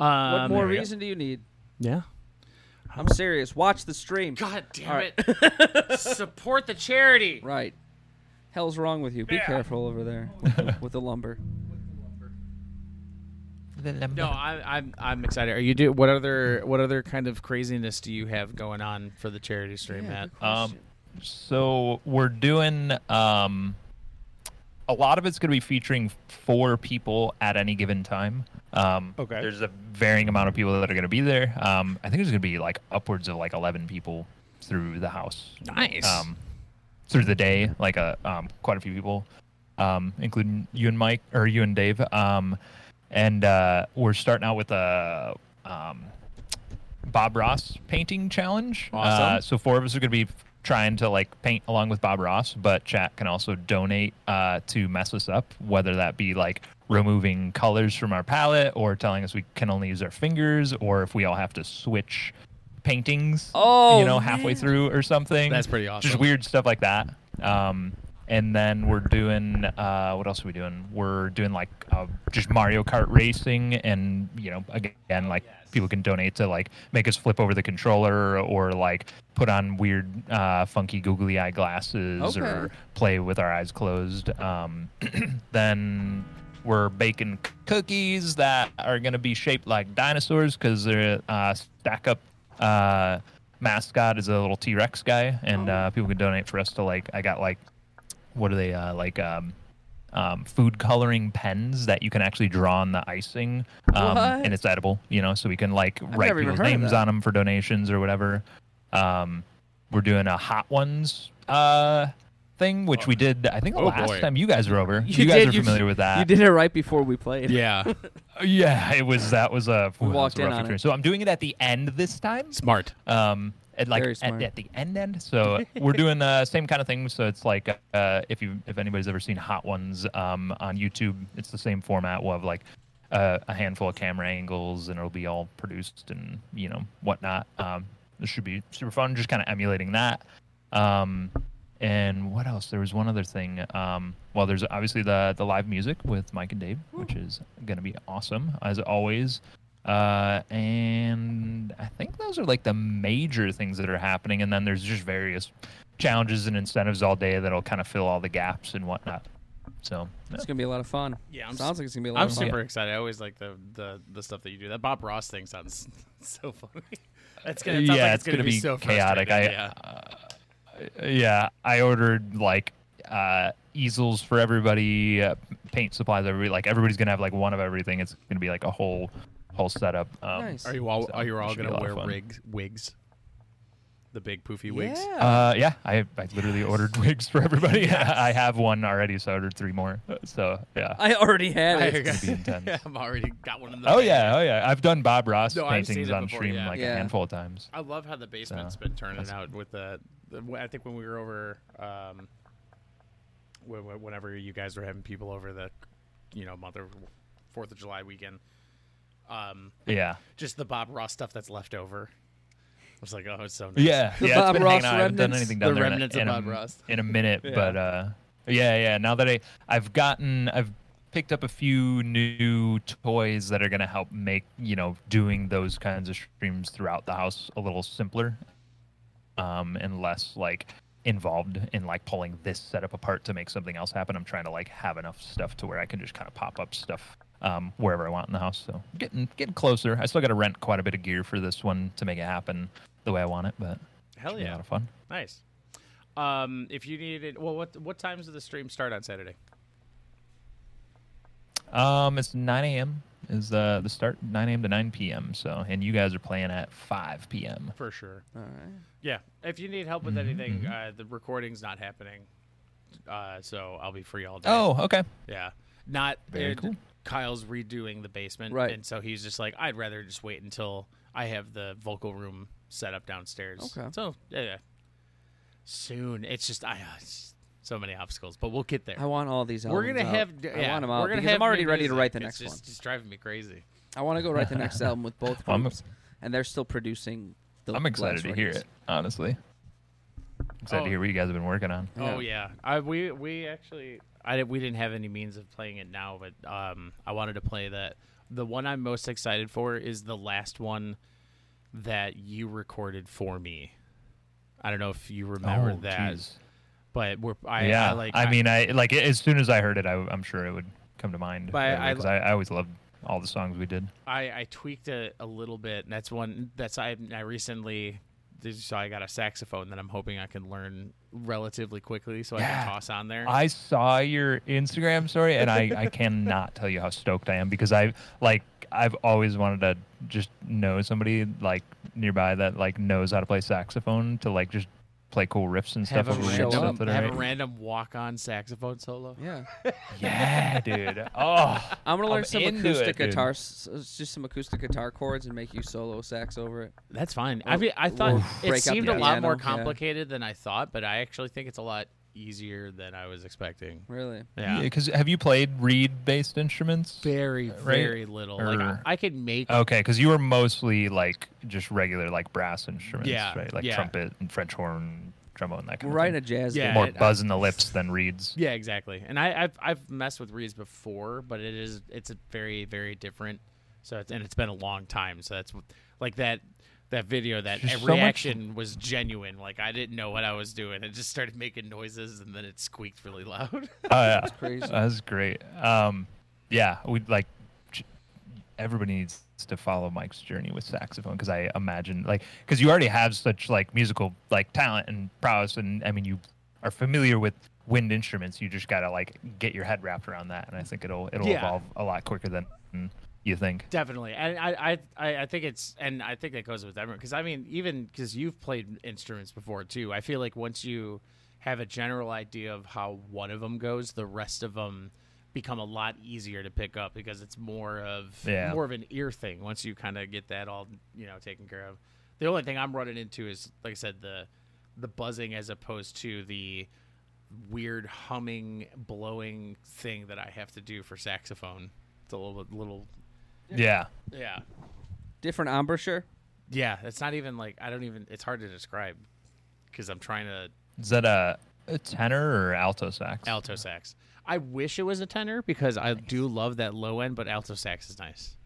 S5: Um,
S2: What more
S3: there we go.
S2: reason do you need?
S5: Yeah.
S2: I'm serious. Watch the stream.
S5: God damn
S2: All right.
S5: it. Support the charity.
S2: Right. Hell's wrong with you. Be careful over there with the lumber.
S5: No, I, I'm I'm excited. Are you do what other what other kind of craziness do you have going on for the charity stream, Matt?
S3: Um, so we're doing um, a lot of it's going to be featuring four people at any given time. Um,
S5: Okay.
S3: There's a varying amount of people that are going to be there. Um, I think there's going to be like upwards of like 11 people through the house.
S5: Nice.
S3: Um, through the day, like a um, quite a few people, um, including you and Mike or you and Dave. Um, and uh, we're starting out with a um, Bob Ross painting challenge.
S5: Awesome.
S3: Uh, so four of us are going to be trying to like paint along with Bob Ross, but chat can also donate uh, to mess us up, whether that be like removing colors from our palette or telling us we can only use our fingers or if we all have to switch paintings
S2: Oh,
S3: you know halfway
S2: man.
S3: through or something
S5: That's pretty
S3: just
S5: awesome.
S3: weird stuff like that um and then we're doing uh what else are we doing we're doing like uh, just mario kart racing and you know again like people can donate to like make us flip over the controller or like put on weird uh funky googly eye glasses or
S2: Okay.
S3: play with our eyes closed um then we're baking cookies that are going to be shaped like dinosaurs because their uh, stack up uh, mascot is a little t-rex guy and uh, people can donate for us to like i got like what are they uh, like um, um, food coloring pens that you can actually draw on the icing um,
S2: What?
S3: and it's edible you know so we can like write
S2: never even
S3: people's
S2: heard of
S3: names
S2: that.
S3: on them for donations or whatever um, we're doing a hot ones uh, thing which we did i think the
S5: Oh,
S3: last
S5: boy.
S3: time you guys were over you, guys
S2: did-
S3: are familiar with that
S2: You did it right before we played.
S5: yeah.
S3: yeah, it was that was a,
S2: We
S3: that was
S2: walked
S3: a
S2: in
S3: rough
S2: on it.
S3: experience. So I'm doing it at the end this time.
S5: Smart.
S3: Um, at like
S2: Very
S3: at,
S2: smart.
S3: at the end end. So we're doing the same kind of thing. So it's like uh, if you if anybody's ever seen Hot Ones um, on YouTube, it's the same format. We'll have like uh, a handful of camera angles, and it'll be all produced and you know whatnot. Um, this should be super fun. Just kind of emulating that. Um, and what else? There was one other thing. Um, well, there's obviously the the live music with Mike and Dave, which is going to be awesome as always. Uh, and I think those are like the major things that are happening. And then there's just various challenges and incentives all day that'll kind of fill all the gaps and whatnot. So
S2: It's gonna be a lot of fun.
S5: Yeah, I'm
S2: sounds like it's gonna be a lot
S5: I'm
S2: of fun.
S5: super excited. I always like the, the the stuff that you do. That Bob Ross thing sounds so funny. That's gonna it sounds
S3: yeah,
S5: like
S3: it's,
S5: gonna, be, so
S3: chaotic. I
S5: frustrating. yeah.
S3: uh, yeah, I ordered like uh, easels for everybody, uh, paint supplies. Everybody like everybody's gonna have like one of everything. It's gonna be like a whole whole setup. Um,
S2: Nice.
S5: Are you all
S3: So,
S5: are you
S3: it
S5: all
S3: should be a
S5: gonna
S3: lot of
S5: wear
S3: fun.
S5: wigs wigs? The big poofy wigs.
S2: Yeah.
S3: Uh, yeah, I I literally ordered wigs for everybody. I have one already, so I ordered three more. Uh, So
S5: Oh,
S3: yeah.
S2: I already had
S5: I
S2: it.
S5: got-
S3: be intense.
S5: yeah, I've already got one of those.
S3: Oh yeah, oh yeah. I've done Bob Ross
S5: No, I've seen
S3: paintings
S5: it
S3: on
S5: before,
S3: stream
S5: yeah.
S3: like
S2: Yeah.
S3: a handful of times.
S5: I love how the basement's been turning out with the, the. wh- I think when we were over, um, wh- wh- whenever you guys were having people over the, you know, month of Fourth of July weekend, um,
S3: Yeah,
S5: just the Bob Ross stuff that's left over. I was like, oh, it's so nice.
S3: yeah,
S2: The
S3: yeah. it's
S2: Bob
S3: been
S2: Ross
S3: hanging out. I haven't done
S2: remnants.
S3: anything
S5: The
S3: down there in a-
S5: remnants of
S3: in a,
S5: Bob Ross.
S3: in a minute, but uh, yeah, yeah. Now that I I've gotten I've picked up a few new toys that are gonna help make you know doing those kinds of streams throughout the house a little simpler, um, and less like involved in like pulling this setup apart to make something else happen. I'm trying to like have enough stuff to where I can just kind of pop up stuff um, wherever I want in the house. So getting getting closer. I still got to rent quite a bit of gear for this one to make it happen the way I want it, but
S5: Hell
S3: it'll be a
S5: yeah,
S3: lot of fun.
S5: nice. Um, if you needed, well, what what times does the stream start on Saturday?
S3: Um, it's 9 a.m. is the the start 9 a.m. to 9 p.m. So and you guys are playing at 5 p.m.
S5: For sure.
S2: All right.
S5: Yeah. If you need help with anything, uh, the recording's not happening, uh, so I'll be free all day.
S3: Oh, okay.
S5: Yeah. Not
S3: Very
S5: it-
S3: cool.
S5: Kyle's redoing the basement,
S2: Right.
S5: And so he's just like, I'd rather just wait until I have the vocal room set up downstairs.
S2: Okay.
S5: So yeah, yeah. soon. It's just I uh, it's so many obstacles, but we'll get there.
S2: I want all these.
S5: we're
S2: albums
S5: gonna
S2: out.
S5: have.
S2: I
S5: yeah,
S2: want them out
S5: We're gonna
S2: because
S5: have
S2: I'm already
S5: new
S2: ready to
S5: music.
S2: write the
S5: It's
S2: next
S5: just,
S2: one.
S5: Just driving me crazy.
S2: I want to go write the next album with both
S3: I'm-
S2: groups, and they're still producing. The
S3: I'm excited
S2: last
S3: to hear
S2: records.
S3: it. Honestly, excited
S5: Oh.
S3: to hear what you guys have been working on.
S5: Oh yeah, I we we actually I did, we didn't have any means of playing it now, but um I wanted to play that. The one I'm most excited for is the last one that you recorded for me. I don't know if you remember
S3: oh,
S5: that,
S3: jeez.
S5: but we're I,
S3: yeah,
S5: I like
S3: I mean, I like as soon as I heard it, I, I'm sure it would come to mind.
S5: But I-
S3: right away,
S5: I-
S3: 'cause I, I always loved all the songs we did.
S5: I, I tweaked it a little bit, and that's one that's I I recently so I got a saxophone that I'm hoping I can learn relatively quickly, so I
S3: Yeah.
S5: can toss on there.
S3: I saw your Instagram story, and I, I cannot tell you how stoked I am because I like I've always wanted to just know somebody like nearby that like knows how to play saxophone to like just play cool riffs and
S5: have
S3: stuff.
S5: a
S3: over
S5: random,
S3: random stuff that I
S5: have a
S3: write.
S5: random walk on saxophone solo.
S2: Yeah,
S3: yeah, dude. Oh,
S2: I'm gonna learn
S3: I'm
S2: some
S3: into
S2: acoustic
S3: it, dude.
S2: guitar, s- s- just some acoustic guitar chords, and make you solo sax over it.
S5: That's fine.
S2: Or-
S5: I mean, I
S2: or
S5: thought it
S2: break out
S5: seemed
S2: the
S5: a lot more
S2: piano, yeah.
S5: complicated than I thought, but I actually think it's a lot easier than I was expecting.
S2: Really?
S5: Yeah.
S3: because have you played reed-based instruments?
S5: Very, very little. Like I,
S3: Or-
S5: I could make
S3: Okay, because you were mostly like just regular like brass instruments,
S5: Yeah,
S3: right? Like
S5: yeah.
S3: trumpet and French horn, trombone, that kind
S2: We're
S3: of
S2: writing a
S3: thing.
S2: jazz.
S5: Yeah.
S2: band.
S3: More
S5: it-
S3: buzz in the lips than reeds.
S5: Yeah, exactly. And I, I've I've messed with reeds before, but it is it's a very very different. So it's, and it's been a long time. So that's like that that video that
S3: There's so much-
S5: reaction was genuine. Like I didn't know what I was doing. It just started making noises and then it squeaked really loud.
S3: Oh, yeah.
S2: Crazy.
S3: That was great. Um, yeah, we like j- everybody needs to follow Mike's journey with saxophone because I imagine like because you already have such like musical like talent and prowess, and I mean you are familiar with wind instruments. You just gotta like get your head wrapped around that, and I think it'll it'll
S5: Yeah.
S3: evolve a lot quicker than you think.
S5: Definitely, and I, I- I, I think it's, and I think that goes with everyone because I mean, even because you've played instruments before too. I feel like once you have a general idea of how one of them goes, the rest of them become a lot easier to pick up because it's more of
S3: Yeah.
S5: more of an ear thing. Once you kind of get that all you know taken care of, The only thing I'm running into is, like I said, the the buzzing as opposed to the weird humming, blowing thing that I have to do for saxophone. It's a little, little,
S3: Yeah.
S5: yeah,
S2: Different embouchure.
S5: yeah. It's not even like I don't even. It's hard to describe because I'm trying to
S3: Is that a, a tenor or alto sax?
S5: alto sax. I wish it was a tenor because I do love that low end, but alto sax is nice.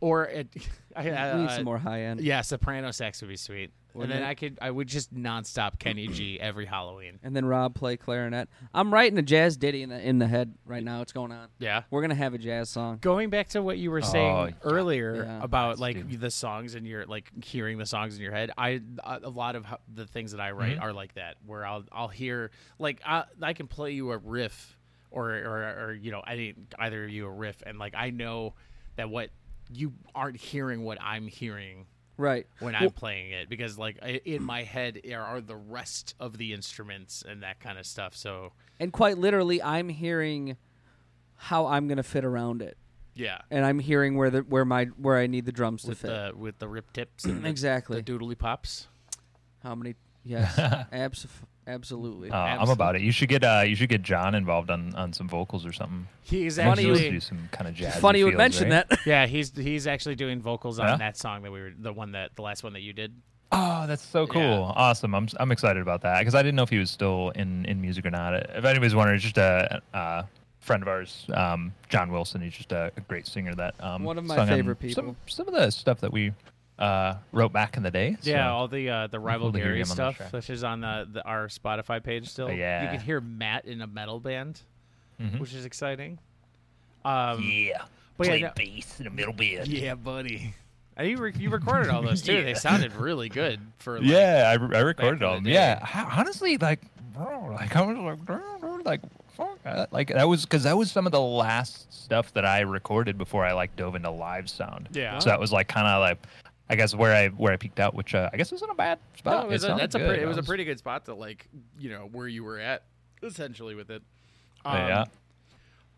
S5: Or it, I, I,
S2: we need
S5: I-
S2: some more high end.
S5: Yeah, soprano sax would be sweet. and
S2: Wouldn't
S5: then
S2: it?
S5: I could, I would just nonstop Kenny G every Halloween.
S2: And then Rob play clarinet. I'm writing a jazz ditty in the in the head right now. It's going on.
S5: Yeah.
S2: We're gonna have a jazz song.
S5: Going back to what you were saying
S3: yeah.
S5: earlier
S2: Yeah.
S5: about like
S3: dude.
S5: the songs in your like hearing the songs in your head, I a a lot of ho- the things that I write are like that where I'll I'll hear like I, I can play you a riff or or, or you know I didn't either of you a riff and like I know that what you aren't hearing what I'm hearing
S2: Right.
S5: when I'm playing it because like I, in my head there are the rest of the instruments and that kind of stuff. So
S2: And quite literally, I'm hearing how I'm gonna fit around it,
S5: yeah,
S2: and I'm hearing where the where my where I need the drums to
S5: with
S2: fit.
S5: the with the rip tips and the,
S2: Exactly.
S5: the doodly pops.
S2: How many? Yes. abso- absolutely.
S3: Uh, I'm
S5: Absolutely.
S3: about it. You should get uh, you should get John involved on, on some vocals or something.
S5: He's
S3: Funny you
S5: actually
S3: do some kind of jazz.
S2: Funny you would mention that.
S5: yeah, he's he's actually doing vocals on
S3: Yeah?
S5: that song that we were the one that the last one that you did.
S3: Oh, that's so cool!
S5: Yeah.
S3: Awesome. I'm I'm excited about that because I didn't know if he was still in in music or not. If anybody's wondering, it's just a. uh Friend of ours, um, John Wilson. He's just a, a great singer. That um,
S2: One of my
S3: sung on
S2: favorite people.
S3: Some, some of the stuff that we uh, wrote back in the day. so-
S5: Yeah, all the uh, the rival
S3: to hear
S5: Gary
S3: him on the
S5: stuff,
S3: track.
S5: which is on the, the our Spotify page still.
S3: Oh, yeah.
S5: you can hear Matt in a metal band,
S3: Mhm.
S5: which is exciting. Um,
S3: yeah.
S5: But yeah, no-
S3: bass in a middle band.
S5: yeah, buddy. And you, re- you recorded all those too. They sounded really good for like,
S3: yeah, I, re- I
S5: in
S3: recorded
S5: the
S3: all of them.
S5: day.
S3: Yeah, ho- honestly, like, bro, like I was like, bro, bro, like, fuck, uh, like that was because that was some of the last stuff that I recorded before I like dove into live sound.
S5: Yeah.
S3: So that was like kind of like, I guess where I where I peaked out, which uh, I guess wasn't a bad
S5: No,
S3: spot.
S5: it was a,
S3: sounded
S5: that's a
S3: good.
S5: pretty, it
S3: I
S5: was a pretty good spot to like you know where you were at essentially with it. Um,
S3: Oh, yeah.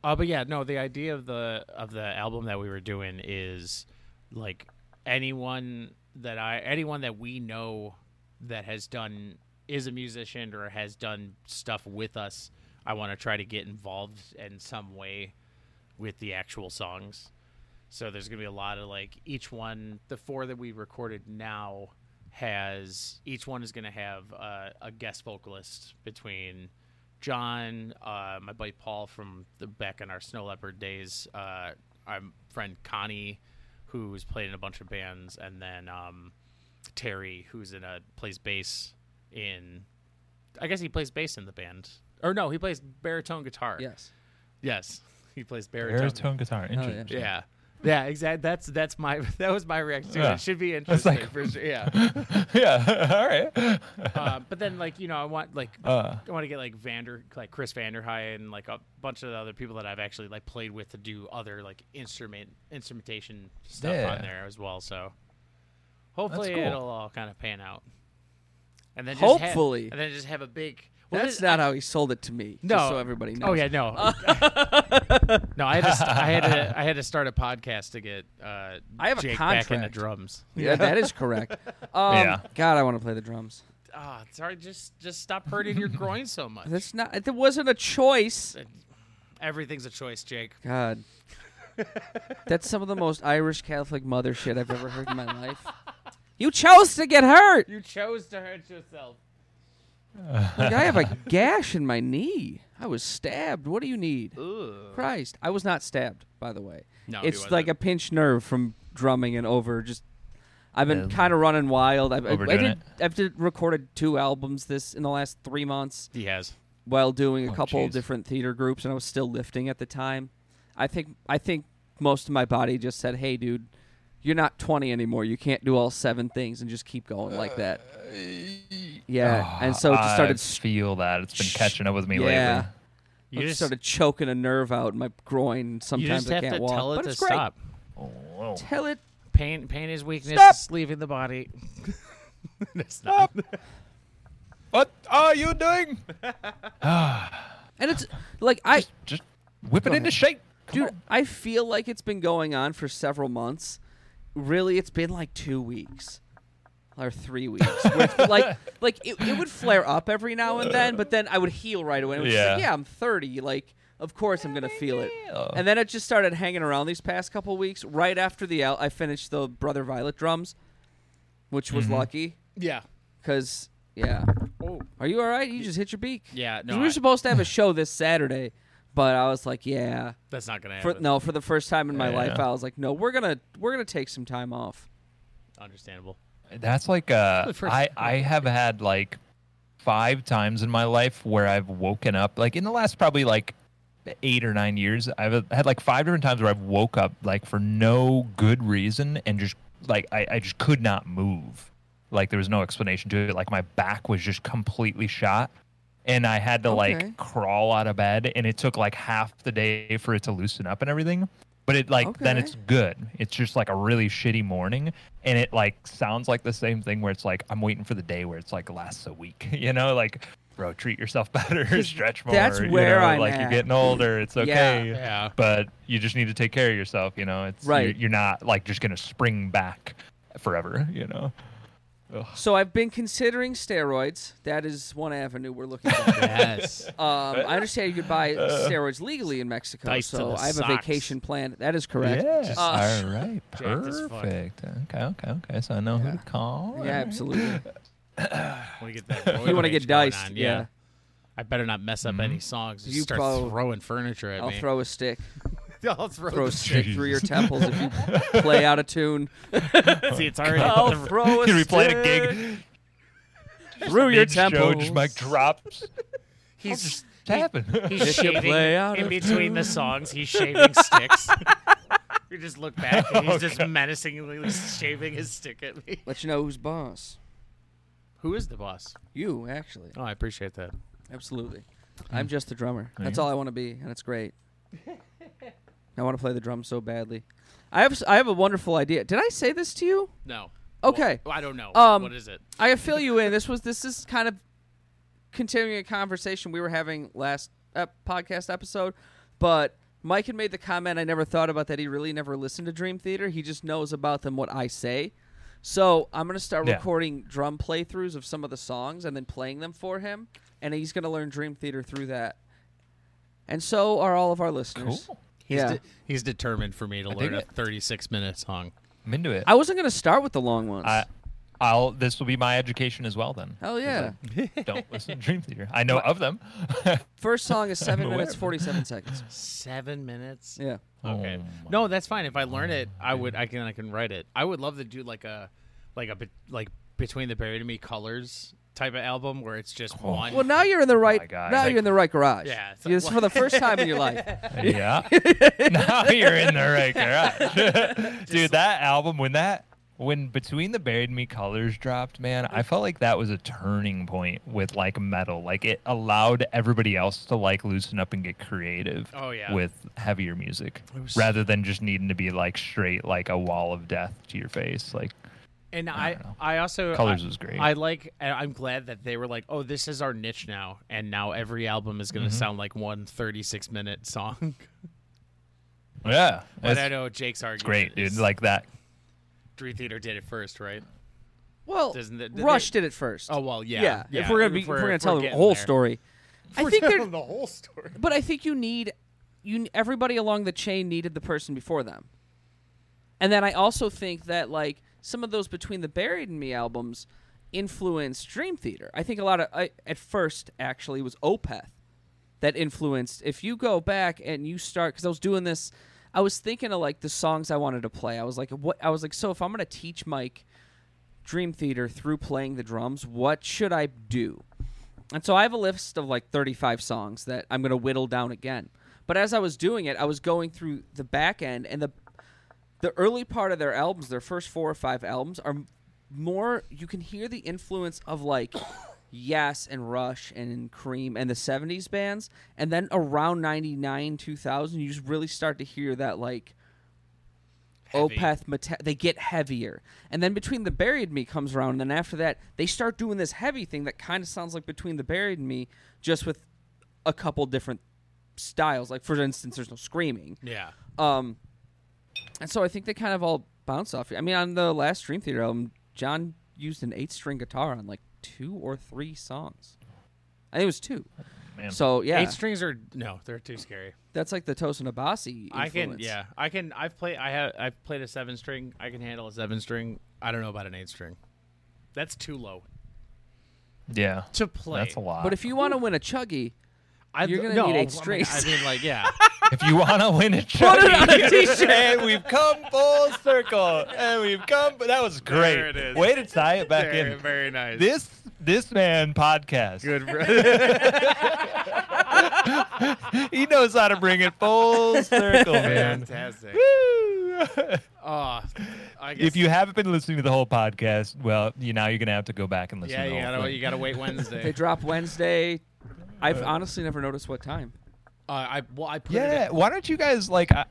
S5: Uh, but yeah, no. The idea of the of the album that we were doing is like anyone that I anyone that we know that has done is a musician or has done stuff with us. I want to try to get involved in some way with the actual songs. So there's gonna be a lot of like each one. The four that we recorded now has each one is gonna have uh, a guest vocalist between John, uh, my buddy Paul from the back in our Snow Leopard days, uh, our friend Connie, who's played in a bunch of bands, and then um, Terry, who's in a plays bass in. I guess he plays bass in the band, or no, he plays baritone guitar.
S2: yes.
S5: Yes, he plays
S3: Baritone guitar.
S2: Oh,
S3: Interesting.
S5: yeah. Yeah, exactly. That's that's my that was my reaction. to it.
S3: Yeah.
S5: It should be
S3: That's
S5: interesting
S3: like-
S5: for sure. Yeah.
S3: yeah. all right.
S5: Uh, but then like you know I want like
S3: Uh.
S5: I want to get like Vander like Chris Vanderhey and like a bunch of the other people that I've actually like played with to do other like instrument instrumentation stuff on
S3: Yeah.
S5: there as well. So hopefully
S3: cool.
S5: it'll all kind of pan out. And then just have-
S2: Hopefully.
S5: and then just have a big. well,
S2: That's
S5: it-
S2: not how he sold it to me.
S5: no.
S2: Just so everybody knows.
S5: Oh yeah, no, no. I had to, st- I had to, I had to start a podcast to get uh,
S2: I have a
S5: Jake back in the
S2: contract.
S5: drums.
S2: Yeah, that is correct. Um,
S3: Yeah.
S2: God, I want to play the drums.
S5: Ah, sorry, just just stop hurting your groin so much.
S2: That's not. That wasn't a choice.
S5: Everything's a choice, Jake.
S2: God. That's some of the most Irish Catholic mother shit I've ever heard in my life. You chose to get hurt.
S5: You chose to hurt yourself.
S2: Like, I have a gash in my knee. I was stabbed. What do you need? Christ. I was not stabbed, by the way.
S5: No, he
S2: it's like
S5: wasn't.
S2: a pinched nerve from drumming and over just I've been
S3: Yeah.
S2: kind of running wild. I've, I- I
S3: Overdoing
S2: did,
S3: it.
S2: I've did recorded two albums this in the last three months
S5: He has.
S2: while doing a
S3: Oh,
S2: couple
S3: jeez.
S2: different theater groups, and I was still lifting at the time. I think I think most of my body just said, "Hey, dude, you're not 20 anymore. You can't do all seven things and just keep going like that."
S3: Uh,
S2: Yeah, and
S3: ah,
S2: so it just
S3: I
S2: started. st-
S3: feel that it's been catching up with me
S2: yeah,
S3: lately.
S5: You
S2: I
S5: just,
S2: started choking a nerve out in my groin.
S5: you
S2: Sometimes
S5: just
S2: I
S5: have
S2: can't
S5: to
S2: walk,
S5: tell it
S2: but
S5: to
S2: it's great.
S5: stop.
S3: Whoa.
S2: Tell it.
S5: Pain, pain is weakness.
S2: Stop!
S5: It's leaving the body. That's not.
S3: What are you doing?
S2: And it's like I,
S3: Just whip it into shape. Come
S2: dude, I feel like it's been going on for several months. Really, it's been like two weeks. or three weeks. where, like, like it, it would flare up every now and then, but then I would heal right away. And it was just like,
S3: Yeah.
S2: yeah, I'm 30. Like, of course I'm gonna feel it. And then it just started hanging around these past couple weeks. Right after the out, I finished the Brother Violet drums, which
S3: Mm-hmm.
S2: was lucky
S5: Yeah.
S2: because yeah. Are you all right? You just hit your beak.
S5: Oh. Yeah,
S2: 'Cause
S5: no,
S2: we were
S5: I-
S2: supposed to have a show this Saturday, but I was like, yeah.
S5: That's not gonna happen.
S2: For, no, for the first time in my life,
S3: Yeah.
S2: I was like, no, we're gonna we're gonna take some time off.
S5: Understandable.
S3: That's like uh,
S5: The first-
S3: I I have had like five times in my life where I've woken up like in the last probably like eight or nine years. I've had like five different times where I've woke up like for no good reason and just like I, I just could not move. Like there was no explanation to it. Like my back was just completely shot. And I had to
S2: Okay.
S3: like crawl out of bed and it took like half the day for it to loosen up and everything. But it like then
S2: Okay.
S3: it's good. It's just like a really shitty morning, and it like sounds like the same thing where it's like I'm waiting for the day where it's like lasts a week. You know, like bro, treat yourself better, stretch more.
S2: that's
S3: you
S2: where
S3: know,
S2: I'm
S3: like
S2: at.
S3: you're getting older. It's okay,
S5: Yeah.
S3: but you just need to take care of yourself. You know, it's
S2: Right.
S3: You're, you're not like just gonna spring back forever. You know,
S2: So I've been considering steroids. That is one avenue we're looking at.
S5: Yes.
S2: Um, I understand you could buy
S3: Uh,
S2: steroids legally in Mexico,
S4: Dice to
S2: so
S4: the
S2: I have a
S4: socks.
S2: vacation planned. That is correct. Uh,
S3: All right.
S5: Jacked as fuck.
S3: Perfect. Okay. Okay. Okay. So I know who to call. All
S2: yeah,
S3: right.
S2: absolutely.
S5: want to get that.
S2: You
S5: want to
S2: get diced? yeah.
S5: I better not mess up any songs. Just
S2: You
S5: start
S2: prob-
S5: throwing furniture at
S2: I'll
S5: me.
S2: throw a stick.
S5: I'll
S3: Oh,
S5: throw.
S2: Throw a stick through your temples if you play out of tune.
S4: See, it's already.
S2: I'll throw a
S3: Can we
S2: stick
S3: play a gig?
S2: through your
S3: Joe
S2: temples.
S3: just mic drops.
S6: He's
S3: Tapping.
S6: he's
S2: Did you
S6: shaving
S2: play out
S6: in
S2: of
S6: between the songs. He's shaving sticks. you just look back and
S2: Oh,
S6: he's just menacingly shaving his stick at me.
S2: Let you know who's boss.
S5: Who is the boss?
S2: You actually,
S5: Oh, I appreciate that.
S2: absolutely. I'm just the drummer. That's all I want to be, and it's great. I want to play the drums so badly. I have s- I have a wonderful idea. Did I say this to you?
S5: No.
S2: Okay.
S5: Well, I don't know.
S2: Um,
S5: what is it?
S2: I fill you in. This was this is kind of continuing a conversation we were having last ep- podcast episode, but Mike had made the comment I never thought about that he really never listened to Dream Theater. He just knows about them what I say. So I'm gonna start
S3: Yeah.
S2: recording drum playthroughs of some of the songs and then playing them for him, and he's gonna learn Dream Theater through that. And so are all of our listeners.
S3: Cool.
S5: He's,
S2: yeah,
S5: de- he's determined for me to
S3: dig
S5: learn a
S3: it.
S5: 36 minute song.
S3: I'm into it.
S2: I wasn't gonna start with the long ones.
S3: I, I'll. This will be my education as well. Then.
S2: Hell yeah!
S3: Don't listen to Dream Theater. I know of them.
S2: First song is seven
S3: aware
S2: minutes
S3: of it.
S2: forty-seven seconds.
S5: Seven minutes.
S2: Yeah.
S5: Okay.
S3: Oh
S5: no, that's fine. If I learn it, I would. I can. I can write it. I would love to do like a, like a bit- like between the buried and me colors type of album where it's just
S3: Oh.
S5: one.
S2: Well, now you're in the right.
S3: my God.
S2: now
S3: Like-
S2: you're in the right garage.
S5: Yeah, it's
S2: Yeah, this is
S5: like-
S2: for the first time in your life.
S3: my- yeah. now you're in the right garage, dude. That album when that when between the buried me colors dropped, man, I felt like that was a turning point with like metal. Like it allowed everybody else to like loosen up and get creative.
S5: Oh, yeah.
S3: With heavier music, rather than just needing to be like straight like a wall of death to your face. Like
S5: And
S3: I
S5: I,
S3: don't know.
S5: I, also
S3: Colours
S5: I-
S3: was great.
S5: I like. and I'm glad that they were like, oh, this is our niche now, and now every album is going
S3: Mm-hmm.
S5: to sound like one 36 minute song.
S3: yeah,
S5: but
S3: that's
S5: I know Jake's argument.
S3: great, dude.
S5: is
S3: Like that
S5: Dream Theater did it first, right?
S2: Well,
S5: Doesn't it-
S2: Rush did it first.
S5: Oh well, yeah.
S2: yeah. If we're gonna be, if we're, gonna tell the whole story. I think they're,
S5: the whole story.
S2: but I think you need you everybody along the chain needed the person before them. And then I also think that like some of those between the buried and me albums influenced Dream Theater. I think a lot of I, at first actually was Opeth that influenced. If you go back and you start cuz I was doing this I was thinking of like the songs I wanted to play. I was like what I was like so if I'm going to teach Mike Dream Theater through playing the drums, what should I do? And so I have a list of like 35 songs that I'm going to whittle down again. But as I was doing it, I was going through the back end and the the early part of their albums, their first four or five albums are more you can hear the influence of like Yes and Rush and Cream and the 70s bands and then around 99 2000 you just really start to hear that like Opeth, Mete- they get heavier. And then Between the Buried Me comes around, and then after that, they start doing this heavy thing that kind of sounds like Between the Buried Me, just with a couple different styles. Like, for instance, there's no screaming.
S5: Yeah.
S2: Um, and so I think they kind of all bounce off. I mean, on the last Dream Theater album, John used an eight string guitar on like two or three songs. I think it was two.
S3: Man.
S2: So yeah,
S5: Eight strings are no, they're too scary.
S2: that's like the Tosin Abasi. Influence.
S5: I can yeah, I can. I've played. I have. I've played a seven string. I can handle a seven string. I don't know about an eight string. That's too low
S3: yeah,
S5: to play.
S3: that's a lot.
S2: But if you want to win a chuggy,
S5: I,
S2: You're gonna
S5: no,
S2: need eight
S5: I mean-
S2: strings.
S5: I mean, like yeah.
S3: if you want to win a trophy,
S2: on a t-shirt.
S3: and we've come full circle, and we've come. That was great.
S5: There it is.
S3: Way to tie it back
S5: very,
S3: in.
S5: very nice.
S3: This this man podcast.
S5: good. bro.
S3: He knows how to bring it full circle, man.
S5: Fantastic.
S3: Woo!
S5: Oh, I guess
S3: if you haven't been listening to the whole podcast, well, you now you're gonna have to go back and listen.
S5: yeah,
S3: to the
S5: you
S3: whole
S5: gotta
S3: thing.
S5: you gotta wait Wednesday.
S2: they drop Wednesday. I've honestly never noticed what time.
S5: Uh, I well, I put it.
S3: Yeah, why don't you guys like uh,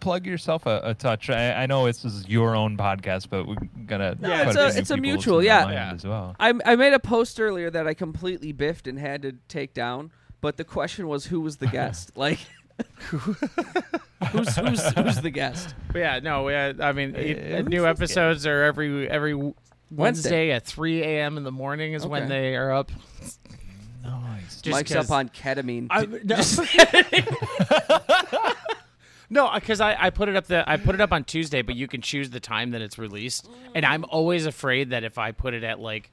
S3: plug yourself a, a touch? I, I know this is your own podcast, but we're gonna.
S2: Yeah,
S3: quite
S2: it's
S3: few
S2: a- it's a
S3: people
S2: mutual,
S3: listen
S2: yeah.
S3: online
S5: Yeah.
S3: as well.
S2: I, I made a post earlier that I completely biffed and had to take down, but the question was who was the guest? like, who's, who's, who's the guest?
S5: But yeah, no, we, uh, I mean, it-
S3: Eh,
S5: new
S3: who's this
S5: episodes are every every Wednesday, at 3 a.m. in the morning is when
S2: Okay.
S5: they are up.
S3: Nice.
S5: Just
S2: Mike's
S5: 'cause-
S2: up on ketamine.
S5: I, no, no, because I, I put it up the I put it up on Tuesday, but you can choose the time that it's released, and I'm always afraid that if I put it at like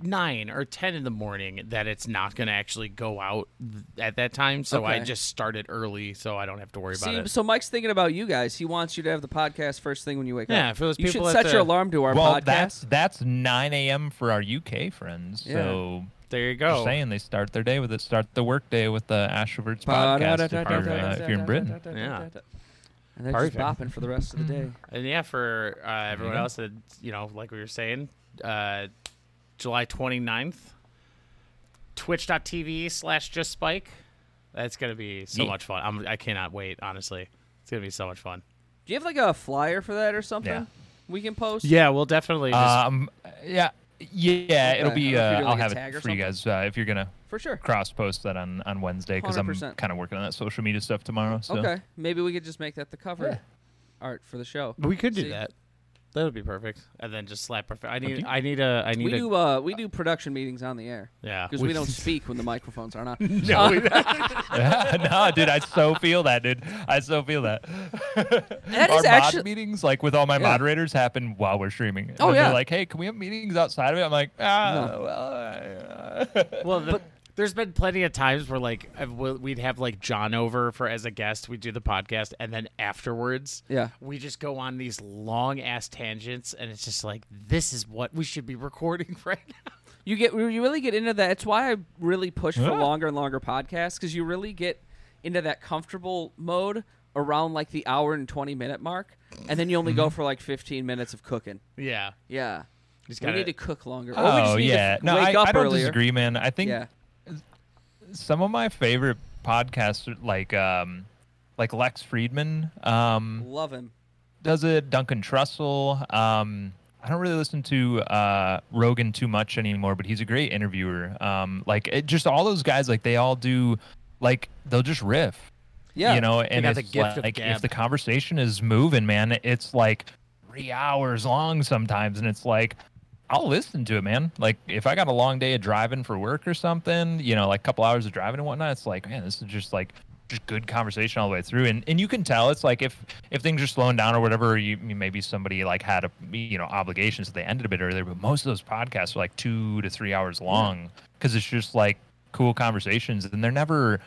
S5: nine or ten in the morning, that it's not going to actually go out th- at that time. So I
S2: Okay.
S5: just start it early, so I don't have to worry
S2: See,
S5: about it.
S2: so Mike's thinking about you guys. He wants you to have the podcast first thing when you wake up.
S5: Yeah, if it was
S2: you should
S5: people at
S2: set your
S5: the-
S2: alarm to our
S3: well,
S2: podcast.
S3: that's that's 9 a.m. for our UK friends.
S2: Yeah.
S3: So
S5: There you
S3: just
S5: go.
S3: saying they start their day with it. Start the work day with the Astroverts podcast. If you're, uh, if you're in Britain,
S5: Yeah.
S2: And they're just
S5: Perfect.
S2: bopping for the rest of the day.
S5: And yeah, for uh, everyone
S3: Yeah.
S5: else, that you know, like we were saying, uh, July 29th, twitch.tv slash just spike. That's going to be so
S3: Yeah.
S5: much fun. I'm, I cannot wait, honestly. It's going to be so much fun.
S2: Do you have like a flyer for that or something?
S3: Yeah.
S2: We can post.
S5: Yeah, we'll definitely.
S3: um, yeah, yeah, it'll be.
S2: Okay. I don't know if you're
S3: Uh, I'll
S2: doing, like, a
S3: have
S2: tag or
S3: it for you guys uh, if you're gonna
S2: for sure.
S3: cross post that on on Wednesday because I'm
S2: 100%.
S3: kind of working on that social media stuff tomorrow. So.
S2: Okay, maybe we could just make that the cover art for the show.
S5: we could do
S2: see.
S5: that. That would be perfect. And then just slap. Perfect. I need.
S3: you-
S5: I need a. I need
S2: We
S5: a.
S2: do uh, we do production meetings on the air
S5: yeah.
S2: because we don't speak when the microphones aren't on.
S5: No, we don't.
S3: no, dude, I so feel that, dude. I so feel that.
S2: That
S3: Our
S2: is actually
S3: mod meetings, like with all my
S2: Yeah.
S3: moderators, happen while we're streaming. And
S2: Oh,
S3: then they're
S2: yeah.
S3: like, hey, can we have meetings outside of it? I'm like, ah,
S2: No.
S3: well.
S2: Oh,
S3: I, uh."
S5: Well, the, there's been plenty of times where like I've- we'll- we'd have like John over for as a guest. We do the podcast, and then afterwards,
S2: Yeah.
S5: we just go on these long ass tangents, and it's just like this is what we should be recording right now.
S2: you get you really get into that. It's why I really push for longer and longer podcasts because you really get into that comfortable mode around like the hour and twenty minute mark, and then you only go for like fifteen minutes of cooking.
S5: Yeah,
S2: Yeah,
S5: just
S2: we
S5: gotta-
S2: need to cook longer.
S3: Oh,
S2: or we just need
S3: yeah.
S2: to
S3: no,
S2: wake
S3: I,
S2: up
S3: I don't
S2: earlier.
S3: disagree, man. I think
S2: Yeah,
S3: some of my favorite podcasts, are like um, like Lex Friedman, um,
S2: love him.
S3: does it. Duncan Trussell. Um, I don't really listen to uh, Rogan too much anymore, but he's a great interviewer. Um, like it, just all those guys, like they all do, like they'll just riff.
S2: Yeah,
S3: you know, and
S5: got
S3: it's
S5: the gift of
S3: like
S5: gab.
S3: if the conversation is moving, man, it's like three hours long sometimes, and it's like. I'll listen to it, man. Like if I got a long day of driving for work or something, you know, like a couple hours of driving and whatnot, it's like, man, this is just like just good conversation all the way through. And and you can tell it's like if if things are slowing down or whatever, you, you maybe somebody like had a you know obligations so they ended a bit earlier. But most of those podcasts are like two to three hours long because it's just like cool conversations, and they're never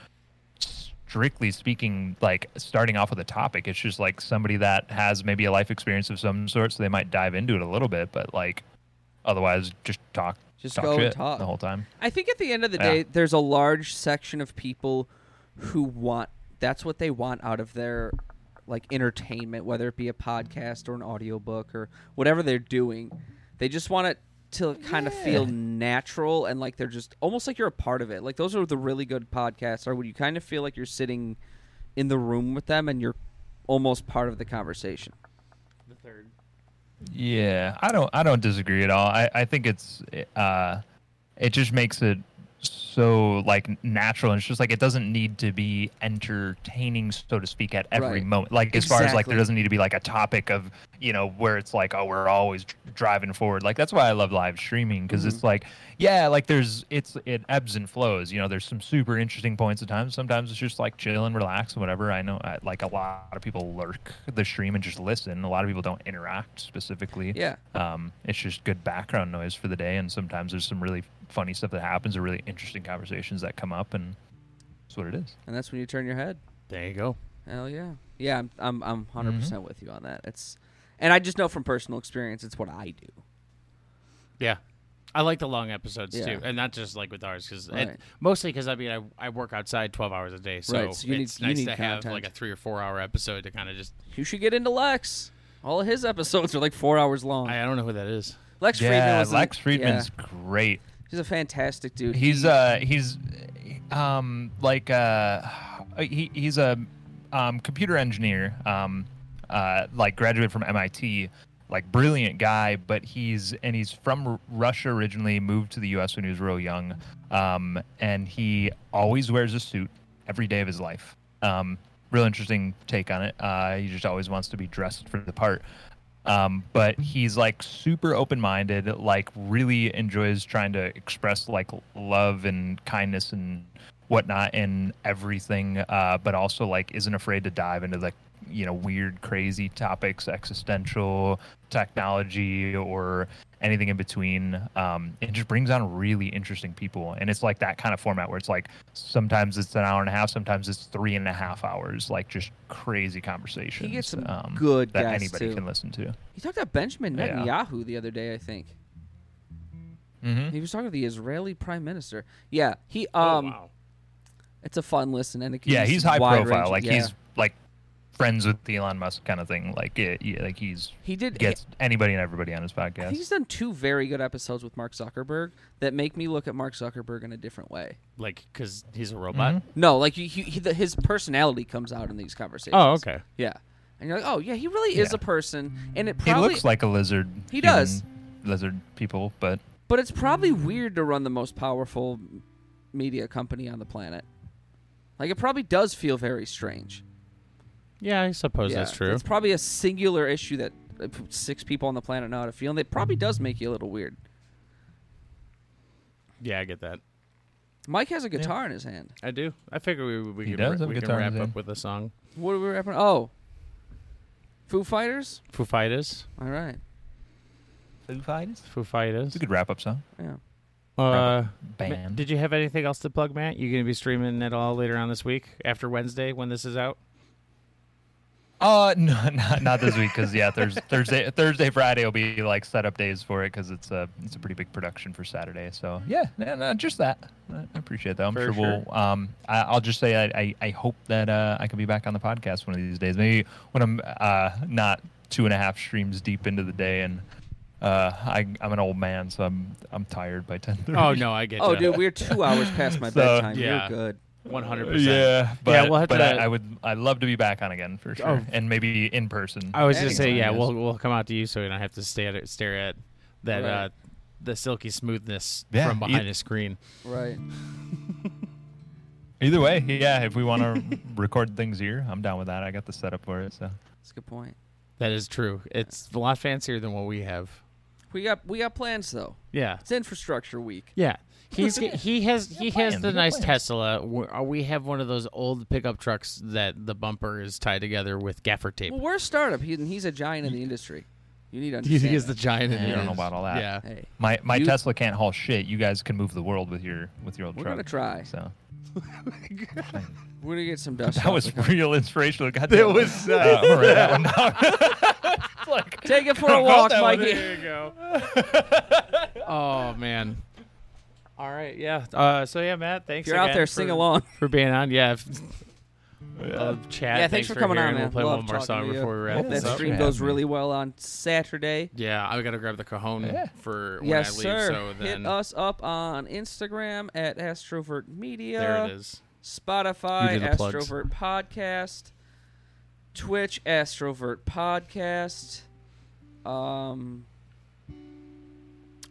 S3: strictly speaking, like starting off with a topic. It's just like somebody that has maybe a life experience of some sort, so they might dive into it a little bit, but like otherwise, just talk,
S2: Just
S3: talk
S2: go and
S3: shit
S2: talk.
S3: the whole time.
S2: I think at the end of the
S3: Yeah.
S2: day, there's a large section of people who want that's what they want out of their like entertainment, whether it be a podcast or an audiobook or whatever they're doing. They just want it to kind of feel natural and like they're just almost like you're a part of it. Like those are the really good podcasts are when you kind of feel like you're sitting in the room with them and you're almost part of the conversation.
S3: Yeah, I don't, I don't disagree at all. I, I think it's, uh, it just makes it so like natural and it's just like it doesn't need to be entertaining so to speak at every
S2: Right.
S3: moment like as far as like
S2: Exactly.
S3: there doesn't need to be like a topic of you know where it's like oh we're always driving forward like that's why i love live streaming because
S2: Mm-hmm.
S3: it's like yeah like there's it's it ebbs and flows you know there's some super interesting points at times sometimes it's just like chill and relax and whatever i know I, like a lot of people lurk the stream and just listen a lot of people don't interact specifically
S2: Yeah.
S3: um, it's just good background noise for the day and sometimes there's some really funny stuff that happens or really interesting conversations that come up and that's what it is
S2: and that's when you turn your head.
S5: There you go.
S2: Hell yeah, yeah. I'm I'm I'm 100
S3: Mm-hmm.
S2: percent with you on that. It's, and I just know from personal experience, it's what I do.
S5: Yeah. I like the long episodes
S2: Yeah.
S5: too, and not just like with ours, because
S2: Right.
S5: mostly because I mean I, I work outside twelve hours a day, so,
S2: Right, so you need-
S5: it's
S2: you
S5: nice
S2: need
S5: to have like
S2: content.
S5: a three or four hour episode to kind of just
S2: You should get into Lex. All of his episodes are like four hours long.
S5: I, I don't know who that is.
S2: Lex Friedman
S3: yeah
S2: was
S3: lex
S2: an,
S3: friedman's
S2: yeah,
S3: great
S2: he's a fantastic dude.
S3: he's
S2: He-
S3: uh he's um like uh he, he's a um computer engineer um uh like graduate from MIT like brilliant guy but he's and he's from R- Russia originally moved to the US when he was real young um and he always wears a suit every day of his life um real interesting take on it uh he just always wants to be dressed for the part um, but he's like super open-minded like really enjoys trying to express like love and kindness and whatnot in everything uh, but also like isn't afraid to dive into like you know weird crazy topics existential technology or anything in between um, it just brings on really interesting people and it's like that kind of format where it's like sometimes it's an hour and a half sometimes it's three and a half hours like just crazy conversations
S2: some good
S3: um, that
S2: guests,
S3: anybody
S2: too.
S3: can listen to
S2: He talked about Benjamin
S3: Yeah. Mm-hmm.
S2: Netanyahu the other day, I think.
S3: Mhm.
S2: He was talking to the Israeli prime minister. Yeah, he
S5: Oh,
S2: um, it's a fun listen and it
S3: Oh, yeah,
S2: gives
S3: he's
S2: you
S3: high
S2: wide
S3: profile.
S2: range-
S3: Like
S2: yeah.
S3: he's like friends with Elon Musk kind of thing. Like yeah, yeah, like he's
S2: he did. he-
S3: gets anybody and everybody on his
S2: I
S3: podcast.
S2: think he's done two very good episodes with Mark Zuckerberg that make me look at Mark Zuckerberg in a different way.
S5: Like, because he's a robot.
S2: No, like he, he, he the, his personality comes out in these conversations.
S5: Oh, okay.
S2: Yeah, and you're like, oh yeah, he really is
S3: Yeah.
S2: a person, and it
S3: He
S2: probably
S3: looks like a lizard.
S2: He does.
S3: human lizard people, but
S2: But it's probably weird to run the most powerful m- media company on the planet. Like it probably does feel very strange.
S5: Yeah, I
S3: Oh,
S5: suppose
S2: yeah,
S5: that's true.
S2: It's probably a singular issue that uh, p- six people on the planet know how to feel, and it probably does make you a little weird.
S5: yeah, I get that.
S2: Mike has a guitar in his hand.
S5: I do. I figure we we,
S3: He
S5: can,
S3: does
S5: ra-
S3: have
S5: we can
S3: guitar in
S5: wrap
S3: his
S5: up
S3: hand.
S5: with a song.
S2: What are we wrapping? Oh, Foo Fighters.
S5: Foo Fighters.
S2: All right.
S3: Foo Fighters.
S5: Foo Fighters.
S3: It's a good wrap up song.
S2: Yeah.
S5: Uh, Ma-
S3: Band.
S5: Did you have anything else to plug, Matt? You gonna be streaming at all later on this week after Wednesday when this is out?
S3: Uh, no, not, not this week because yeah, Thursday, Thursday, Thursday, Friday will be like setup days for it because it's a it's a pretty big production for Saturday. So yeah, no, no, just that. I I appreciate that. I'm
S5: For
S3: sure, we'll. Um, I, I'll just say I, I, I hope that uh, I can be back on the podcast one of these days. Maybe when I'm uh not two and a half streams deep into the day and uh I I'm an old man, so I'm I'm tired by ten thirty.
S5: Oh no, I get.
S2: Oh, dude, we're two hours past my
S3: So,
S2: bedtime.
S5: yeah.
S2: You're good.
S5: one hundred percent.
S3: Yeah, but,
S5: we'll have
S3: but
S5: to-
S3: I, I would I'd love to be back on again for sure,
S5: Oh.
S3: and maybe in person.
S5: I was just
S2: Anytime,
S5: saying, yeah,
S3: yes.
S5: we'll we'll come out to you so we don't have to stare at stare at that
S2: Right.
S5: uh, the silky smoothness
S3: Yeah,
S5: from
S3: you-
S5: behind a screen.
S2: Right.
S3: Either way, yeah. If we want to record things here, I'm down with that. I got the setup for it. So
S2: That's a good point.
S5: That is true. It's a lot fancier than what we have.
S2: We got we got plans though.
S5: Yeah,
S2: It's Infrastructure Week.
S5: yeah. He's he has he
S3: plans,
S5: has the
S3: you got
S5: nice
S3: plans.
S5: Tesla. we we have one of those old pickup trucks that the bumper is tied together with gaffer tape.
S2: Well, we're a startup, he- and he's a giant in the industry. You need to
S5: He
S2: understand.
S5: is the
S2: that.
S5: giant.
S3: Yeah,
S5: in
S3: I
S5: the
S3: don't know
S5: end.
S3: about all that.
S5: Yeah.
S2: Hey,
S3: my my
S2: You-
S3: Tesla can't haul shit. You guys can move the world with your with your old
S2: We're
S3: truck.
S2: gonna try.
S3: So
S2: we're gonna get some dust.
S3: that
S2: off
S3: was
S2: the car.
S3: real inspirational. God damn it was. Uh, I'm gonna write that one down. It's like,
S2: Take it for a walk, Mikey.
S5: Oh man. All right. Yeah. Uh, so yeah, Matt. Thanks.
S2: If you're
S5: again
S2: out there,
S5: for-
S2: sing along.
S5: for being on. Yeah. if- Uh, Chad,
S2: yeah, thanks,
S5: thanks
S2: for coming
S5: here,
S2: on,
S5: and
S2: man.
S5: We'll play
S2: Love
S5: one more
S2: talking
S5: song
S2: to you.
S5: before we wrap
S2: Hope
S5: this
S2: that
S5: up.
S2: stream
S3: Yeah.
S2: goes really well on Saturday.
S5: Yeah, I gotta grab the cajon for when
S2: yes,
S5: I leave.
S2: sir.
S5: So then
S2: Hit uh, us up on Instagram at Astrovert Media.
S5: there it is.
S2: Spotify,
S5: You do the plugs.
S2: Astrovert Podcast, Twitch, Astrovert Podcast. Um,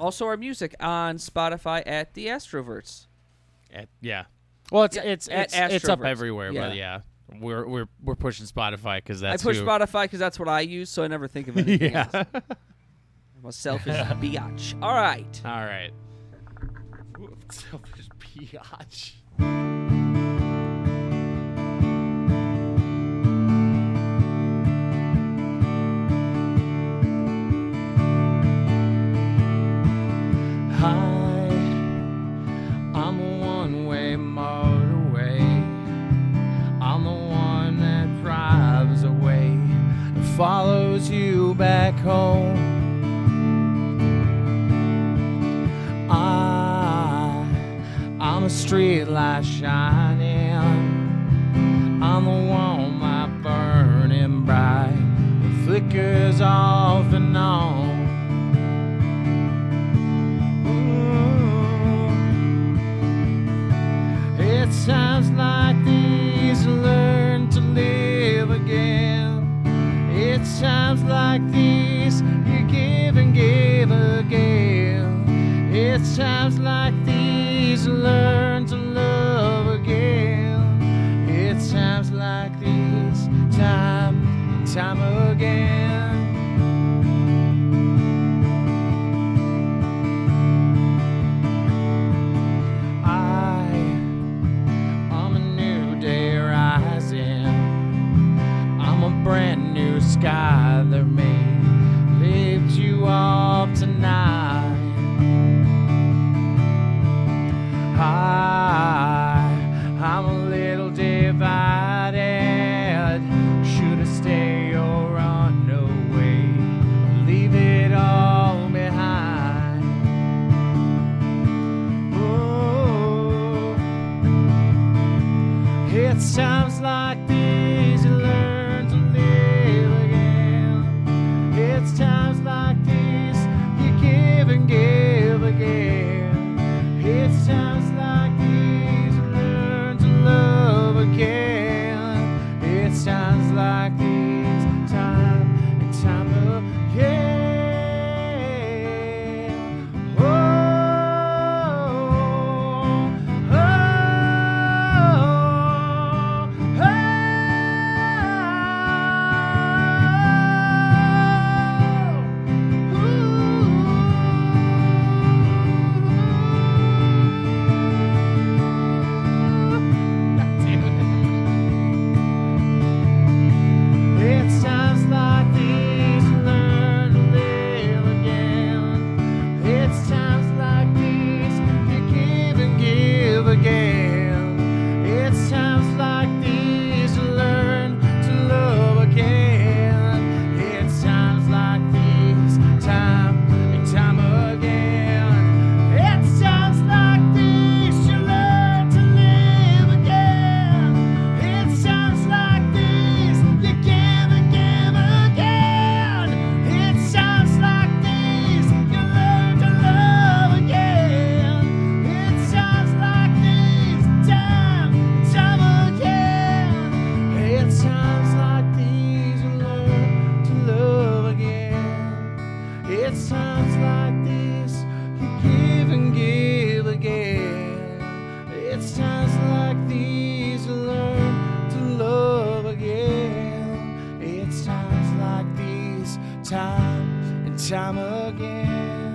S2: also, our music on Spotify at The Astroverts.
S5: At, yeah. Well, it's it's
S2: it's
S5: it's, it's up
S2: Astrovert.
S5: everywhere, but yeah, we're we're we're pushing Spotify because that's
S2: I push
S5: who-
S2: Spotify because that's what I use, so I never think of anything else.
S5: Yeah.
S2: I'm a selfish biatch. All right.
S5: All right.
S6: Selfish biatch.
S5: Hi, I'm a one way motorway. I'm the one that drives away and follows you back home. I, Ah, I'm a streetlight shining. I'm the one my burning bright flickers off and on. It sounds like these learn to live again. It sounds like these you give and give again. It sounds like these learn to love again. It sounds like these time and time again. I am a new day rising. I'm a brand new sky that may lift you up tonight. I, I'm a little divided. Should I stay or run away? Leave it all behind. Ooh. It sounds like these you learn to live again. It's times like these you give and give again. It's times like these you learn to love again. It's times like these time and time again. Oh, oh, It's times like these you learn to live again. It's times like these you give and give again. It's times like these you learn to love again. It's times like these time and time again. It's times like these you learn to live again. It sounds like these you give and give again. It sounds like these you learn to love again. It sounds like these time, time again. It sounds like these you learn to love again. It sounds like these you give and give again. It sounds like these you learn to love again. It sounds like these time and time again.